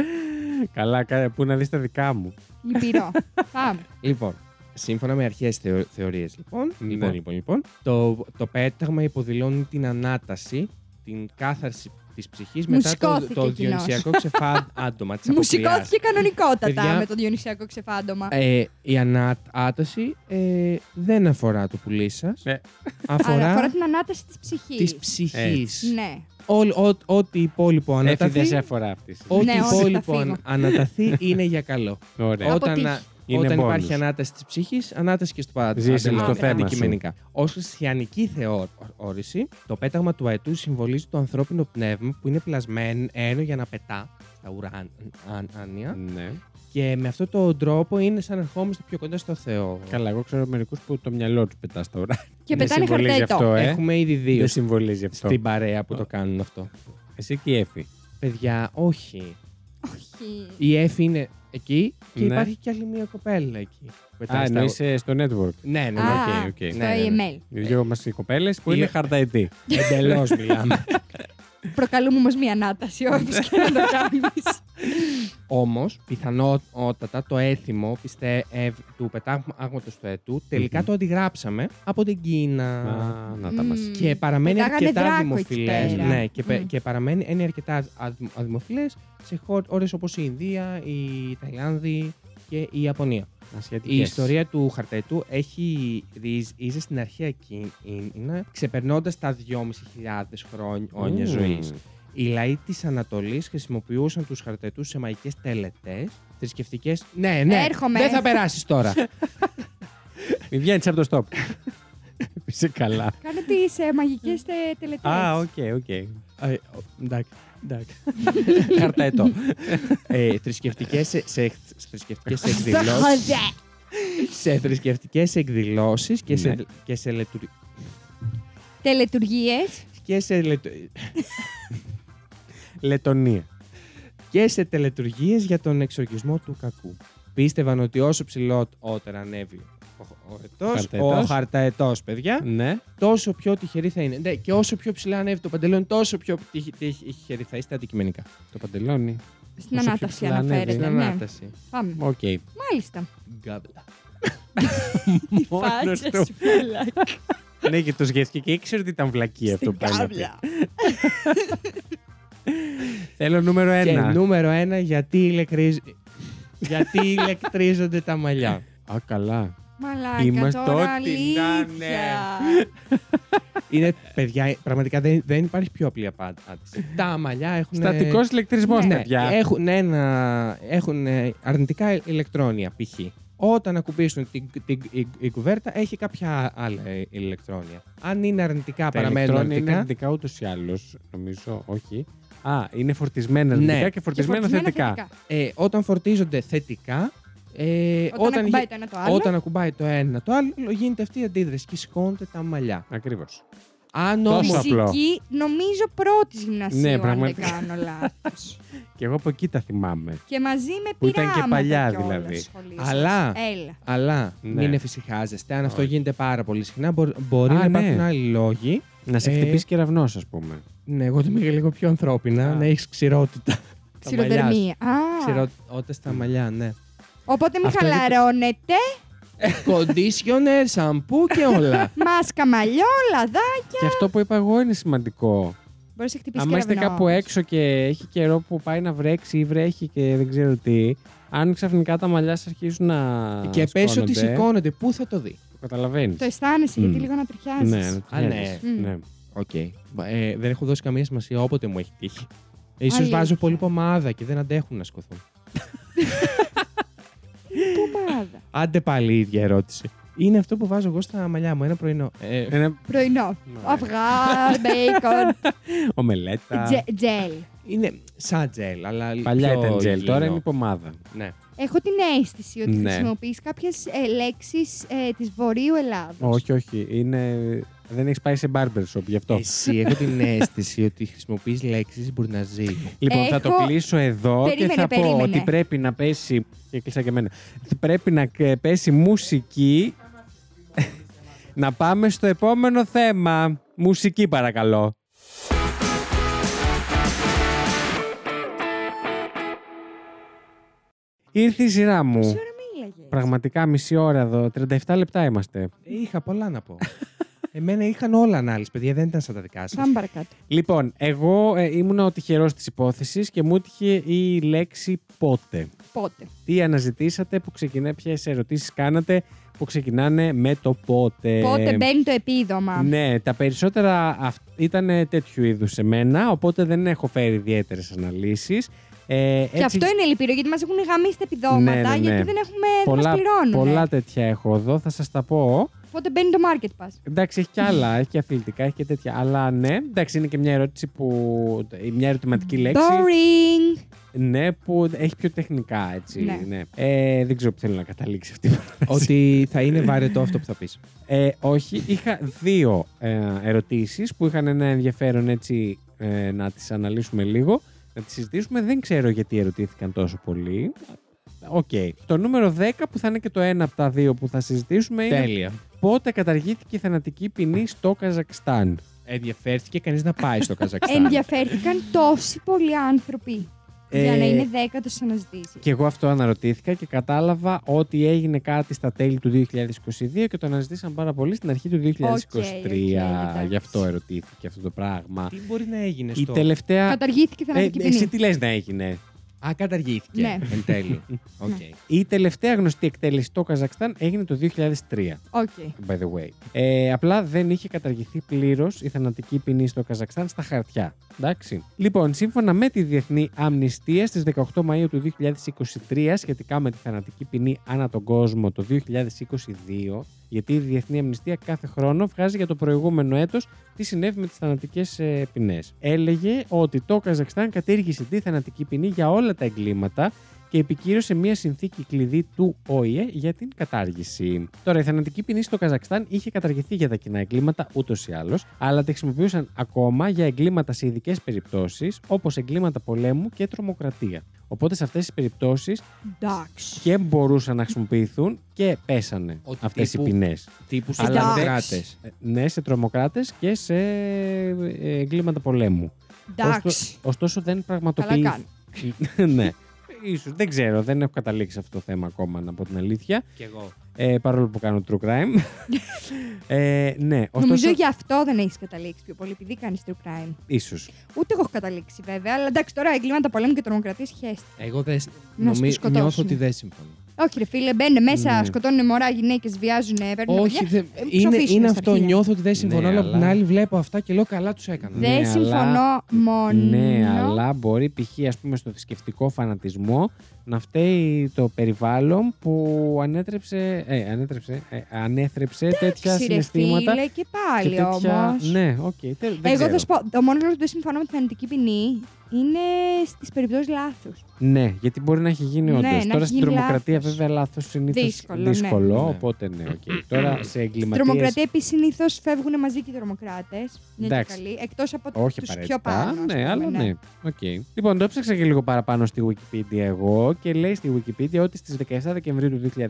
Speaker 2: Καλά, κα- πού να δεις τα δικά μου.
Speaker 1: Λυπηρό. Πάμε.
Speaker 3: Λοιπόν, σύμφωνα με αρχές θεω, θεωρίες, λοιπόν,
Speaker 2: Ναι.
Speaker 3: λοιπόν, λοιπόν, λοιπόν, το, το πέταγμα υποδηλώνει την ανάταση, την κάθαρση της ψυχής μετά το,
Speaker 1: Μουσικώθηκε
Speaker 3: το
Speaker 1: κοινώς.
Speaker 3: διονυσιακό ξεφάντωμα τη αποκριάς.
Speaker 1: Μουσικώθηκε κανονικότατα
Speaker 3: Παιδιά.
Speaker 1: με το διονυσιακό ξεφάντωμα.
Speaker 3: Ε, η ανάταση ε, δεν αφορά το πουλί σας.
Speaker 2: Ναι.
Speaker 1: Αλλά αφορά
Speaker 3: αφορά
Speaker 1: την ανάταση της ψυχής.
Speaker 3: της ψυχής.
Speaker 1: Ναι.
Speaker 3: Ό,τι υπόλοιπο
Speaker 2: Έφυγε σε
Speaker 3: αναταθεί.
Speaker 2: αφορά αυτή.
Speaker 3: Ό,τι
Speaker 1: Ναι, όχι,
Speaker 3: υπόλοιπο
Speaker 1: θα φύγω.
Speaker 3: αν- αναταθεί είναι για καλό.
Speaker 2: Ωραία.
Speaker 1: Ό-
Speaker 3: Όταν,
Speaker 1: Αποτύχει.
Speaker 3: α-
Speaker 2: Ναι. Είναι
Speaker 3: όταν
Speaker 2: bonus.
Speaker 3: υπάρχει ανάταση της ψυχής, ανάταση και στο παράδεισο.
Speaker 2: Ζήσε
Speaker 1: με το θέμα σου.
Speaker 3: Αντικειμενικά. Ως χριστιανική θεώρηση, το πέταγμα του αετού συμβολίζει το ανθρώπινο πνεύμα που είναι πλασμένο για να πετά στα ουράνια.
Speaker 2: Ναι.
Speaker 3: Και με αυτόν τον τρόπο είναι σαν να ερχόμαστε πιο κοντά στο Θεό.
Speaker 2: Καλά, εγώ ξέρω μερικούς που το μυαλό τους πετά τώρα.
Speaker 1: Και
Speaker 2: Δεν
Speaker 1: πετάνε
Speaker 2: συμβολίζει
Speaker 1: χαρταετό.
Speaker 2: αυτό, ε.
Speaker 3: Έχουμε ήδη δύο
Speaker 2: Δεν συμβολίζει αυτό.
Speaker 3: στην παρέα που το κάνουν αυτό.
Speaker 2: Εσύ και η Εφη.
Speaker 3: Παιδιά, όχι.
Speaker 1: Όχι.
Speaker 3: Η Εφη είναι εκεί και
Speaker 2: Ναι.
Speaker 3: υπάρχει και άλλη μια κοπέλα εκεί.
Speaker 2: Α,
Speaker 3: Πετάει στα-
Speaker 2: ενώ είσαι στο network.
Speaker 3: Ναι, ναι, ναι.
Speaker 1: Α,
Speaker 2: οκ, οκ.
Speaker 1: στο
Speaker 3: Ναι, ναι, ναι.
Speaker 1: email.
Speaker 2: Οι δυο μας Ε, οι κοπέλες που
Speaker 3: Η-
Speaker 2: είναι χαρταετοί.
Speaker 3: Εντελώ Ε, μιλάμε.
Speaker 1: Προκαλούμε όμως μία ανάταση, όπω και να το κάνεις.
Speaker 3: Όμως, πιθανότατα το έθιμο πιστεύ, του πετάγματο του ετού τελικά
Speaker 2: Μμμ.
Speaker 3: το αντιγράψαμε από την Κίνα.
Speaker 2: Α, να τα μα.
Speaker 1: Μμμ.
Speaker 3: Και παραμένει
Speaker 1: Πετάγανε
Speaker 3: αρκετά
Speaker 1: δράκο εκεί
Speaker 3: δημοφιλές.
Speaker 1: πέρα.
Speaker 3: Ναι, και, πε-
Speaker 1: Μμμ.
Speaker 3: και παραμένει είναι αρκετά αδ- αδημοφιλές σε χώρε όπως η Ινδία, η Ταϊλάνδη και η Ιαπωνία. Η ιστορία του χαρταετού έχει ρίζε στην αρχαία Κίνα, ξεπερνώντας τα 2.500 χρόνια ζωής. Οι λαοί της Ανατολής χρησιμοποιούσαν τους χαρτετούς σε μαϊκέ τελετές, θρησκευτικές. Ναι, ναι.
Speaker 1: Έρχομαι.
Speaker 3: Δεν θα περάσεις τώρα.
Speaker 2: Μην βγαίνεις από το stop. Είσαι καλά.
Speaker 1: Κάνω τι μαγικέ τελετές.
Speaker 2: Α, οκ, οκ.
Speaker 3: Ε, ο- Εντάξει. εντάξει.
Speaker 2: Χαρταετό.
Speaker 3: Ε, θρησκευτικές σε, σε, θρησκευτικές εκδηλώσεις, σε θρησκευτικές εκδηλώσεις και σε,
Speaker 2: Ναι.
Speaker 3: και σε, λετου-
Speaker 1: Τελετουργίες.
Speaker 3: και σε, λετου-
Speaker 2: Λετωνία.
Speaker 3: και σε τελετουργίες για τον εξοργισμό του κακού. Πίστευαν ότι όσο ψηλότερα ανέβει ο- ο ετός, ο
Speaker 2: Χαρταετός.
Speaker 3: χαρταετός, παιδιά,
Speaker 2: Ναι.
Speaker 3: τόσο πιο τυχερή θα είναι. Ναι, και όσο πιο ψηλά ανέβει το παντελόνι, τόσο πιο τυχ- τυχ- τυχερή θα είστε αντικειμενικά.
Speaker 2: Το παντελόνι.
Speaker 1: Στην
Speaker 2: Όσο
Speaker 1: ανάταση
Speaker 2: πιο ψηλά ανέβει.
Speaker 3: Στην
Speaker 1: αναφέρεται. Ναι,
Speaker 3: ανάταση.
Speaker 1: πάμε.
Speaker 2: Οκ.
Speaker 1: Μάλιστα.
Speaker 3: Γκάμπλα.
Speaker 1: Η
Speaker 2: Μόνος
Speaker 1: φάτσα
Speaker 2: του.
Speaker 1: σου φυλακή.
Speaker 2: Ναι, και το σκέφτηκε και ήξερε ότι ήταν βλακή αυτό που πάει να πει. Θέλω νούμερο
Speaker 3: Και
Speaker 2: ένα.
Speaker 3: νούμερο ένα, γιατί, ηλεκτρίζ... γιατί ηλεκτρίζονται τα μαλλιά.
Speaker 2: Α, καλά.
Speaker 3: Ναι.
Speaker 1: Μαλάκα
Speaker 2: Είμαστε
Speaker 1: τώρα
Speaker 2: ό,τι να είναι.
Speaker 1: αλήθεια.
Speaker 3: Είναι, παιδιά, πραγματικά δεν, δεν υπάρχει πιο απλή απάντηση. τα μαλλιά έχουν.
Speaker 2: Στατικός ηλεκτρισμός,
Speaker 3: ναι,
Speaker 2: παιδιά.
Speaker 3: έχουν, ένα, έχουν ε, αρνητικά ηλεκτρόνια, π.χ. Όταν ακουμπήσουν την, την, η, η κουβέρτα, έχει κάποια άλλα ε, ηλεκτρόνια. Αν είναι αρνητικά,
Speaker 2: Τα
Speaker 3: παραμένουν
Speaker 2: ηλεκτρόνια είναι
Speaker 3: αρνητικά.
Speaker 2: αρνητικά ούτως ή άλλως, νομίζω. Όχι. Α, είναι φορτισμένα αρνητικά
Speaker 3: Ναι.
Speaker 2: και
Speaker 1: Και
Speaker 2: φορτισμένα
Speaker 1: φορτισμένα
Speaker 2: θετικά.
Speaker 3: Ε, όταν φορτίζονται θετικά, ε,
Speaker 1: Όταν ακουμπάει
Speaker 3: γι-
Speaker 1: το ένα το άλλο.
Speaker 3: όταν ακουμπάει το ένα το άλλο, γίνεται αυτή η αντίδραση και σηκώνονται τα μαλλιά.
Speaker 2: Ακριβώς.
Speaker 3: Αν
Speaker 2: Τόσο
Speaker 3: όμως-
Speaker 2: απλό.
Speaker 1: Φυσική, νομίζω πρώτη γυμνασίου,
Speaker 2: Ναι,
Speaker 1: αν δεν
Speaker 2: πραγματικά.
Speaker 1: κάνω λάθος.
Speaker 2: Και εγώ από εκεί τα θυμάμαι.
Speaker 1: και μαζί με
Speaker 2: Που ήταν και
Speaker 1: πειράματα
Speaker 2: παλιά,
Speaker 1: κιόλας
Speaker 2: δηλαδή.
Speaker 1: σχολείο.
Speaker 3: Αλλά,
Speaker 1: Έλα.
Speaker 3: αλλά
Speaker 2: Ναι.
Speaker 3: μην εφησυχάζεστε. Αν αυτό
Speaker 2: Όχι.
Speaker 3: γίνεται πάρα πολύ συχνά, μπο-
Speaker 2: Α,
Speaker 3: μπορεί να
Speaker 2: ναι.
Speaker 3: υπάρχουν άλλοι λόγοι.
Speaker 2: Να σε
Speaker 3: Ε,
Speaker 2: χτυπήσει κεραυνό, ας πούμε.
Speaker 3: Ναι, εγώ το πήγα λίγο πιο ανθρώπινα,
Speaker 2: Α.
Speaker 3: να έχεις ξηρότητα. στα μαλλιά σου.
Speaker 1: Ξηροδερμία. Α,
Speaker 3: Ξηρότητα στα μαλλιά, ναι.
Speaker 1: Οπότε μην
Speaker 3: Αυτό είναι-
Speaker 1: χαλαρώνετε.
Speaker 3: Κοντίσιονερ, σαμπού και όλα.
Speaker 1: Μάσκα μαλλιό, λαδάκι.
Speaker 2: Και αυτό που είπα εγώ είναι σημαντικό.
Speaker 1: Μπορείς να χτυπήσεις
Speaker 2: Αν είστε
Speaker 1: κεραυνό.
Speaker 2: κάπου έξω και έχει καιρό που πάει να βρέξει ή βρέχει και δεν ξέρω τι, αν ξαφνικά τα μαλλιά σας αρχίζουν να.
Speaker 3: και πες ότι
Speaker 2: σκόνονται,
Speaker 3: σηκώνονται, πού θα το δει.
Speaker 2: Το καταλαβαίνεις.
Speaker 1: Το αισθάνεσαι
Speaker 2: Μμ.
Speaker 1: γιατί λίγο να τριχιάζεις.
Speaker 2: Ναι, να το
Speaker 3: Α, ναι.
Speaker 2: χαίρεσαι.
Speaker 1: Μμ.
Speaker 2: ναι.
Speaker 3: Οκ. Ε, δεν έχω δώσει καμία σημασία όποτε μου έχει τύχει. Ίσως
Speaker 1: Αλήθεια.
Speaker 3: βάζω πολύ πομάδα και δεν αντέχουν να σκοθούν.
Speaker 1: Πού ομάδα.
Speaker 3: Άντε πάλι η ίδια ερώτηση. Είναι αυτό που βάζω εγώ στα μαλλιά μου ένα πρωινό. Ε,
Speaker 1: Mm.
Speaker 2: Ένα
Speaker 1: Πρωινό.
Speaker 2: Ναι.
Speaker 1: Αυγά, μπέικον,
Speaker 2: ομελέτα.
Speaker 1: τζε- τζελ.
Speaker 3: είναι σαν τζελ, αλλά.
Speaker 2: Παλιά
Speaker 3: πιο
Speaker 2: ήταν τζελ,
Speaker 3: υγιεινό.
Speaker 2: τώρα είναι πομάδα.
Speaker 3: Ναι.
Speaker 1: Έχω την αίσθηση ότι ε,
Speaker 2: Ναι.
Speaker 1: χρησιμοποιείς κάποιες λέξει τη ε, Βορείου Ελλάδος.
Speaker 2: Όχι, όχι. Είναι... Δεν έχεις πάει σε barber shop, γι' αυτό.
Speaker 3: Εσύ έχω την αίσθηση ότι χρησιμοποιείς λέξεις μπουρναζί.
Speaker 2: Λοιπόν, θα το
Speaker 1: Έχω-
Speaker 2: κλείσω εδώ
Speaker 1: Περίμενε,
Speaker 2: και θα πω
Speaker 1: περίμενε.
Speaker 2: ότι πρέπει να πέσει. Και κλείσα και εμένα. Πρέπει να ε, πέσει μουσική. να πάμε στο επόμενο θέμα. Μουσική, παρακαλώ. Ήρθε η σειρά μου.
Speaker 1: Μισή ώρα μίλαγες.
Speaker 2: Πραγματικά μισή ώρα εδώ. 37 λεπτά είμαστε.
Speaker 3: Ε, Είχα πολλά να πω. Εμένα είχαν όλα ανάλυση, παιδιά, δεν ήταν σαν τα δικά σας.
Speaker 1: Πάμε παρακάτω.
Speaker 2: Λοιπόν, εγώ ε, ήμουν ο τυχερός της υπόθεσης και μου έτυχε η λέξη πότε.
Speaker 1: Πότε.
Speaker 2: τι αναζητήσατε, που ξεκινά, ποιες ερωτήσεις κάνατε που ξεκινάνε με το πότε.
Speaker 1: Πότε μπαίνει το επίδομα.
Speaker 2: Ναι, τα περισσότερα ήταν τέτοιου είδους σε μένα, οπότε δεν έχω φέρει ιδιαίτερες αναλύσεις. Ε,
Speaker 1: Και αυτό είναι λυπηρό γιατί μας έχουν γαμίσει τα επιδόματα,
Speaker 2: Ναι, ναι, ναι.
Speaker 1: γιατί δεν έχουμε. δεν
Speaker 2: πολλά,
Speaker 1: μας πληρώνουν. ε.
Speaker 2: πολλά τέτοια έχω εδώ, θα σας τα πω.
Speaker 1: Οπότε μπαίνει το market pass.
Speaker 2: Εντάξει, έχει και άλλα, έχει και αθλητικά, έχει και τέτοια. Αλλά ναι, εντάξει, είναι και μια ερώτηση που. μια ερωτηματική λέξη.
Speaker 1: Boring.
Speaker 2: Ναι, που έχει πιο τεχνικά έτσι.
Speaker 1: Ναι.
Speaker 2: ναι. Ε, δεν ξέρω που θέλω να καταλήξει αυτή η παράσταση.
Speaker 3: ότι θα είναι βαρετό αυτό που θα πεις.
Speaker 2: Ε, όχι, είχα δύο ε, ερωτήσεις που είχαν ένα ενδιαφέρον έτσι ε, να τις αναλύσουμε λίγο, να τις συζητήσουμε. Δεν ξέρω γιατί ερωτήθηκαν τόσο πολύ. Οκ. Το νούμερο 10 που θα είναι και το ένα από τα δύο που θα συζητήσουμε είναι
Speaker 3: Τέλεια.
Speaker 2: πότε καταργήθηκε η θανατική ποινή στο Καζακστάν.
Speaker 3: Ενδιαφέρθηκε κανείς να πάει στο Καζακστάν.
Speaker 1: Ενδιαφέρθηκαν τόσοι πολλοί άνθρωποι για να είναι δέκατος στι αναζητήσει.
Speaker 2: Ε, Και εγώ αυτό αναρωτήθηκα και κατάλαβα ότι έγινε κάτι στα τέλη του 2022 και το αναζητήσαν πάρα πολύ στην αρχή του 2023.
Speaker 1: οκ, εντάξει.
Speaker 2: Γι' αυτό ερωτήθηκε αυτό το πράγμα.
Speaker 3: Τι μπορεί να έγινε
Speaker 2: Η
Speaker 3: στο.
Speaker 2: τελευταία.
Speaker 1: Καταργήθηκε η
Speaker 2: Ε,
Speaker 1: θανατική ποινή.
Speaker 2: εσύ τι λες να έγινε.
Speaker 3: Α, καταργήθηκε.
Speaker 1: Ναι.
Speaker 3: Εν τέλει. Οκ.
Speaker 2: Η τελευταία γνωστή εκτέλεση στο Καζακστάν έγινε το 2003.
Speaker 1: Οκ.
Speaker 2: By the way. Ε, απλά δεν είχε καταργηθεί πλήρως η θανατική ποινή στο Καζακστάν στα χαρτιά. Εντάξει. Λοιπόν, σύμφωνα με τη Διεθνή Αμνηστία στις 18 Μαου του 2023, σχετικά με τη θανατική ποινή ανά τον κόσμο το 2022, γιατί η Διεθνή Αμνηστία κάθε χρόνο βγάζει για το προηγούμενο έτος τι συνέβη με τις θανατικές ποινές. Έλεγε ότι το Καζακστάν κατήργησε τη θανατική ποινή για όλα τα εγκλήματα και επικύρωσε μια συνθήκη κλειδί του ΟΗΕ για την κατάργηση. Τώρα, η θανατική ποινή στο Καζακστάν είχε καταργηθεί για τα κοινά εγκλήματα ούτως ή άλλως, αλλά τη χρησιμοποιούσαν ακόμα για εγκλήματα σε ειδικές περιπτώσεις, όπως εγκλήματα πολέμου και τρομοκρατία. Οπότε σε αυτές τις περιπτώσεις
Speaker 1: Εντάξει.
Speaker 2: και μπορούσαν να χρησιμοποιηθούν και πέσανε
Speaker 3: Ότι
Speaker 2: αυτές οι
Speaker 3: τύπου-
Speaker 2: ποινές.
Speaker 3: Τύπου
Speaker 2: Αλλά
Speaker 3: Αλλά
Speaker 1: δεν-
Speaker 2: Ναι, σε τρομοκράτες και σε ε, εγκλήματα πολέμου.
Speaker 1: Εντάξει.
Speaker 2: Ωστο- Ωστόσο δεν
Speaker 1: Καλά
Speaker 2: πραγματοποιήθηκε.
Speaker 1: κάνεις.
Speaker 2: ναι. Ίσως, δεν ξέρω, δεν έχω καταλήξει σε αυτό το θέμα ακόμα, να πω την αλήθεια.
Speaker 3: Κι εγώ.
Speaker 2: Ε, παρόλο που κάνω true crime. ε, ναι,
Speaker 1: Νομίζω
Speaker 2: ωστόσο,
Speaker 1: γι' αυτό δεν έχεις καταλήξει πιο πολύ, επειδή κάνεις true crime.
Speaker 2: ίσως.
Speaker 1: Ούτε εγώ έχω καταλήξει βέβαια, αλλά εντάξει τώρα εγκλήματα πολέμου και τρομοκρατίας χαίρεστε.
Speaker 3: Εγώ δεν.
Speaker 1: Να σου
Speaker 3: νομι-
Speaker 1: σκοτώσουν.
Speaker 3: Νιώθω ότι δεν συμφωνώ.
Speaker 1: Όχι, ρε φίλε, μπαίνουν μέσα,
Speaker 2: Ναι.
Speaker 1: σκοτώνουν μωρά, γυναίκες, βιάζουν, παίρνουν
Speaker 3: Όχι,
Speaker 1: παιδιά.
Speaker 3: δεν-
Speaker 1: ε, μου
Speaker 3: είναι,
Speaker 1: ψοφίσουνε
Speaker 3: είναι
Speaker 1: στα
Speaker 3: αυτό.
Speaker 1: αρχεία.
Speaker 3: Νιώθω ότι δεν συμφωνώ, Ναι, αλλά απ' την
Speaker 2: αλλά-
Speaker 3: άλλη βλέπω αυτά και λέω καλά τους έκανα.
Speaker 2: Ναι,
Speaker 1: Δεν
Speaker 2: αλλά-
Speaker 1: συμφωνώ μόνο.
Speaker 2: Ναι, αλλά μπορεί π.χ. ας πούμε στο θρησκευτικό φανατισμό να φταίει το περιβάλλον που ανέτρεψε, ε, ανέτρεψε, ε, ανέθρεψε τέτοια
Speaker 1: Εντάξει, ρε
Speaker 2: συναισθήματα.
Speaker 1: φίλε, και πάλι
Speaker 2: και τέτοια...
Speaker 1: όμως.
Speaker 2: Ναι, οκ. τε- δεν
Speaker 1: Εγώ
Speaker 2: ξέρω.
Speaker 1: θα σου πω, το μόνο λόγο που δεν συμφωνώ με τη θανατική ποινή είναι στις περιπτώσεις λάθους.
Speaker 2: Ναι, γιατί μπορεί να έχει γίνει
Speaker 1: Ναι,
Speaker 2: όντω.
Speaker 1: να έχει
Speaker 2: Τώρα στην
Speaker 1: γίνει
Speaker 2: τρομοκρατία,
Speaker 1: λάθος.
Speaker 2: βέβαια, λάθος συνήθως.
Speaker 1: Δύσκολο, ναι.
Speaker 2: δύσκολο
Speaker 3: Ναι.
Speaker 2: οπότε ναι, οκ. Τώρα σε
Speaker 1: Στην
Speaker 2: εγκληματίες.
Speaker 1: τρομοκρατία επίσης συνήθως φεύγουν μαζί και οι τρομοκράτες.
Speaker 2: Εντάξει.
Speaker 1: Εκτός από
Speaker 2: Όχι
Speaker 1: τους
Speaker 2: απαραίτητα.
Speaker 1: πιο πάνω. ας
Speaker 2: Ναι,
Speaker 1: πούμε,
Speaker 2: αλλά ναι. Okay. Λοιπόν, το έψαξα και λίγο παραπάνω στη Wikipedia εγώ και λέει στη Wikipedia ότι στις 17 Δεκεμβρίου του 2003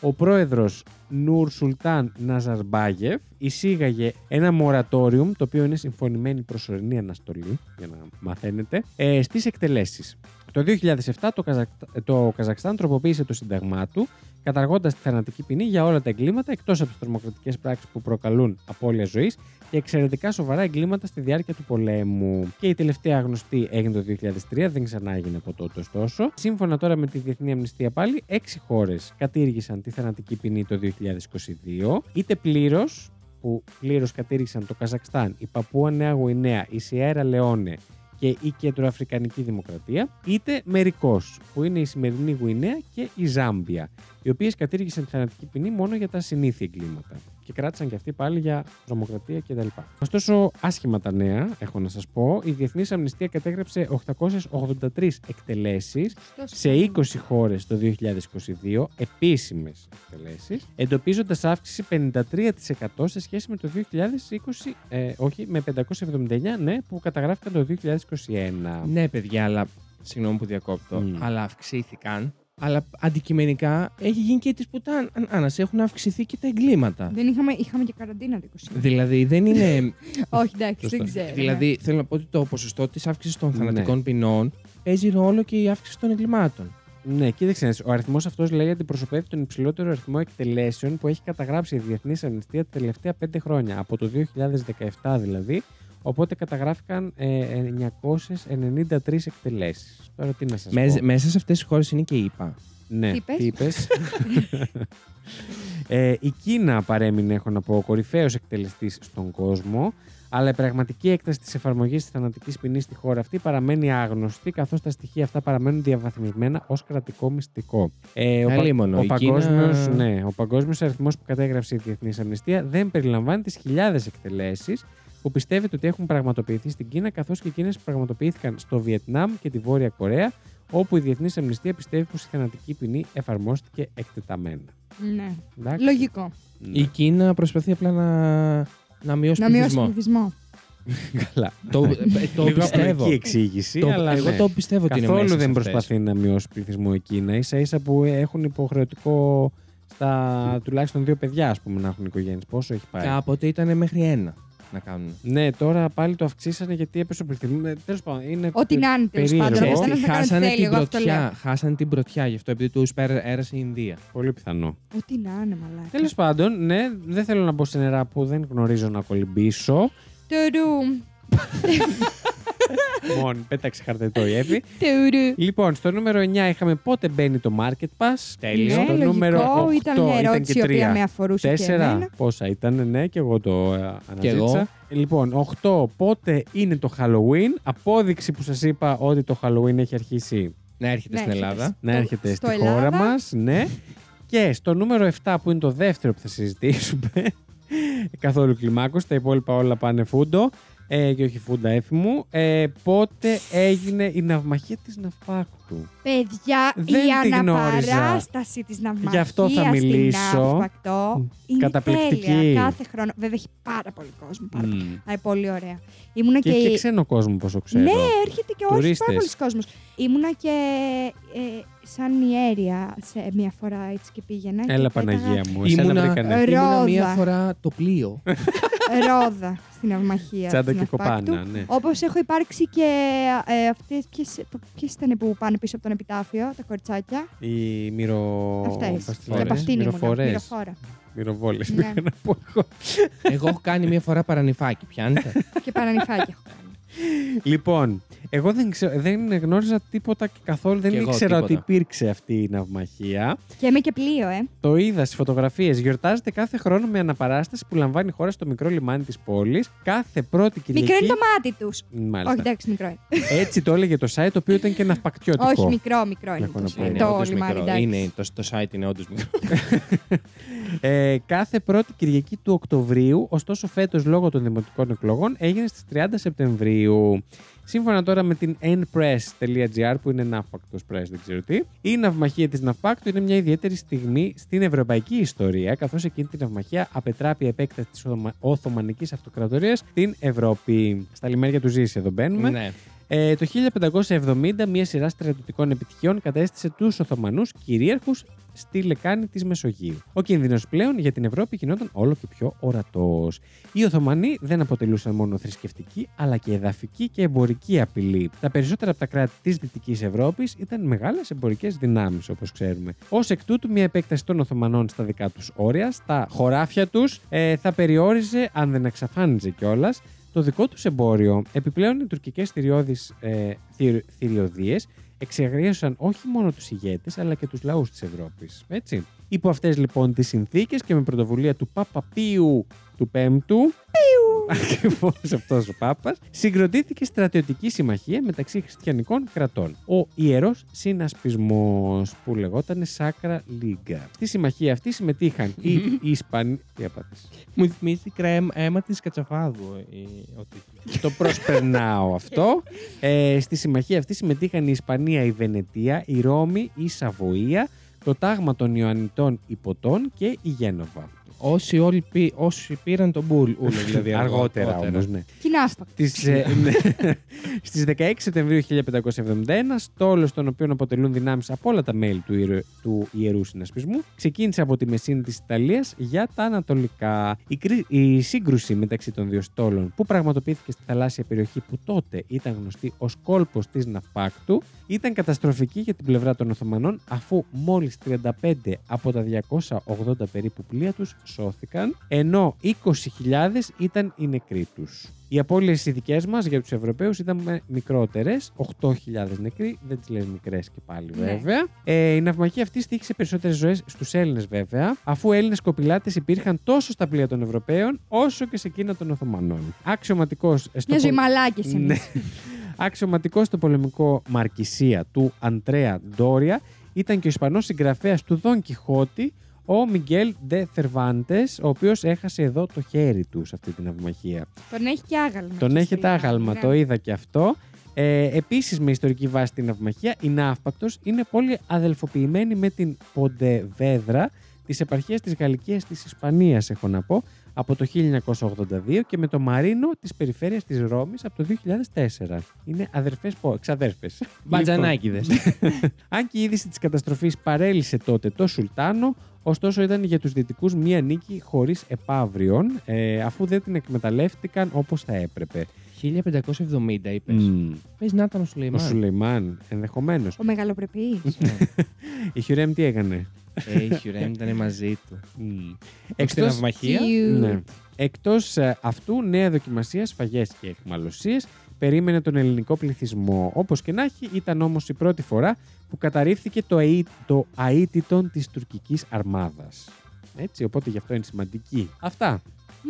Speaker 2: ο πρόεδρος Νουρ Σουλτάν Ναζαρμπάγεφ εισήγαγε ένα μορατόριουμ το οποίο είναι συμφωνημένη προσωρινή αναστολή για να μαθαίνετε ε, στις εκτελέσεις. Το 2007 το, Καζακ... το Καζακστάν τροποποίησε το σύνταγμά του καταργώντας τη θανατική ποινή για όλα τα εγκλήματα εκτός από τις τρομοκρατικές πράξεις που προκαλούν απώλεια ζωής και εξαιρετικά σοβαρά εγκλήματα στη διάρκεια του πολέμου. Και η τελευταία γνωστή έγινε το 2003, δεν ξανά έγινε από τότε ωστόσο. Σύμφωνα τώρα με τη Διεθνή Αμνηστία πάλι, έξι χώρες κατήργησαν τη θανατική ποινή το 2022, είτε πλήρως που πλήρως κατήργησαν το Καζακστάν, η Παππούα Νέα Γουινέα, η Σιέρα Λεόνε και η Κεντροαφρικανική Δημοκρατία, είτε μερικώς, που είναι η σημερινή Γουινέα και η Ζάμπια. οι οποίες κατήργησαν τη θανατική ποινή μόνο για τα συνήθεια εγκλήματα. Και κράτησαν και αυτοί πάλι για τρομοκρατία κτλ. Ωστόσο, άσχημα τα νέα, έχω να σας πω, η Διεθνής Αμνηστία κατέγραψε 883 εκτελέσει σε 20 χώρες το 2022, επίσημες εκτελέσεις, εντοπίζοντας αύξηση 53% σε σχέση με το 2020, ε, όχι, με 579, ναι, που καταγράφηκαν το 2021.
Speaker 3: Ναι, παιδιά, αλλά. Συγγνώμη που διακόπτω.
Speaker 2: Μμ.
Speaker 3: Αλλά αυξήθηκαν. Αλλά αντικειμενικά έχει γίνει και της πουτάν. Άννα, έχουν αυξηθεί και τα εγκλήματα.
Speaker 1: Δεν είχαμε, είχαμε και καραντίνα το 20.
Speaker 3: Δηλαδή δεν είναι.
Speaker 1: Όχι, εντάξει,
Speaker 2: Σωστά.
Speaker 1: δεν ξέρω. ναι.
Speaker 3: δηλαδή θέλω να πω ότι το ποσοστό της αύξησης των
Speaker 2: Ναι.
Speaker 3: θανατικών ποινών παίζει ρόλο και η αύξηση των εγκλημάτων.
Speaker 2: Ναι, κοίταξε. να δεις, Ο αριθμός αυτός λέει αντιπροσωπεύει τον υψηλότερο αριθμό εκτελέσεων που έχει καταγράψει η Διεθνής Αμνηστία τα τελευταία πέντε χρόνια. Από το 2017 δηλαδή. Οπότε καταγράφηκαν ε, 993 εκτελέσεις. Τώρα τι να σας πω.
Speaker 3: Μες- μέσα σε αυτέ τι χώρες είναι και η ΙΠΑ.
Speaker 2: Ναι,
Speaker 1: Τι είπες?
Speaker 2: τι είπες? ε, η Κίνα παρέμεινε, έχω να πω, ο κορυφαίος εκτελεστής στον κόσμο. Αλλά η πραγματική έκταση της εφαρμογής της θανατικής ποινής στη χώρα αυτή παραμένει άγνωστη, καθώς τα στοιχεία αυτά παραμένουν διαβαθμισμένα ως κρατικό μυστικό. Ε, ο πα-
Speaker 3: Αλίμονο,
Speaker 2: ο
Speaker 3: η
Speaker 2: παγκόσμιος,
Speaker 3: Κίνα-
Speaker 2: ναι, ο παγκόσμιος αριθμός που κατέγραψε η Διεθνής Αμνηστία δεν περιλαμβάνει τις χιλιάδες εκτελέσεις που πιστεύετε ότι έχουν πραγματοποιηθεί στην Κίνα καθώς και εκείνες που πραγματοποιήθηκαν στο Βιετνάμ και τη Βόρεια Κορέα όπου η Διεθνής Αμνηστία πιστεύει πως η θανατική ποινή εφαρμόστηκε εκτεταμένα.
Speaker 1: Ναι.
Speaker 2: Εντάξει.
Speaker 1: Λογικό.
Speaker 2: Ναι.
Speaker 3: Η Κίνα προσπαθεί απλά να, να μειώσει
Speaker 1: Να
Speaker 3: τον
Speaker 1: μειώσει τον
Speaker 3: πληθυσμό.
Speaker 1: πληθυσμό.
Speaker 2: Καλά.
Speaker 3: Το, ε, το
Speaker 2: Λίγο
Speaker 3: πιστεύω.
Speaker 2: απλοϊκή εξήγηση,
Speaker 3: Το-
Speaker 2: αλλά
Speaker 3: εγώ
Speaker 2: ναι.
Speaker 3: το πιστεύω ότι είναι μέσα
Speaker 2: Καθόλου
Speaker 3: σε
Speaker 2: δεν
Speaker 3: αυτές.
Speaker 2: προσπαθεί να μειώσει πληθυσμό η Κίνα. σα ίσα που έχουν υποχρεωτικό στα τουλάχιστον δύο παιδιά, ας πούμε, να έχουν οικογένειες. Πόσο έχει πάει.
Speaker 3: Κάποτε ήταν μέχρι ένα να κάνουν.
Speaker 2: Ναι, τώρα πάλι το αυξήσανε γιατί έπεσε ο πληθυσμός. Τέλος πάντων, είναι.
Speaker 1: Ό,τι να είναι τέλος
Speaker 2: Ε, Περίεργο.
Speaker 1: πάντων. Ο
Speaker 2: Ξέρεις
Speaker 1: καθένας
Speaker 3: Ξέρεις
Speaker 1: να κάνει ό,τι θέλει.
Speaker 3: τι, χάσανε την
Speaker 1: Εγώ αυτό λέω.
Speaker 3: πρωτιά. Χάσανε την πρωτιά γι' αυτό επειδή του πέρασε η Ινδία.
Speaker 2: Πολύ πιθανό.
Speaker 1: Ό,τι να είναι, μαλάκα.
Speaker 2: Τέλος πάντων, ναι, δεν θέλω να μπω σε νερά που δεν γνωρίζω να κολυμπήσω.
Speaker 1: Τουρού,
Speaker 2: Μόνο πέταξε χαρτετό η Εύη.
Speaker 1: τουρού.
Speaker 2: Λοιπόν, στο νούμερο 9 είχαμε πότε μπαίνει το Market Pass.
Speaker 3: Τέλειο.
Speaker 1: Ναι,
Speaker 2: Στο
Speaker 1: λογικό,
Speaker 2: νούμερο 8
Speaker 1: ήταν μια ερώτηση η οποία με αφορούσε και εμένα.
Speaker 2: Τέσσερα. Πόσα ήταν, ναι, και εγώ το ε, αναζήτησα.
Speaker 3: Κι εγώ.
Speaker 2: Λοιπόν, 8. Πότε είναι το Halloween. Απόδειξη που σας είπα ότι το Halloween έχει αρχίσει
Speaker 3: Να έρχεται
Speaker 1: Ναι,
Speaker 3: στην
Speaker 1: έρχεται
Speaker 3: Ελλάδα.
Speaker 1: στην-
Speaker 2: να
Speaker 1: Το-
Speaker 2: έρχεται
Speaker 1: στο
Speaker 2: στη
Speaker 1: Ελλάδα.
Speaker 2: χώρα μας, ναι. Και στο νούμερο 7 που είναι το δεύτερο που θα συζητήσουμε, καθόλου κλιμάκωση, τα υπόλοιπα όλα πάνε φούντο ε, και όχι φούντα έφη μου, ε, πότε έγινε η ναυμαχία της Ναυπάκτου.
Speaker 1: Παιδιά,
Speaker 2: Δεν
Speaker 1: η
Speaker 2: την
Speaker 1: αναπαράσταση της ναυμαχία
Speaker 2: Γι' αυτό θα μιλήσω.
Speaker 1: Ναύπακτο είναι
Speaker 2: Καταπληκτική.
Speaker 1: τέλεια κάθε χρόνο. Βέβαια, έχει πάρα πολύ κόσμο. Πάρα πολύ. Αλλά πολύ ωραία. Ήμουνα
Speaker 2: Και,
Speaker 1: και.
Speaker 2: και ξένο κόσμο πόσο ξέρω.
Speaker 1: Ναι, έρχεται και όχι
Speaker 2: Τουρίστες.
Speaker 1: πάρα πολλοί κόσμος. Ήμουνα και ε, σαν ιέρια σε μια φορά έτσι και πήγαινα. και
Speaker 2: Έλα
Speaker 1: πέταγα
Speaker 2: Παναγία μου, εσένα
Speaker 3: Ήμουνα,
Speaker 2: βρήκανε.
Speaker 1: ε,
Speaker 3: ήμουνα μία
Speaker 1: Ρόδα.
Speaker 3: φορά το πλοίο.
Speaker 1: Ρόδα στην ναυμαχία.
Speaker 2: Τσάντα
Speaker 1: της
Speaker 2: και
Speaker 1: Ναυπάκτου.
Speaker 2: κοπάνα, ναι.
Speaker 1: Όπως έχω υπάρξει και ε, αυτές. Ποιες ήταν που πάνε πίσω από τον επιτάφιο, τα κοριτσάκια.
Speaker 2: Οι μυρο...
Speaker 1: Αυτές.
Speaker 2: πώς τις
Speaker 1: Από
Speaker 2: λένε,
Speaker 1: αυτήν ήμουν.
Speaker 2: μυροφορές.
Speaker 1: Μυροφόρα.
Speaker 2: Μυροβόλες
Speaker 1: Ναι.
Speaker 2: πήγα να πω εγώ.
Speaker 3: Εγώ έχω κάνει μία φορά παρανυφάκι, πιάνετε.
Speaker 1: και παρανυφάκια έχω κάνει.
Speaker 2: Λοιπόν, εγώ δεν, ξέρω, δεν γνώριζα τίποτα και καθόλου. Δεν
Speaker 3: Κι εγώ
Speaker 2: ήξερα ότι
Speaker 3: τίποτα.
Speaker 2: υπήρξε αυτή η ναυμαχία.
Speaker 1: Και είμαι και πλοίο, ε.
Speaker 2: Το είδα στις φωτογραφίες. Γιορτάζεται κάθε χρόνο με αναπαράσταση που λαμβάνει η χώρα στο μικρό λιμάνι της πόλης κάθε πρώτη Κυριακή.
Speaker 1: Μικρό είναι το μάτι τους. Όχι,
Speaker 2: Μάλιστα.
Speaker 1: εντάξει, μικρό είναι.
Speaker 2: Έτσι το έλεγε το site, το οποίο ήταν και ναυπακτιωτικό.
Speaker 1: Όχι, μικρό, μικρό είναι.
Speaker 2: Έχω
Speaker 1: το
Speaker 2: να πω.
Speaker 1: σι-
Speaker 2: Είναι
Speaker 1: Το
Speaker 3: όντως
Speaker 1: λιμάνι,
Speaker 3: μικρό.
Speaker 1: εντάξει.
Speaker 3: Είναι, το, το site είναι όντως μικρό.
Speaker 2: Ε, κάθε πρώτη Κυριακή του Οκτωβρίου, ωστόσο φέτος λόγω των δημοτικών εκλογών έγινε στις 30 Σεπτεμβρίου. Σύμφωνα τώρα με την npress.gr που είναι ναύπακτος press, δεν ξέρω τι, η ναυμαχία της Ναυπάκτου είναι μια ιδιαίτερη στιγμή στην ευρωπαϊκή ιστορία, καθώς εκείνη την ναυμαχία απετράπει η επέκταση της Οθωμανικής Αυτοκρατορίας στην Ευρώπη. Στα λιμέρια του Ζήση εδώ μπαίνουμε.
Speaker 3: ναι.
Speaker 2: Ε, το 1570 μια σειρά στρατιωτικών επιτυχιών κατέστησε τους Οθωμανούς κυρίαρχους στη λεκάνη της Μεσογείου. Ο κίνδυνος πλέον για την Ευρώπη γινόταν όλο και πιο ορατός. Οι Οθωμανοί δεν αποτελούσαν μόνο θρησκευτική, αλλά και εδαφική και εμπορική απειλή. Τα περισσότερα από τα κράτη της Δυτικής Ευρώπης ήταν μεγάλες εμπορικές δυνάμεις, όπως ξέρουμε. Ως εκ τούτου, μια επέκταση των Οθωμανών στα δικά τους όρια, στα χωράφια τους, ε, θα περιόριζε, αν δεν εξαφάνιζε κιόλας, το δικό τους εμπόριο. Επιπλέον, οι τουρκικές ε, θηρι- θηριωδίες εξεγρίωσαν όχι μόνο τους ηγέτες, αλλά και τους λαούς της Ευρώπης. Έτσι. Υπό αυτές λοιπόν τις συνθήκες και με πρωτοβουλία του Παπαπίου του Πέμπτου. Ακριβώς αυτός ο Πάπας, συγκροτήθηκε στρατιωτική συμμαχία μεταξύ χριστιανικών κρατών. Ο ιερός συνασπισμός που λεγόταν Σάκρα Λίγκα. Στη συμμαχία αυτή συμμετείχαν οι Ισπανοί. Τι έπαθες?
Speaker 3: Μου θυμίζει κρέμ, αίμα της Κατσαφάδου. ε, ο τίτλος.
Speaker 2: Το προσπερνάω αυτό. Ε, στη συμμαχία αυτή συμμετείχαν η Ισπανία, η Βενετία, η Ρώμη, η Σαβοία, το τάγμα των Ιωαννιτών Υποτών και η Γένοβα.
Speaker 3: Όσοι, όλοι πή- όσοι πήραν τον μπουλ, ούλο, δηλαδή
Speaker 2: αργότερα, όμως, ναι.
Speaker 1: Κοινάστα.
Speaker 2: Στις, ε, ναι. Στις 16 Σεπτεμβρίου 1571, στόλος των οποίων αποτελούν δυνάμεις από όλα τα μέλη του, ιερου- του Ιερού Συνασπισμού, ξεκίνησε από τη Μεσίνη της Ιταλίας για τα Ανατολικά. Η, κρι- η σύγκρουση μεταξύ των δύο στόλων που πραγματοποιήθηκε στη θαλάσσια περιοχή που τότε ήταν γνωστή ως κόλπος της Ναυπάκτου, ήταν καταστροφική για την πλευρά των Οθωμανών αφού μόλις 35 από τα 280 περίπου πλοία τους σώθηκαν, ενώ 20.000 ήταν οι νεκροί τους. Οι απώλειες οι δικές μας για τους Ευρωπαίους ήταν μικρότερες, 8.000 νεκροί, δεν τις λες μικρές και πάλι
Speaker 1: Ναι.
Speaker 2: βέβαια. Ε, η ναυμαχία αυτή στήχησε περισσότερες ζωές στους Έλληνες βέβαια, αφού Έλληνες κοπηλάτες υπήρχαν τόσο στα πλοία των Ευρωπαίων όσο και σε εκείνα των Οθωμανών. Αξιωματικός στο
Speaker 1: Μια ζωή
Speaker 2: πολ-
Speaker 1: μαλάκες εμείς.
Speaker 2: ναι. Αξιωματικό στο πολεμικό Μαρκισία του Αντρέα Ντόρια ήταν και ο Ισπανός συγγραφέας του Δον Κιχώτη, ο Μιγγέλ Ντε Θερβάντες, ο οποίος έχασε εδώ το χέρι του σε αυτή την αυμαχία.
Speaker 1: Τον έχει και άγαλμα.
Speaker 2: Τον έχει
Speaker 1: ιστορικά.
Speaker 2: τα άγαλμα,
Speaker 1: Ναι.
Speaker 2: το είδα και αυτό. Ε, Επίσης, με ιστορική βάση την αυμαχία, η Ναύπακτος είναι πολύ αδελφοποιημένη με την Ποντεβέδρα, τις επαρχία τη Γαλλικία της Ισπανίας, έχω να πω, από το 1982 και με το Μαρίνο της περιφέρειας της Ρώμης από το 2004. Είναι αδερφές, πω, εξαδέρφε.
Speaker 3: Μπατζανάκιδε.
Speaker 2: Αν και η είδηση της καταστροφής παρέλυσε τότε το Σουλτάνο, ωστόσο ήταν για τους Δυτικούς μία νίκη χωρίς επαύριον, ε, αφού δεν την εκμεταλλεύτηκαν όπως θα έπρεπε.
Speaker 3: 1570 είπε. Πες να ήταν ο
Speaker 2: Ο
Speaker 3: Σουλεϊμάν.
Speaker 2: Σουλεϊμάν, ενδεχομένως.
Speaker 1: Ο μεγαλοπρεπής.
Speaker 3: Ναι.
Speaker 2: Η Χιουρέμ τι έκανε.
Speaker 3: Ε, η Χιουρέμ ήταν μαζί του. Στην
Speaker 2: Εκτός,
Speaker 3: αυμαχία.
Speaker 1: Cute.
Speaker 2: ναι. Εκτός ε, αυτού, νέα δοκιμασία, σφαγές και εχμαλωσίες περίμενε τον ελληνικό πληθυσμό. Όπως και να έχει, ήταν όμως η πρώτη φορά που καταρρίφθηκε το, αί, το αίτητον της τουρκικής αρμάδας. Έτσι, οπότε γι' αυτό είναι σημαντική. Αυτά.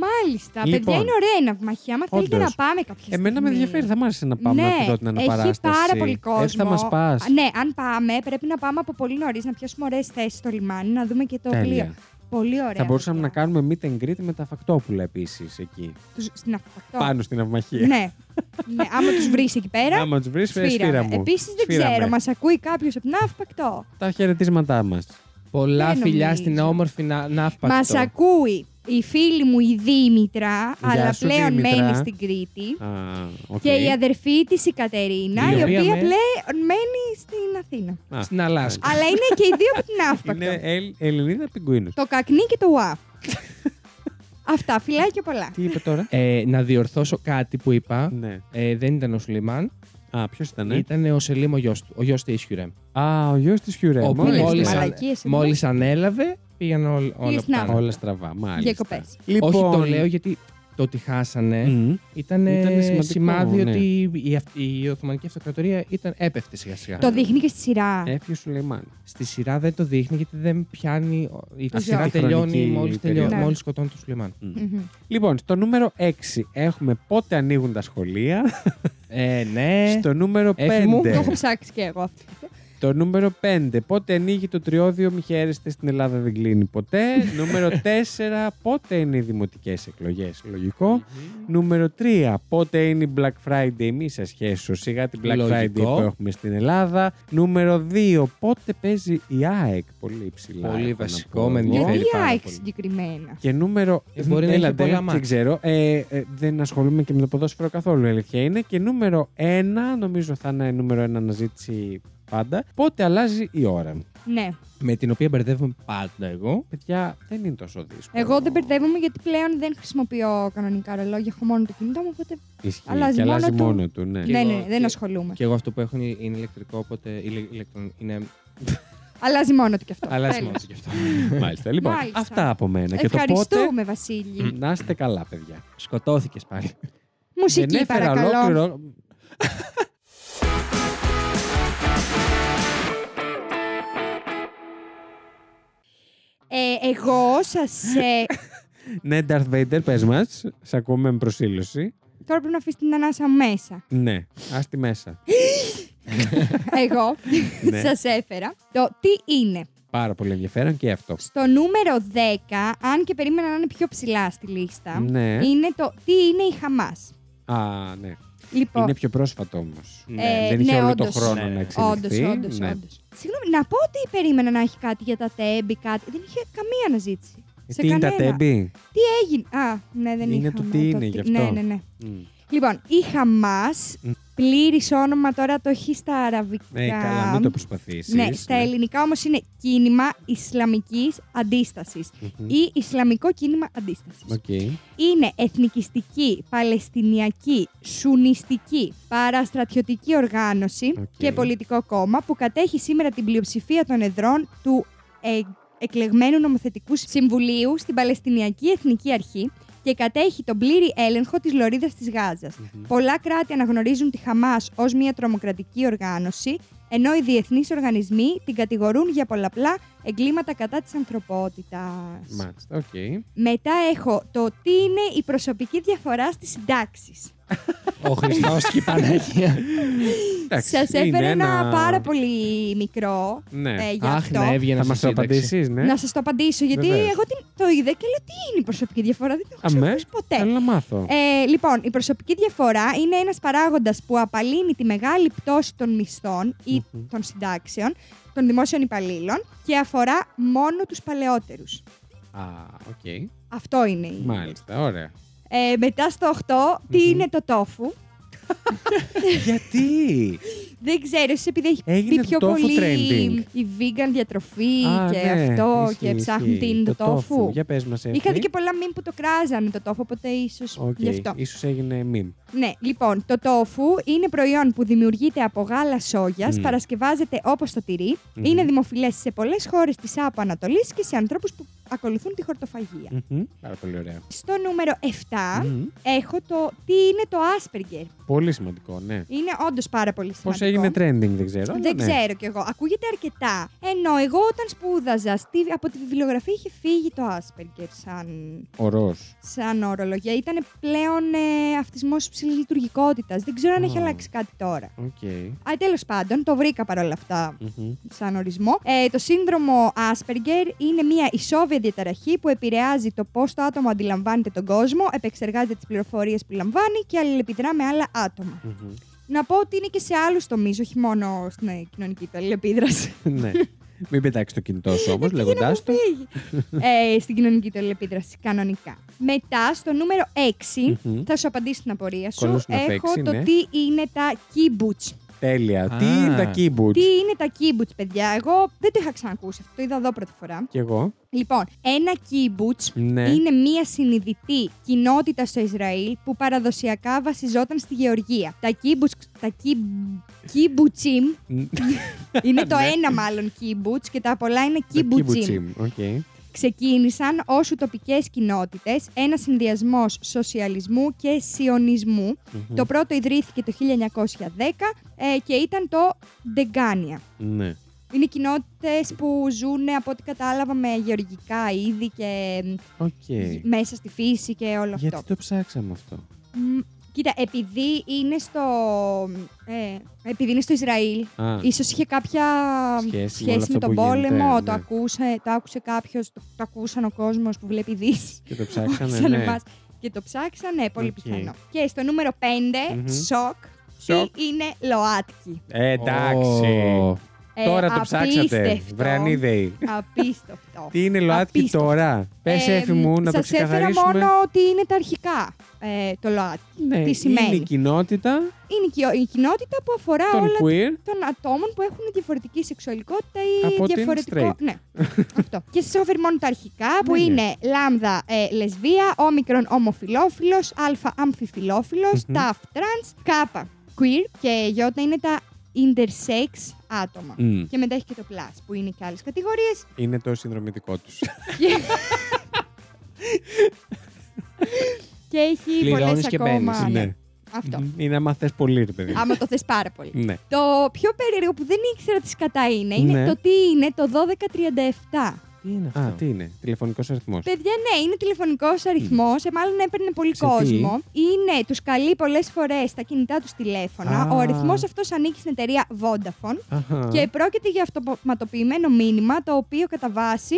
Speaker 1: Μάλιστα.
Speaker 2: Λοιπόν.
Speaker 1: Παιδιά είναι ωραία η ναυμαχία. Μα θέλετε
Speaker 2: Όντως.
Speaker 1: να πάμε κάποια στιγμή.
Speaker 2: Εμένα με ενδιαφέρει, θα μ' άρεσε να πάμε
Speaker 1: ναι,
Speaker 2: να τη δω την
Speaker 1: έχει
Speaker 2: αναπαράσταση.
Speaker 1: πάρα πολύ
Speaker 2: Ε,
Speaker 1: κόσμο.
Speaker 2: θα μας πας.
Speaker 1: Α, Ναι, αν πάμε, πρέπει να πάμε από πολύ νωρίς, να πιάσουμε ωραίες θέσεις στο λιμάνι, να δούμε και το
Speaker 2: Τέλεια.
Speaker 1: πλοίο. Πολύ ωραία.
Speaker 2: Θα μπορούσαμε να
Speaker 1: παιδιά.
Speaker 2: κάνουμε meet and greet με τα φακτόπουλα επίσης εκεί.
Speaker 1: Τους- Στην αυτοκρατό.
Speaker 2: Πάνω στην αυμαχία.
Speaker 1: Ναι. ναι. Άμα τους βρεις εκεί πέρα.
Speaker 2: Άμα τους βρεις, σφύρα μου.
Speaker 1: Σφύραμε. Επίσης δεν
Speaker 2: Σφύραμε.
Speaker 1: ξέρω, μας ακούει κάποιος από την Αύπακτο.
Speaker 2: Τα χαιρετίσματά μας.
Speaker 3: Πολλά
Speaker 1: Δεν
Speaker 3: φιλιά
Speaker 1: νομίζω.
Speaker 3: στην όμορφη να- ναύπακτο.
Speaker 1: Μας ακούει η φίλη μου η Δήμητρα, αλλά
Speaker 2: σου,
Speaker 1: πλέον
Speaker 2: Δήμητρα.
Speaker 1: μένει στην Κρήτη.
Speaker 2: Okay.
Speaker 1: Και η αδερφή της η Κατερίνα,
Speaker 3: Η
Speaker 1: η
Speaker 3: οποία
Speaker 1: οποία
Speaker 3: με-
Speaker 1: πλέον μένει στην Αθήνα.
Speaker 3: Στην Αλάσκα.
Speaker 1: Αλλά είναι και οι δύο από την
Speaker 2: Είναι
Speaker 1: Αύπακτο.
Speaker 2: Ελ- Ελληνίδα πιγκουίνο.
Speaker 1: Το κακνί και το ουά. Αυτά, φιλάκια πολλά.
Speaker 2: Τι είπε τώρα.
Speaker 3: Ε, να διορθώσω κάτι που είπα.
Speaker 2: ναι.
Speaker 3: Ε, δεν ήταν ο Σουλεϊμάν,
Speaker 2: Α, ποιος ήταν. ε?
Speaker 3: ήταν ο Σελίμ ο γιος του. Ο γιος της Χιουρέμ.
Speaker 2: Α, ο γιος της Χιουρέ.
Speaker 3: Όπου
Speaker 1: μόλις
Speaker 3: μόλις
Speaker 1: ήταν.
Speaker 3: αν-
Speaker 1: Μαλακίες, είναι.
Speaker 3: μόλις ανέλαβε, πήγαν ό, όλα
Speaker 1: στην
Speaker 3: αυτά.
Speaker 1: άμμο.
Speaker 2: Όλα στραβά, μάλιστα.
Speaker 1: Διακοπές.
Speaker 2: Λοιπόν,
Speaker 3: Όχι, το λέω γιατί το ότι χάσανε
Speaker 2: Μμμ.
Speaker 3: ήταν
Speaker 2: Ήτανε σημαντικό,
Speaker 3: σημάδι
Speaker 2: ναι.
Speaker 3: ότι η, αυ- η Οθωμανική Αυτοκρατορία ήταν, έπεφτε σιγά σιγά.
Speaker 1: Το δείχνει και στη σειρά.
Speaker 2: Έφυγε ο Σουλεϊμάν.
Speaker 3: Στη σειρά δεν το δείχνει γιατί δεν πιάνει. Η
Speaker 1: Αυτή
Speaker 3: σειρά
Speaker 1: η
Speaker 3: τελειώνει
Speaker 2: χρονική περίοδο.
Speaker 3: μόλις, τελειώνει,
Speaker 1: Ναι.
Speaker 3: μόλις σκοτώνει τον Σουλεϊμάν.
Speaker 1: Μμμ.
Speaker 2: Λοιπόν, στο νούμερο 6 έχουμε πότε ανοίγουν τα σχολεία.
Speaker 3: Ε, ναι.
Speaker 2: στο νούμερο
Speaker 3: Έφη μου,
Speaker 1: Το
Speaker 2: 5.
Speaker 1: έχω ψάξει και εγώ αυτό.
Speaker 2: Το νούμερο 5. Πότε ανοίγει το τριώδιο, μη χαίρεστε στην Ελλάδα, δεν κλείνει ποτέ. νούμερο 4. Πότε είναι οι δημοτικές εκλογές, λογικό. νούμερο 3. Πότε είναι η Black Friday, μη σας χέσω σιγά την Black
Speaker 3: Λογικό.
Speaker 2: Friday που έχουμε στην Ελλάδα. Νούμερο 2. Πότε παίζει η ΑΕΚ, πολύ υψηλά.
Speaker 3: Πολύ
Speaker 2: έχω να
Speaker 3: βασικό,
Speaker 2: πω
Speaker 3: με
Speaker 2: εγώ.
Speaker 1: Γιατί
Speaker 3: ενδιαφέρει
Speaker 1: η
Speaker 3: πάρα
Speaker 1: ΑΕΚ
Speaker 3: πολύ.
Speaker 1: συγκεκριμένα.
Speaker 2: Και νούμερο.
Speaker 3: Ε, μπορεί να έχει
Speaker 2: Έλατε,
Speaker 3: πολλά
Speaker 2: Δεν
Speaker 3: μάτς.
Speaker 2: ξέρω. Ε, ε, δεν ασχολούμαι και με το ποδόσφαιρο καθόλου, η αλήθεια είναι. Και νούμερο 1, νομίζω θα είναι νούμερο 1 αναζήτηση πάντα. Πότε αλλάζει η ώρα.
Speaker 1: Ναι.
Speaker 3: Με την οποία μπερδεύομαι πάντα εγώ.
Speaker 2: Παιδιά, δεν είναι τόσο δύσκολο.
Speaker 1: Εγώ δεν μπερδεύομαι γιατί πλέον δεν χρησιμοποιώ κανονικά ρολόγια. Έχω μόνο το κινητό μου, οπότε.
Speaker 2: Ισχύει.
Speaker 1: Αλλάζει
Speaker 2: και
Speaker 1: μόνο
Speaker 2: αλλάζει
Speaker 1: του.
Speaker 2: μόνο του, ναι.
Speaker 3: Και
Speaker 1: Ναι,
Speaker 3: εγώ-
Speaker 1: ναι, δεν
Speaker 3: και-
Speaker 1: ασχολούμαι.
Speaker 3: Και εγώ αυτό που έχω είναι, είναι ηλεκτρικό, οπότε ηλε, ηλεκτρον- είναι.
Speaker 1: Αλλάζει μόνο του κι αυτό.
Speaker 3: Αλλά
Speaker 1: Τέλος.
Speaker 3: σημαίνει και αυτό.
Speaker 2: Μάλιστα. Λοιπόν,
Speaker 1: Μάλιστα.
Speaker 2: αυτά από μένα. Και το πότε.
Speaker 1: Ευχαριστούμε, Βασίλη.
Speaker 2: Να είστε καλά, παιδιά.
Speaker 3: Σκοτώθηκες πάλι.
Speaker 1: Μουσική, παρακαλώ. Ε, εγώ σα. Ε,
Speaker 2: Ναι, Darth Vader, πες μας. Σε ακούμε με προσήλωση.
Speaker 1: τώρα πρέπει να αφήσεις την ανάσα μέσα.
Speaker 2: Ναι, ας τη μέσα.
Speaker 1: Εγώ
Speaker 2: Ναι.
Speaker 1: σας έφερα το τι είναι.
Speaker 2: Πάρα πολύ ενδιαφέρον και αυτό.
Speaker 1: Στο νούμερο 10, αν και περίμενα να είναι πιο ψηλά στη λίστα,
Speaker 2: Ναι.
Speaker 1: είναι το τι είναι η Χαμάς.
Speaker 2: Α, ναι.
Speaker 1: Λοιπόν,
Speaker 2: Είναι πιο πρόσφατο όμως.
Speaker 1: Ε,
Speaker 2: Δεν είχε
Speaker 1: ναι,
Speaker 2: όλο
Speaker 1: όντως.
Speaker 2: το χρόνο
Speaker 4: Ναι.
Speaker 2: να
Speaker 1: όντως,
Speaker 2: εξελιχθεί.
Speaker 1: όντως,
Speaker 2: Ναι.
Speaker 1: όντως. Συγγνώμη, να πω ότι περίμενα να έχει κάτι για τα τέμπη, κάτι. Δεν είχε καμία αναζήτηση.
Speaker 2: Ε,
Speaker 1: σε
Speaker 2: Τι είναι τα
Speaker 1: κανένα.
Speaker 2: τέμπη.
Speaker 1: Τι έγινε. Α, ναι, δεν
Speaker 2: Είναι
Speaker 1: είχαμε
Speaker 2: το τι είναι, γι' αυτό.
Speaker 1: Ναι, ναι, ναι.
Speaker 2: Μμ.
Speaker 1: Λοιπόν, η Χαμάς, πλήρης όνομα τώρα το έχεις στα αραβικά.
Speaker 2: Ναι, καλά, μην το προσπαθήσεις.
Speaker 1: Ναι, στα ελληνικά όμως είναι κίνημα Ισλαμικής Αντίστασης ή Ισλαμικό Κίνημα Αντίστασης. Είναι εθνικιστική, παλαιστινιακή, σουνιστική, παραστρατιωτική οργάνωση
Speaker 2: Οκ.
Speaker 1: και πολιτικό κόμμα που κατέχει σήμερα την πλειοψηφία των εδρών του ε, εκλεγμένου νομοθετικού συμβουλίου στην Παλαιστινιακή Εθνική Αρχή και κατέχει τον πλήρη έλεγχο της Λωρίδας της γαζας Πολλά κράτη αναγνωρίζουν τη Χαμάς ως μια τρομοκρατική οργάνωση, ενώ οι διεθνείς οργανισμοί την κατηγορούν για πολλαπλά εγκλήματα κατά της ανθρωπότητας.
Speaker 2: Μάλιστα, οκ.
Speaker 1: Μετά έχω το τι είναι η προσωπική διαφορά στις συντάξεις.
Speaker 3: Ο Χριστός και η Παναγία.
Speaker 2: Εντάξει,
Speaker 1: Σας έφερα
Speaker 2: είναι
Speaker 1: ένα... πάρα πολύ μικρό
Speaker 2: Ναι.
Speaker 1: ε, για
Speaker 3: Αχ,
Speaker 1: αυτό.
Speaker 3: να έβγαινα
Speaker 2: Θα
Speaker 3: στη
Speaker 2: μας το
Speaker 3: σύνταξη.
Speaker 2: απαντήσεις, ναι.
Speaker 1: Να σας το απαντήσω, γιατί
Speaker 2: Βεβαίως.
Speaker 1: εγώ την, το είδα και λέω τι είναι η προσωπική διαφορά, δεν το έχω
Speaker 2: Αμέ.
Speaker 1: ξανακούσει ποτέ.
Speaker 2: ναι. Θέλω να μάθω.
Speaker 1: Ε, λοιπόν, η προσωπική διαφορά είναι ένας παράγοντας που απαλύνει τη μεγάλη πτώση των μισθών ή των συντάξεων των δημόσιων υπαλλήλων και αφορά μόνο τους παλαιότερους.
Speaker 2: Α, οκ.
Speaker 1: Αυτό είναι η...
Speaker 2: Μάλιστα, ωραία.
Speaker 1: Ε, μετά στο 8, τι είναι το τόφου.
Speaker 2: Γιατί?
Speaker 1: Δεν ξέρω, ίσως επειδή έχει
Speaker 2: Έγινε
Speaker 1: μπει πιο
Speaker 2: το tofu
Speaker 1: πολύ
Speaker 2: trending.
Speaker 1: η vegan διατροφή
Speaker 2: Α,
Speaker 1: και
Speaker 2: ναι,
Speaker 1: αυτό
Speaker 2: ισχύει,
Speaker 1: και ψάχνουν
Speaker 2: ισχύει.
Speaker 1: την το τόφου.
Speaker 2: Για πες μας έτσι.
Speaker 1: Είχα δει και πολλά μήνυμα που το κράζανε το τόφου, οπότε ίσως
Speaker 2: Οκ,
Speaker 1: γι' αυτό.
Speaker 2: Ίσως έγινε meme.
Speaker 1: Ναι, λοιπόν, το τόφου είναι προϊόν που δημιουργείται από γάλα σόγιας,
Speaker 2: Μμ.
Speaker 1: παρασκευάζεται όπως το τυρι
Speaker 2: Μμμ.
Speaker 1: είναι δημοφιλές σε πολλές χώρες της ΑΠΟ Ανατολής και σε ανθρώπους που ακολουθούν τη χορτοφαγία.
Speaker 2: Μμμ. Πάρα πολύ ωραία.
Speaker 1: Στο νούμερο 7
Speaker 2: Μμμ.
Speaker 1: έχω το τι είναι το Asperger.
Speaker 2: Πολύ σημαντικό, ναι.
Speaker 1: Είναι όντως πάρα πολύ
Speaker 2: Πώ
Speaker 1: σημαντικό.
Speaker 2: έγινε trending, δεν ξέρω. αλλά
Speaker 1: Δεν
Speaker 2: ναι.
Speaker 1: ξέρω κι εγώ. Ακούγεται αρκετά. Ενώ εγώ όταν σπούδαζα στη- από τη βιβλιογραφία είχε φύγει το Asperger σαν,
Speaker 2: Ορός.
Speaker 1: σαν ορολογία. Ήταν πλέον ε, αυτισμός υψηλή λειτουργικότητα. Δεν ξέρω αν έχει
Speaker 2: Α.
Speaker 1: αλλάξει κάτι τώρα.
Speaker 2: Οκ.
Speaker 1: Α, τέλος πάντων, το βρήκα παρόλα αυτά
Speaker 2: Μμμ.
Speaker 1: σαν ορισμό. Ε, το σύνδρομο Asperger είναι μια ισόβια διαταραχή που επηρεάζει το πώς το άτομο αντιλαμβάνεται τον κόσμο, επεξεργάζεται τις πληροφορίες που λαμβάνει και αλληλεπιδρά με άλλα άτομα.
Speaker 2: Μμμ.
Speaker 1: Να πω ότι είναι και σε άλλους τομείς, όχι μόνο στην ε, κοινωνική αλληλεπίδραση.
Speaker 2: Ναι. Μην πετάξεις το κινητό σου όμως,
Speaker 1: Για να
Speaker 2: λέγοντά το.
Speaker 1: αποφύγει. ε, στην κοινωνική αλληλεπίδραση, κανονικά. Μετά, στο νούμερο 6,
Speaker 2: Μμμ.
Speaker 1: θα σου απαντήσω την απορία σου.
Speaker 2: Κολλούς να
Speaker 1: Έχω
Speaker 2: φέξει,
Speaker 1: το
Speaker 2: ναι.
Speaker 1: τι είναι τα keyboards.
Speaker 2: Τέλεια.
Speaker 3: Α.
Speaker 2: Τι είναι τα keyboards.
Speaker 1: Τι είναι τα keyboards, παιδιά. Εγώ δεν το είχα ξανακούσει αυτό, το είδα εδώ πρώτη φορά.
Speaker 2: Κι εγώ.
Speaker 1: Λοιπόν, ένα keyboards
Speaker 2: Ναι.
Speaker 1: είναι μια συνειδητή κοινότητα στο Ισραήλ που παραδοσιακά βασιζόταν στη γεωργία. Τα keyboards. Τα key- kibbutzim είναι το ένα μάλλον keyboards και τα πολλά είναι
Speaker 2: Ναι. Τα
Speaker 1: kibbutzim.
Speaker 2: keyboardsim, Οκ. τοπικές
Speaker 1: Ξεκίνησαν ως τοπικές κοινότητες, ένα συνδυασμός σοσιαλισμού και σιωνισμού.
Speaker 2: Μμμ.
Speaker 1: Το πρώτο ιδρύθηκε το 1910 ε, και ήταν το Ντεγκάνια.
Speaker 2: Ναι.
Speaker 1: Είναι κοινότητες που ζουν, από ό,τι κατάλαβα, με γεωργικά είδη και μ,
Speaker 2: Οκ.
Speaker 1: γ- μέσα στη φύση και όλο
Speaker 2: Γιατί
Speaker 1: αυτό.
Speaker 2: το ψάξαμε αυτό.
Speaker 1: Μ, Κοίτα, επειδή είναι στο, ε, επειδή είναι στο Ισραήλ,
Speaker 2: Α,
Speaker 1: ίσως είχε κάποια
Speaker 2: Ναι. Σχέση με
Speaker 1: σχέση,
Speaker 2: όλα
Speaker 1: με
Speaker 2: αυτά
Speaker 1: τον
Speaker 2: που
Speaker 1: πόλεμο,
Speaker 2: γίνεται, ναι.
Speaker 1: το, ακούσε, το άκουσε κάποιος, το, το ακούσαν ο κόσμος που βλέπει ειδήσεις.
Speaker 2: και το
Speaker 1: σαν
Speaker 2: ψάξαμε. ναι.
Speaker 1: εμάς. Και το ψάξανε, ναι, πολύ
Speaker 2: Οκ.
Speaker 1: πιθανό. Και στο νούμερο 5,
Speaker 2: Μμμ.
Speaker 1: σοκ,
Speaker 2: Σοκ.
Speaker 1: τι είναι ΛΟΑΤΚΙ.
Speaker 2: Ε, Εντάξει.
Speaker 3: Ω.
Speaker 1: Ε,
Speaker 2: Τώρα το ψάξατε.
Speaker 1: απίστευτο.
Speaker 2: Βρανίδεοι.
Speaker 1: Απίστευτο.
Speaker 2: Τι είναι ΛΟΑΤΚΙ
Speaker 1: Απίστευτο.
Speaker 2: τώρα. Πες
Speaker 1: Ε,
Speaker 2: έφη μου να το
Speaker 1: σας έφερα
Speaker 2: ξεκαθαρίσουμε.
Speaker 1: μόνο ότι είναι τα αρχικά ε, το ΛΟΑΤΚΙ.
Speaker 2: Ναι,
Speaker 1: τι
Speaker 2: Είναι
Speaker 1: σημαίνει.
Speaker 2: η κοινότητα
Speaker 1: Είναι και η κοινότητα που αφορά
Speaker 2: των
Speaker 1: όλα
Speaker 2: queer.
Speaker 1: των ατόμων που έχουν διαφορετική σεξουαλικότητα ή
Speaker 2: Από την
Speaker 1: διαφορετικό.
Speaker 2: straight.
Speaker 1: Ναι, αυτό. Και σας έφερε μόνο τα αρχικά που
Speaker 2: Ναι, ναι.
Speaker 1: είναι λάμδα ε, λεσβία, όμικρον ομοφιλόφιλο, α αμφιφιλόφιλο,
Speaker 2: Μμμ.
Speaker 1: ταφ τρανς, κάπα queer και γιώτα είναι τα intersex άτομα.
Speaker 2: Μμ.
Speaker 1: Και μετά έχει και το plus που είναι και άλλες κατηγορίες.
Speaker 2: Είναι το συνδρομητικό τους.
Speaker 1: Και έχει πολλέ
Speaker 3: Πληρώνεις και
Speaker 1: ακόμα.
Speaker 3: μπαίνεις,
Speaker 1: ναι.
Speaker 2: ναι.
Speaker 1: Αυτό.
Speaker 2: Μμμ. Είναι άμα θες πολύ, ρε παιδί. μου.
Speaker 1: Άμα το θες πάρα πολύ.
Speaker 2: Ναι.
Speaker 1: Το πιο περίεργο που δεν ήξερα τι κατά είναι, είναι
Speaker 2: Ναι.
Speaker 1: το τι είναι το 1237.
Speaker 3: Τι είναι αυτό.
Speaker 2: Α, τι είναι, τηλεφωνικός αριθμός.
Speaker 1: Παιδιά, ναι, είναι τηλεφωνικός αριθμός. Ε, μάλλον έπαιρνε πολύ
Speaker 2: Σε τι?
Speaker 1: κόσμο. Είναι, τους καλεί πολλές φορές τα κινητά τους τηλέφωνα.
Speaker 2: Α.
Speaker 1: Ο αριθμός αυτός ανήκει στην εταιρεία Vodafone.
Speaker 2: Αχα.
Speaker 1: Και πρόκειται για αυτοματοποιημένο μήνυμα, το οποίο κατά βάση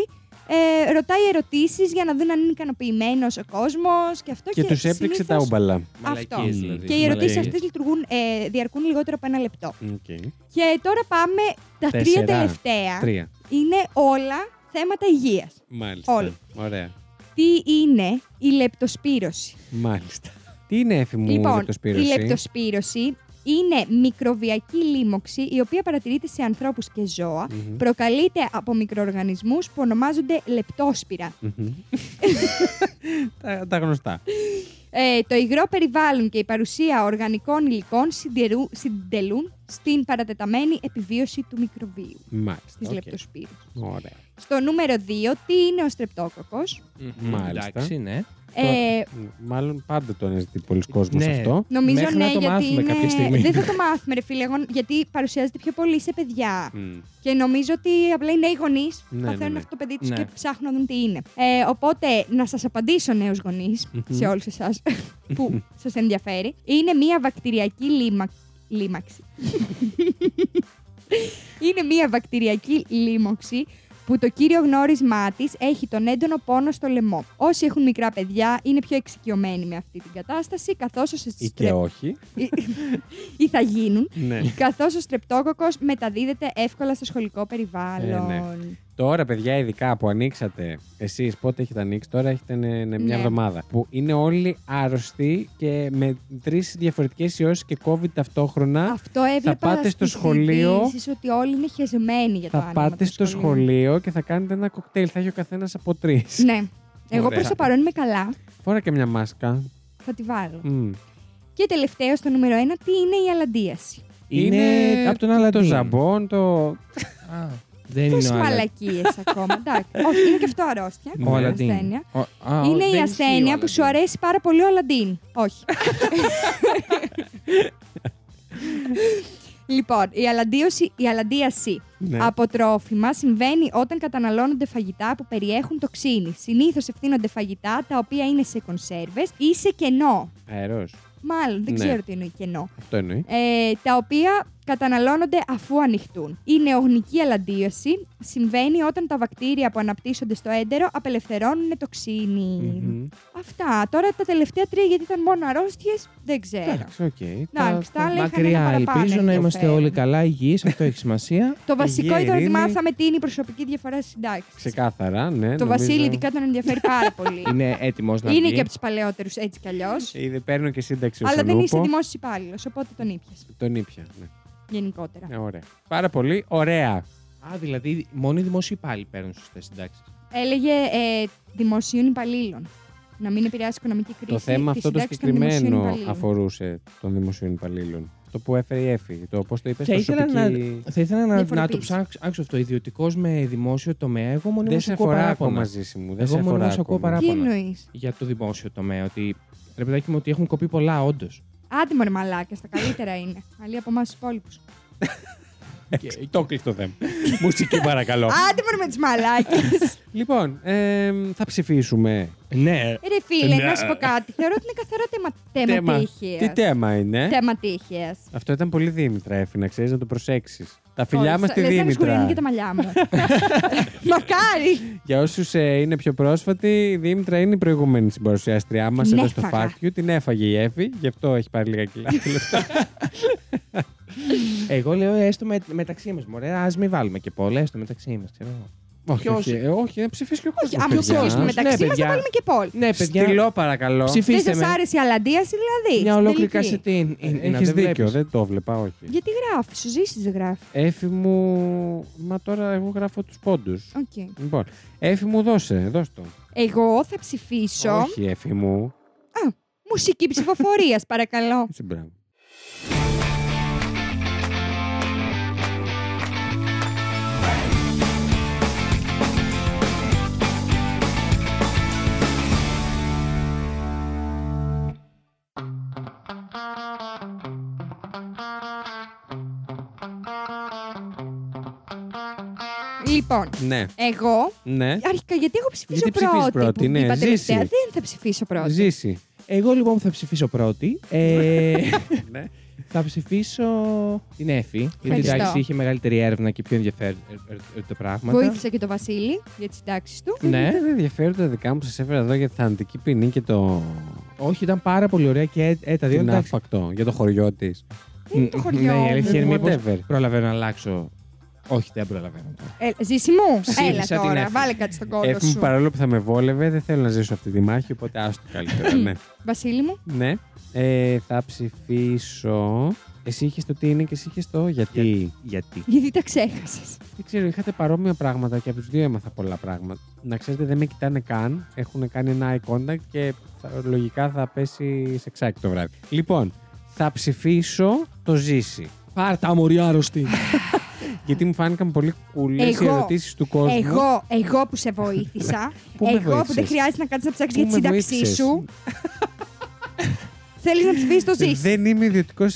Speaker 1: ε, ρωτάει ερωτήσεις για να δουν αν είναι ικανοποιημένος ο κόσμος και αυτό.
Speaker 2: Και τους έπληξε τα
Speaker 1: συνήθως-
Speaker 2: ούμπαλα.
Speaker 3: Μαλακίες,
Speaker 1: αυτό.
Speaker 3: δηλαδή.
Speaker 1: Και οι ερωτήσεις
Speaker 3: Μαλακίες.
Speaker 1: αυτές λειτουργούν, ε, διαρκούν λιγότερο από ένα λεπτό.
Speaker 2: Οκ.
Speaker 1: Και τώρα πάμε τα τρία
Speaker 2: Τέσσερα.
Speaker 1: τελευταία.
Speaker 2: Τρία.
Speaker 1: Είναι όλα θέματα υγείας.
Speaker 2: Μάλιστα.
Speaker 1: Όλοι.
Speaker 2: Ωραία.
Speaker 1: Τι είναι η λεπτοσπύρωση.
Speaker 2: Μάλιστα. Τι είναι έφη μου η
Speaker 1: λοιπόν, η
Speaker 2: λεπτοσπήρωση.
Speaker 1: λεπτοσπύρωση είναι μικροβιακή λίμωξη η οποία παρατηρείται σε ανθρώπους και ζωα
Speaker 2: Μμμ.
Speaker 1: Προκαλείται από μικροοργανισμούς που ονομάζονται λεπτόσπυρα.
Speaker 2: Μμμ. τα, τα γνωστά.
Speaker 1: Ε, το υγρό περιβάλλον και η παρουσία οργανικών υλικών συντηρού- συντελούν στην παρατεταμένη επιβίωση του μικροβίου
Speaker 2: Μάλιστα.
Speaker 1: της
Speaker 2: οκ.
Speaker 1: λεπτοσπύρωσης.
Speaker 2: Ωραία.
Speaker 1: Στο νούμερο 2, τι είναι ο στρεπτόκοκος.
Speaker 2: Μάλιστα.
Speaker 3: Εντάξει, ναι.
Speaker 1: Ε,
Speaker 2: Το- μάλλον πάντα το αναζητεί πολλοί κόσμο
Speaker 3: Ναι.
Speaker 2: αυτό.
Speaker 1: Νομίζω
Speaker 3: Μέχρι
Speaker 1: ναι,
Speaker 3: να το
Speaker 1: γιατί
Speaker 3: μάθουμε
Speaker 1: είναι...
Speaker 3: κάποια στιγμή.
Speaker 1: Δεν θα το μάθουμε, ρε φίλε, εγώ- γιατί παρουσιάζεται πιο πολύ σε παιδιά.
Speaker 2: Μμ.
Speaker 1: Και νομίζω ότι απλά είναι οι γονείς που
Speaker 2: Ναι,
Speaker 1: παθαίνουν
Speaker 2: ναι, ναι.
Speaker 1: αυτό το παιδί τους
Speaker 3: Ναι.
Speaker 1: και ψάχνουν να δουν τι είναι. Ε, οπότε, να σας απαντήσω, νέους γονείς, σε όλους εσάς που σας ενδιαφέρει, είναι μία βακτηριακή λίμα... λίμαξη. είναι μία βακτηριακή λίμωξη που το κύριο γνώρισμά της έχει τον έντονο πόνο στο λαιμό. Όσοι έχουν μικρά παιδιά είναι πιο εξοικειωμένοι με αυτή την κατάσταση, καθώς
Speaker 2: Ή και όχι.
Speaker 1: ή θα γίνουν.
Speaker 2: ναι.
Speaker 1: Καθώς ο στρεπτόκοκος μεταδίδεται εύκολα στο σχολικό περιβάλλον.
Speaker 2: Ε, Τώρα, παιδιά, ειδικά που ανοίξατε, εσείς πότε έχετε ανοίξει, τώρα έχετε ε, ε, μια
Speaker 1: Ναι.
Speaker 2: εβδομάδα. Που είναι όλοι άρρωστοι και με τρεις διαφορετικές ιώσεις και COVID ταυτόχρονα.
Speaker 1: Αυτό έβλεπα
Speaker 2: πάτε στο σχολείο-
Speaker 1: ειδήσεις ότι όλοι είναι χεσμένοι για το
Speaker 2: θα
Speaker 1: άνοιγμα
Speaker 2: πάτε
Speaker 1: του
Speaker 2: στο
Speaker 1: σχολείου.
Speaker 2: σχολείο και θα κάνετε ένα κοκτέιλ. Θα έχει ο καθένας από τρεις.
Speaker 1: Ναι. Εγώ
Speaker 2: Ωραία.
Speaker 1: προς το παρόν είμαι καλά.
Speaker 2: Φορά και μια μάσκα.
Speaker 1: Θα τη βάλω.
Speaker 2: Μμ.
Speaker 1: Και τελευταίο, στο νούμερο 1, τι είναι η αλαντίαση.
Speaker 3: Είναι, από τον Αλαντίν.
Speaker 2: Το ζαμπόν, το.
Speaker 3: Α, δεν είναι
Speaker 1: Τόσε
Speaker 3: ο Αλαντίν.
Speaker 1: μαλακίες ακόμα. Εντάξει. Όχι, είναι και αυτό αρρώστια.
Speaker 2: Ο
Speaker 1: είναι
Speaker 2: Αλαντίν.
Speaker 1: ασθένεια.
Speaker 3: Ο- α, ο-
Speaker 1: Είναι
Speaker 3: δεν
Speaker 1: η
Speaker 3: ισχύει ο
Speaker 1: ασθένεια που
Speaker 3: Αλαντίν.
Speaker 1: σου αρέσει πάρα πολύ ο Αλαντίν. Όχι. λοιπόν, η αλαντίωση, η αλαντίαση
Speaker 2: Ναι.
Speaker 1: από τρόφιμα συμβαίνει όταν καταναλώνονται φαγητά που περιέχουν τοξίνη. Συνήθως ευθύνονται φαγητά τα οποία είναι σε κονσέρβες ή σε κενό.
Speaker 2: Αερός.
Speaker 1: Μάλλον, δεν
Speaker 2: Ναι.
Speaker 1: ξέρω τι εννοεί κενό.
Speaker 2: Αυτό εννοεί.
Speaker 1: Ε, τα οποία καταναλώνονται αφού ανοιχτούν. Η νεογνική αλαντίωση συμβαίνει όταν τα βακτήρια που αναπτύσσονται στο έντερο απελευθερώνουν τοξίνη.
Speaker 2: Μμμ.
Speaker 1: Αυτά. Τώρα τα τελευταία τρία γιατί ήταν μόνο αρρώστιες, δεν ξέρω.
Speaker 2: Εντάξει, οκ.
Speaker 1: Εντάξει, τα άλλα είχαν ένα
Speaker 3: Μακριά,
Speaker 1: παραπάνω
Speaker 3: ελπίζω να είμαστε
Speaker 1: ενδιαφέρον.
Speaker 3: όλοι καλά, υγιείς, αυτό έχει σημασία.
Speaker 1: Το βασικό ήταν ότι
Speaker 2: ειρήνη.
Speaker 1: μάθαμε τι είναι η προσωπική διαφορά στις συντάξεις.
Speaker 2: Ξεκάθαρα, ναι.
Speaker 1: Το Βασίλη ειδικά τον ενδιαφέρει πάρα πολύ.
Speaker 3: Ε, Είναι έτοιμος να
Speaker 1: είναι
Speaker 3: βγει.
Speaker 1: και από τους παλαιότερους έτσι κι αλλιώς.
Speaker 2: Ήδη Ε, παίρνω και σύνταξη ω
Speaker 1: Αλλά δεν είσαι δημόσιος υπάλληλος, οπότε τον ήπιασε
Speaker 2: Τον ήπια. Ναι.
Speaker 1: γενικότερα.
Speaker 2: Ε, ωραία. Πάρα πολύ ωραία.
Speaker 3: Α, δηλαδή, μόνο οι δημόσιοι υπάλληλοι παίρνουν σωστές συντάξεις.
Speaker 1: Έλεγε ε, δημοσίων υπαλλήλων. Να μην επηρεάσει η οικονομική κρίση.
Speaker 2: το θέμα
Speaker 1: τη
Speaker 2: αυτό το
Speaker 1: σύνταξη των δημοσίων
Speaker 2: συγκεκριμένο
Speaker 1: υπαλλήλων.
Speaker 2: αφορούσε των δημοσίων υπαλλήλων. Το που έφερε η Εφη. Το πώς το είπες
Speaker 3: Θα ήθελα, να,
Speaker 2: προσωπική...
Speaker 3: θα ήθελα να, να το
Speaker 1: Διαφοροποίηση.
Speaker 3: ψάξω άκουσα αυτό. Ιδιωτικός με δημόσιο τομέα. Εγώ μόνο
Speaker 2: Δεν σε
Speaker 3: ακούω
Speaker 2: αφορά ακόμα
Speaker 3: παράπονα.
Speaker 2: ζήση μου. Δεν
Speaker 3: Εγώ
Speaker 2: σε
Speaker 3: μόνο
Speaker 2: αφορά
Speaker 3: σε ακούω
Speaker 2: ακόμα.
Speaker 1: Τι
Speaker 3: παράπονα.
Speaker 1: εννοείς.
Speaker 3: Για το δημόσιο τομέα. Ότι ρε παιδάκι μου, ότι έχουν κοπεί πολλά, όντως.
Speaker 1: Άντε μωρέ μαλάκες, τα καλύτερα είναι. Αλλή από εμάς τους υπόλοιπους.
Speaker 2: Και- Το κλειστό θέμα. Μουσική παρακαλώ.
Speaker 1: Άντε μωρέ με τις μαλάκες.
Speaker 2: Λοιπόν, ε, θα ψηφίσουμε.
Speaker 3: Ναι.
Speaker 1: Ρε φίλε,
Speaker 2: Ναι.
Speaker 1: να σου πω κάτι. Θεωρώ ότι είναι καθαρό θέμα,
Speaker 2: Τέμα.
Speaker 1: θέμα
Speaker 2: Τι ε?
Speaker 1: τύχεια.
Speaker 2: θέμα είναι.
Speaker 1: Θέμα τύχειας.
Speaker 2: Αυτό ήταν πολύ Δήμητρα, Εφη, να ξέρεις να το προσέξεις. Τα φιλιά μα στη
Speaker 1: Λες να
Speaker 2: Δήμητρα.
Speaker 1: σκουρίνει και τα μαλλιά μου. Μακάρι.
Speaker 2: Για όσους ε, είναι πιο πρόσφατοι, η Δήμητρα είναι η προηγούμενη συμπαρουσιάστριά μας
Speaker 1: Την
Speaker 2: εδώ στο
Speaker 1: έφαγα.
Speaker 2: Fact You. Την έφαγε η Εφη, γι' αυτό έχει πάρει λίγα κιλά.
Speaker 3: Εγώ λέω «Ε, έστω με, μεταξύ μας. Μωρέ, ας μην βάλουμε και πολλά, έστω μεταξύ μας.
Speaker 2: όχι,
Speaker 3: Ποιος?
Speaker 2: όχι, ε, όχι, Ναι, να ψηφίσεις και ο
Speaker 1: Όχι,
Speaker 2: κόσμος.
Speaker 1: άμα ψηφίσουμε μεταξύ μας, θα
Speaker 3: παιδιά.
Speaker 1: βάλουμε και πόλ.
Speaker 3: Ναι, παιδιά.
Speaker 2: Στυλό, παρακαλώ.
Speaker 1: Δεν
Speaker 3: Ψηφίστε
Speaker 1: σα
Speaker 3: με.
Speaker 1: άρεσε η αλαντίαση, δηλαδή.
Speaker 3: Μια
Speaker 1: στην
Speaker 3: ολόκληρη
Speaker 1: τελική.
Speaker 3: κασετή.
Speaker 2: Έχει ε, δίκιο, δεν το βλέπα, όχι.
Speaker 1: Γιατί γράφεις, ο Ζήση δεν γράφεις.
Speaker 2: Έφη μου. Μα τώρα εγώ γράφω τους πόντους.
Speaker 1: Οκ.
Speaker 2: Λοιπόν, Έφη μου, δώσε, δώσ' το.
Speaker 1: Εγώ θα ψηφίσω
Speaker 2: Όχι, Έφη μου.
Speaker 1: μουσική ψηφοφορίας, παρακαλώ.
Speaker 2: Έτσι, μπράβο.
Speaker 1: Λοιπόν,
Speaker 2: Ναι.
Speaker 1: εγώ
Speaker 2: Ναι.
Speaker 1: αρχικά γιατί έχω ψηφίσει
Speaker 2: Γιατί ψηφίζεις
Speaker 1: πρώτη.
Speaker 2: πρώτη,
Speaker 1: που
Speaker 2: ναι,
Speaker 1: είπα τελευταία,
Speaker 2: ζήσει.
Speaker 1: δεν θα ψηφίσω πρώτη.
Speaker 2: Ζήσει.
Speaker 3: Εγώ λοιπόν θα ψηφίσω πρώτη. Ε,
Speaker 2: ναι.
Speaker 3: θα ψηφίσω την Εφη. Γιατί
Speaker 1: Ευχαριστώ.
Speaker 3: εντάξει είχε μεγαλύτερη έρευνα και πιο ενδιαφέροντα ε, ε, τα πράγματα.
Speaker 1: Βοήθησε και το Βασίλη για τις συντάξεις του.
Speaker 3: Ναι.
Speaker 2: Ήταν ενδιαφέροντα δικά μου που σας έφερα εδώ για τη θανατική ποινή και το.
Speaker 3: Όχι, ήταν πάρα πολύ ωραία και ε, ε, τα δύο
Speaker 2: την
Speaker 3: εντάξει.
Speaker 2: άφακτο. Για το χωριό της.
Speaker 1: Είναι το χωριό.
Speaker 3: Ναι, η αλήθεια είναι
Speaker 2: Whatever.
Speaker 3: μήπως προλαβαίνω να αλλάξω. Όχι, δεν προλαβαίνω.
Speaker 1: Ε, ζήσει μου, έλα
Speaker 3: την
Speaker 1: τώρα,
Speaker 3: Εύη.
Speaker 1: βάλε κάτι στον κόλλο
Speaker 2: Έφη μου
Speaker 1: σου.
Speaker 2: παρόλο που θα με βόλευε, δεν θέλω να ζήσω αυτή τη μάχη, οπότε άστο καλύτερα. ναι.
Speaker 1: Βασίλη μου,
Speaker 2: ναι. Ε, θα ψηφίσω. Εσύ είχες το τι είναι και εσύ είχες το γιατί.
Speaker 3: Γιατί.
Speaker 1: γιατί τα ξέχασες.
Speaker 2: Δεν ξέρω, είχατε παρόμοια πράγματα και από τους δύο έμαθα πολλά πράγματα. Να ξέρετε, δεν με κοιτάνε καν. Έχουν κάνει ένα eye contact και θα- λογικά θα πέσει σε ξάκι το βράδυ. Λοιπόν, θα ψηφίσω το ζήσει.
Speaker 3: Πάρτα, αμορή άρρωστη.
Speaker 2: Γιατί μου φάνηκαν πολύ κουλές οι
Speaker 1: Εγώ.
Speaker 2: ερωτήσεις του κόσμου.
Speaker 1: Εγώ, εγώ που σε βοήθησα,
Speaker 2: Πού με
Speaker 1: εγώ που δεν
Speaker 2: βοήθησες?
Speaker 1: χρειάζεται να κάτσει να ψάξεις
Speaker 2: Πού
Speaker 1: για τη
Speaker 2: με
Speaker 1: σύνταξή
Speaker 2: βοήθησες?
Speaker 1: σου. Θέλεις να ψηφίσει το ζήσει.
Speaker 2: Δεν είμαι ιδιωτικός,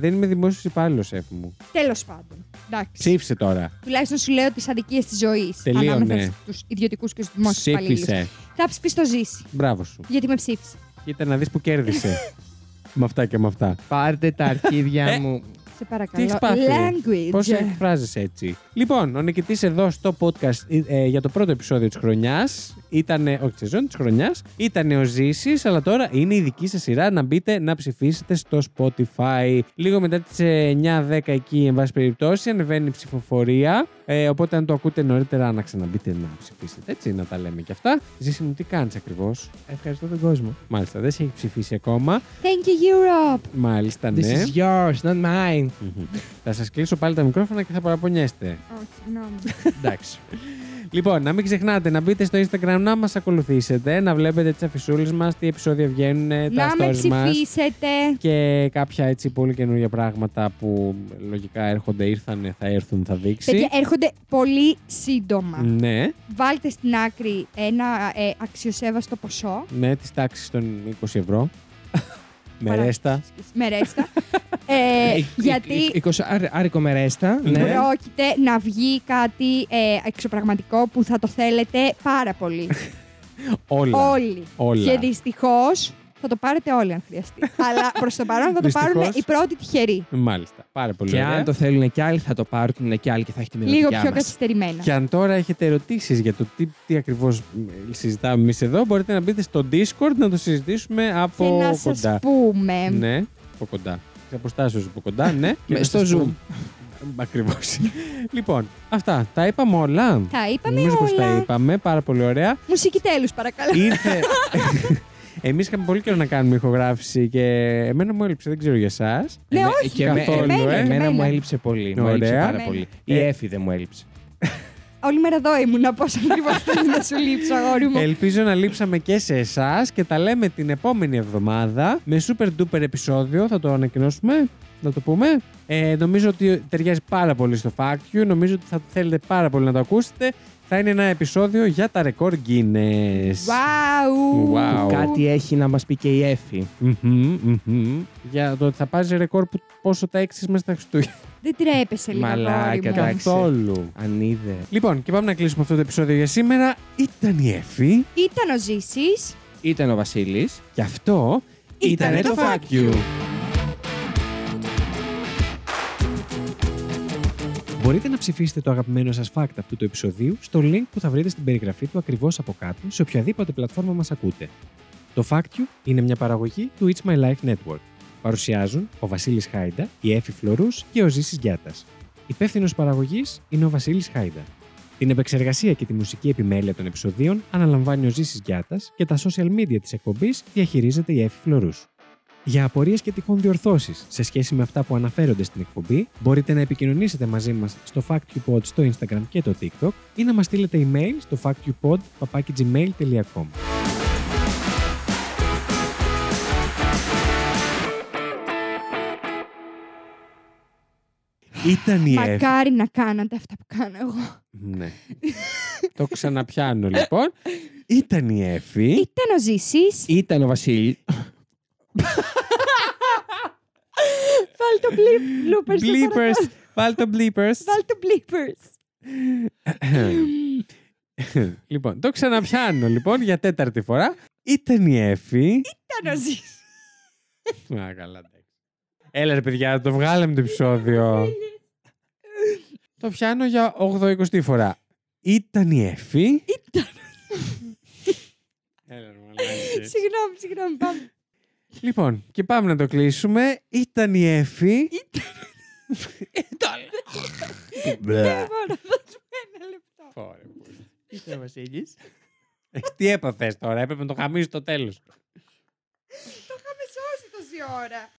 Speaker 2: δεν είμαι δημόσιος υπάλληλος, έφη μου.
Speaker 1: Τέλος πάντων. Εντάξει.
Speaker 2: Ψήφισε τώρα.
Speaker 1: Τουλάχιστον σου λέω τις αδικίες της ζωής.
Speaker 2: Τελείωνε.
Speaker 1: Στους ιδιωτικούς και στους δημόσιους υπαλλήλου.
Speaker 2: Ψήφισε.
Speaker 1: Θα ψηφίσει το ζήσει.
Speaker 2: Μπράβο σου.
Speaker 1: Γιατί με ψήφισε.
Speaker 2: Κοίτα να δεις που κέρδισε. με αυτά και με αυτά.
Speaker 3: Πάρτε τα
Speaker 2: Ε.
Speaker 3: αρχίδια μου.
Speaker 1: Σε
Speaker 2: Τι
Speaker 1: παρακαλώ.
Speaker 2: έχεις πάθει.
Speaker 1: Language.
Speaker 2: Πώς εκφράζεσαι έτσι. Λοιπόν, ο νικητής εδώ στο podcast ε, ε, για το πρώτο επεισόδιο της χρονιάς ήταν. Όχι, της σεζόν της χρονιάς. Ήταν ο Ζήσης, αλλά τώρα είναι η δική σας σειρά να μπείτε να ψηφίσετε στο Spotify. Λίγο μετά τις 9-10 εκεί, εν πάση περιπτώσει, ανεβαίνει η ψηφοφορία. Ε, οπότε, αν το ακούτε νωρίτερα, να ξαναμπείτε να ψηφίσετε. Έτσι, να τα λέμε και αυτά. Ζήση μου, τι κάνεις ακριβώς.
Speaker 3: Ευχαριστώ τον κόσμο.
Speaker 2: Μάλιστα, δεν σε έχει ψηφίσει ακόμα.
Speaker 1: Thank you, Europe.
Speaker 2: Μάλιστα,
Speaker 3: This
Speaker 2: ναι.
Speaker 3: is yours, not mine.
Speaker 2: Μμμ. Θα σας κλείσω πάλι τα μικρόφωνα και θα παραπονιέστε.
Speaker 1: Όχι, συγγνώμη.
Speaker 2: Εντάξει. λοιπόν, να μην ξεχνάτε να μπείτε στο Instagram να μας ακολουθήσετε, να βλέπετε τις αφισούλες μας, τι επεισόδια βγαίνουν, Ε, τα
Speaker 1: Να με
Speaker 2: stories μας
Speaker 1: ψηφίσετε.
Speaker 2: και κάποια έτσι πολύ καινούργια πράγματα που λογικά έρχονται, ήρθανε, θα έρθουν, θα δείξει.
Speaker 1: Παιδιά, έρχονται πολύ σύντομα.
Speaker 2: Ναι,
Speaker 1: Βάλτε στην άκρη ένα ε, αξιοσέβαστο ποσό.
Speaker 2: ναι, της τάξης των 20 ευρώ. Με
Speaker 1: Παρά-
Speaker 2: ρέστα.
Speaker 1: Με ρέστα. ε, γιατί
Speaker 3: Άρικο με ρέστα. Ναι.
Speaker 2: Ναι.
Speaker 1: πρόκειται να βγει κάτι ε, εξωπραγματικό που θα το θέλετε πάρα πολύ.
Speaker 2: Όλα.
Speaker 1: όλοι.
Speaker 2: Όλα.
Speaker 1: Και δυστυχώς θα το πάρετε όλοι αν χρειαστεί. Αλλά προς το παρόν θα το
Speaker 2: Δυστυχώς.
Speaker 1: πάρουν οι πρώτοι τυχεροί.
Speaker 2: Μάλιστα. Πάρα πολύ
Speaker 3: Και
Speaker 2: ωραία.
Speaker 3: αν το θέλουν κι άλλοι, θα το πάρουν κι άλλοι και θα έχει τη
Speaker 1: Λίγο
Speaker 3: μυρωδιά
Speaker 1: πιο
Speaker 3: μας.
Speaker 1: καθυστερημένα.
Speaker 2: Και αν τώρα έχετε ερωτήσεις για το τι, τι ακριβώς ε, συζητάμε εμείς εδώ, μπορείτε να μπείτε στο Discord να το συζητήσουμε από
Speaker 1: Και να
Speaker 2: κοντά.
Speaker 1: σας πούμε.
Speaker 2: Ναι, από κοντά. Σε αποστάσεως από κοντά, ναι. Και
Speaker 3: Με-
Speaker 2: να
Speaker 3: στο
Speaker 2: σας
Speaker 3: Zoom.
Speaker 2: πω- Ακριβώς. λοιπόν, αυτά. Τα είπαμε όλα.
Speaker 1: Τα είπαμε
Speaker 2: Νομίζω πως τα
Speaker 1: όλα.
Speaker 2: είπαμε. Πάρα πολύ ωραία.
Speaker 1: Μουσική τέλους, παρακαλώ.
Speaker 2: Ήρθε. Εμείς είχαμε πολύ καιρό να κάνουμε ηχογράφηση και εμένα μου έλειψε, δεν ξέρω για εσάς.
Speaker 1: Ναι,
Speaker 3: Εμέ-
Speaker 1: όχι.
Speaker 3: και εμέ-
Speaker 2: καθόλου,
Speaker 1: εμένα,
Speaker 2: ε.
Speaker 3: Εμένα μου
Speaker 1: εμένα.
Speaker 3: έλειψε πολύ. Μου έλειψε
Speaker 2: Ωραία.
Speaker 3: πάρα
Speaker 1: Εμένα.
Speaker 3: πολύ. Η
Speaker 2: Ε,
Speaker 3: Εφη δεν μου έλειψε.
Speaker 1: Όλη μέρα εδώ ήμουν. Πώ ακριβώ θέλει να σου λείψω, αγόρι μου.
Speaker 2: Ελπίζω να λείψαμε και σε εσάς και τα λέμε την επόμενη εβδομάδα με super duper επεισόδιο. Θα το ανακοινώσουμε, να το πούμε. Ε, νομίζω ότι ταιριάζει πάρα πολύ στο Fact You. Νομίζω ότι θα θέλετε πάρα πολύ να το ακούσετε. Θα είναι ένα επεισόδιο για τα ρεκόρ
Speaker 1: Wow.
Speaker 2: Guinness. Wow.
Speaker 3: Κάτι έχει να μας πει και η Εφη.
Speaker 2: Μμμ, μμμ. Για το ότι θα πάρεις ρεκόρ που πόσο τα έξι μέσα στα Χριστούγεννα.
Speaker 1: Δεν τρέπεσαι λίγο,
Speaker 3: Μαλάκα,
Speaker 1: αγόρι μου.
Speaker 3: εντάξει.
Speaker 2: Καθόλου.
Speaker 3: Αν είδε.
Speaker 2: Λοιπόν, και πάμε να κλείσουμε αυτό το επεισόδιο για σήμερα. Ήταν η Εφη.
Speaker 1: Ήταν ο Ζήσης.
Speaker 3: Ήταν ο Βασίλης.
Speaker 2: Γι' αυτό
Speaker 1: Ήτανε το Fact You.
Speaker 2: Μπορείτε να ψηφίσετε το αγαπημένο σας fact αυτού του επεισοδίου στο link που θα βρείτε στην περιγραφή του ακριβώς από κάτω σε οποιαδήποτε πλατφόρμα μας ακούτε. Το Fact You είναι μια παραγωγή του It's My Life Network. Παρουσιάζουν ο Βασίλης Χάιντα, η Έφη Φλωρούς και ο Ζήσης Γιάτας. Υπεύθυνος παραγωγής είναι ο Βασίλης Χάιντα. Την επεξεργασία και τη μουσική επιμέλεια των επεισοδίων αναλαμβάνει ο Ζήσης Γιάτας και τα social media της εκπομπής διαχειρίζεται η Εφη Φλωρούς. Για απορίες και τυχόν διορθώσεις σε σχέση με αυτά που αναφέρονται στην εκπομπή, μπορείτε να επικοινωνήσετε μαζί μας στο FactQpod στο Instagram και το TikTok ή να μας στείλετε email στο factqpod.gmail.com Ήταν η Εύη.
Speaker 1: Μακάρι να κάνατε αυτά που κάνω εγώ.
Speaker 2: Ναι. το ξαναπιάνω λοιπόν. Ήταν η Εφη.
Speaker 1: Ήταν ο Ζήσης.
Speaker 3: Ήταν ο Βασίλη.
Speaker 1: Βάλ το bleep- bloopers. σε παρακαλώ.
Speaker 2: Bleepers. Βάλ το bleepers.
Speaker 1: Βάλ το bloopers.
Speaker 2: λοιπόν, το ξαναπιάνω λοιπόν για τέταρτη φορά. Ήταν η Εφη.
Speaker 1: Ήταν ο Ζης.
Speaker 2: Α, καλά, εντάξει. Έλα, ρε παιδιά, το βγάλαμε το επεισόδιο. το πιάνω για 80η φορά. Ήταν η Εφη.
Speaker 1: Ήταν.
Speaker 2: Έλα, ρε, μαλάκι.
Speaker 1: Συγγνώμη, συγγνώμη, πάμε.
Speaker 2: λοιπόν, και πάμε να το κλείσουμε. Ήταν η Εφη.
Speaker 1: Δεν μπορώ να δώσω Ε, ένα λεπτό.
Speaker 2: Ωραία, πώς.
Speaker 3: Ήταν ο Βασίλης.
Speaker 2: Ε, Τι έπαθες τώρα, έπρεπε να το χαμίσει το τέλος.
Speaker 1: Το είχαμε σώσει τόση ώρα.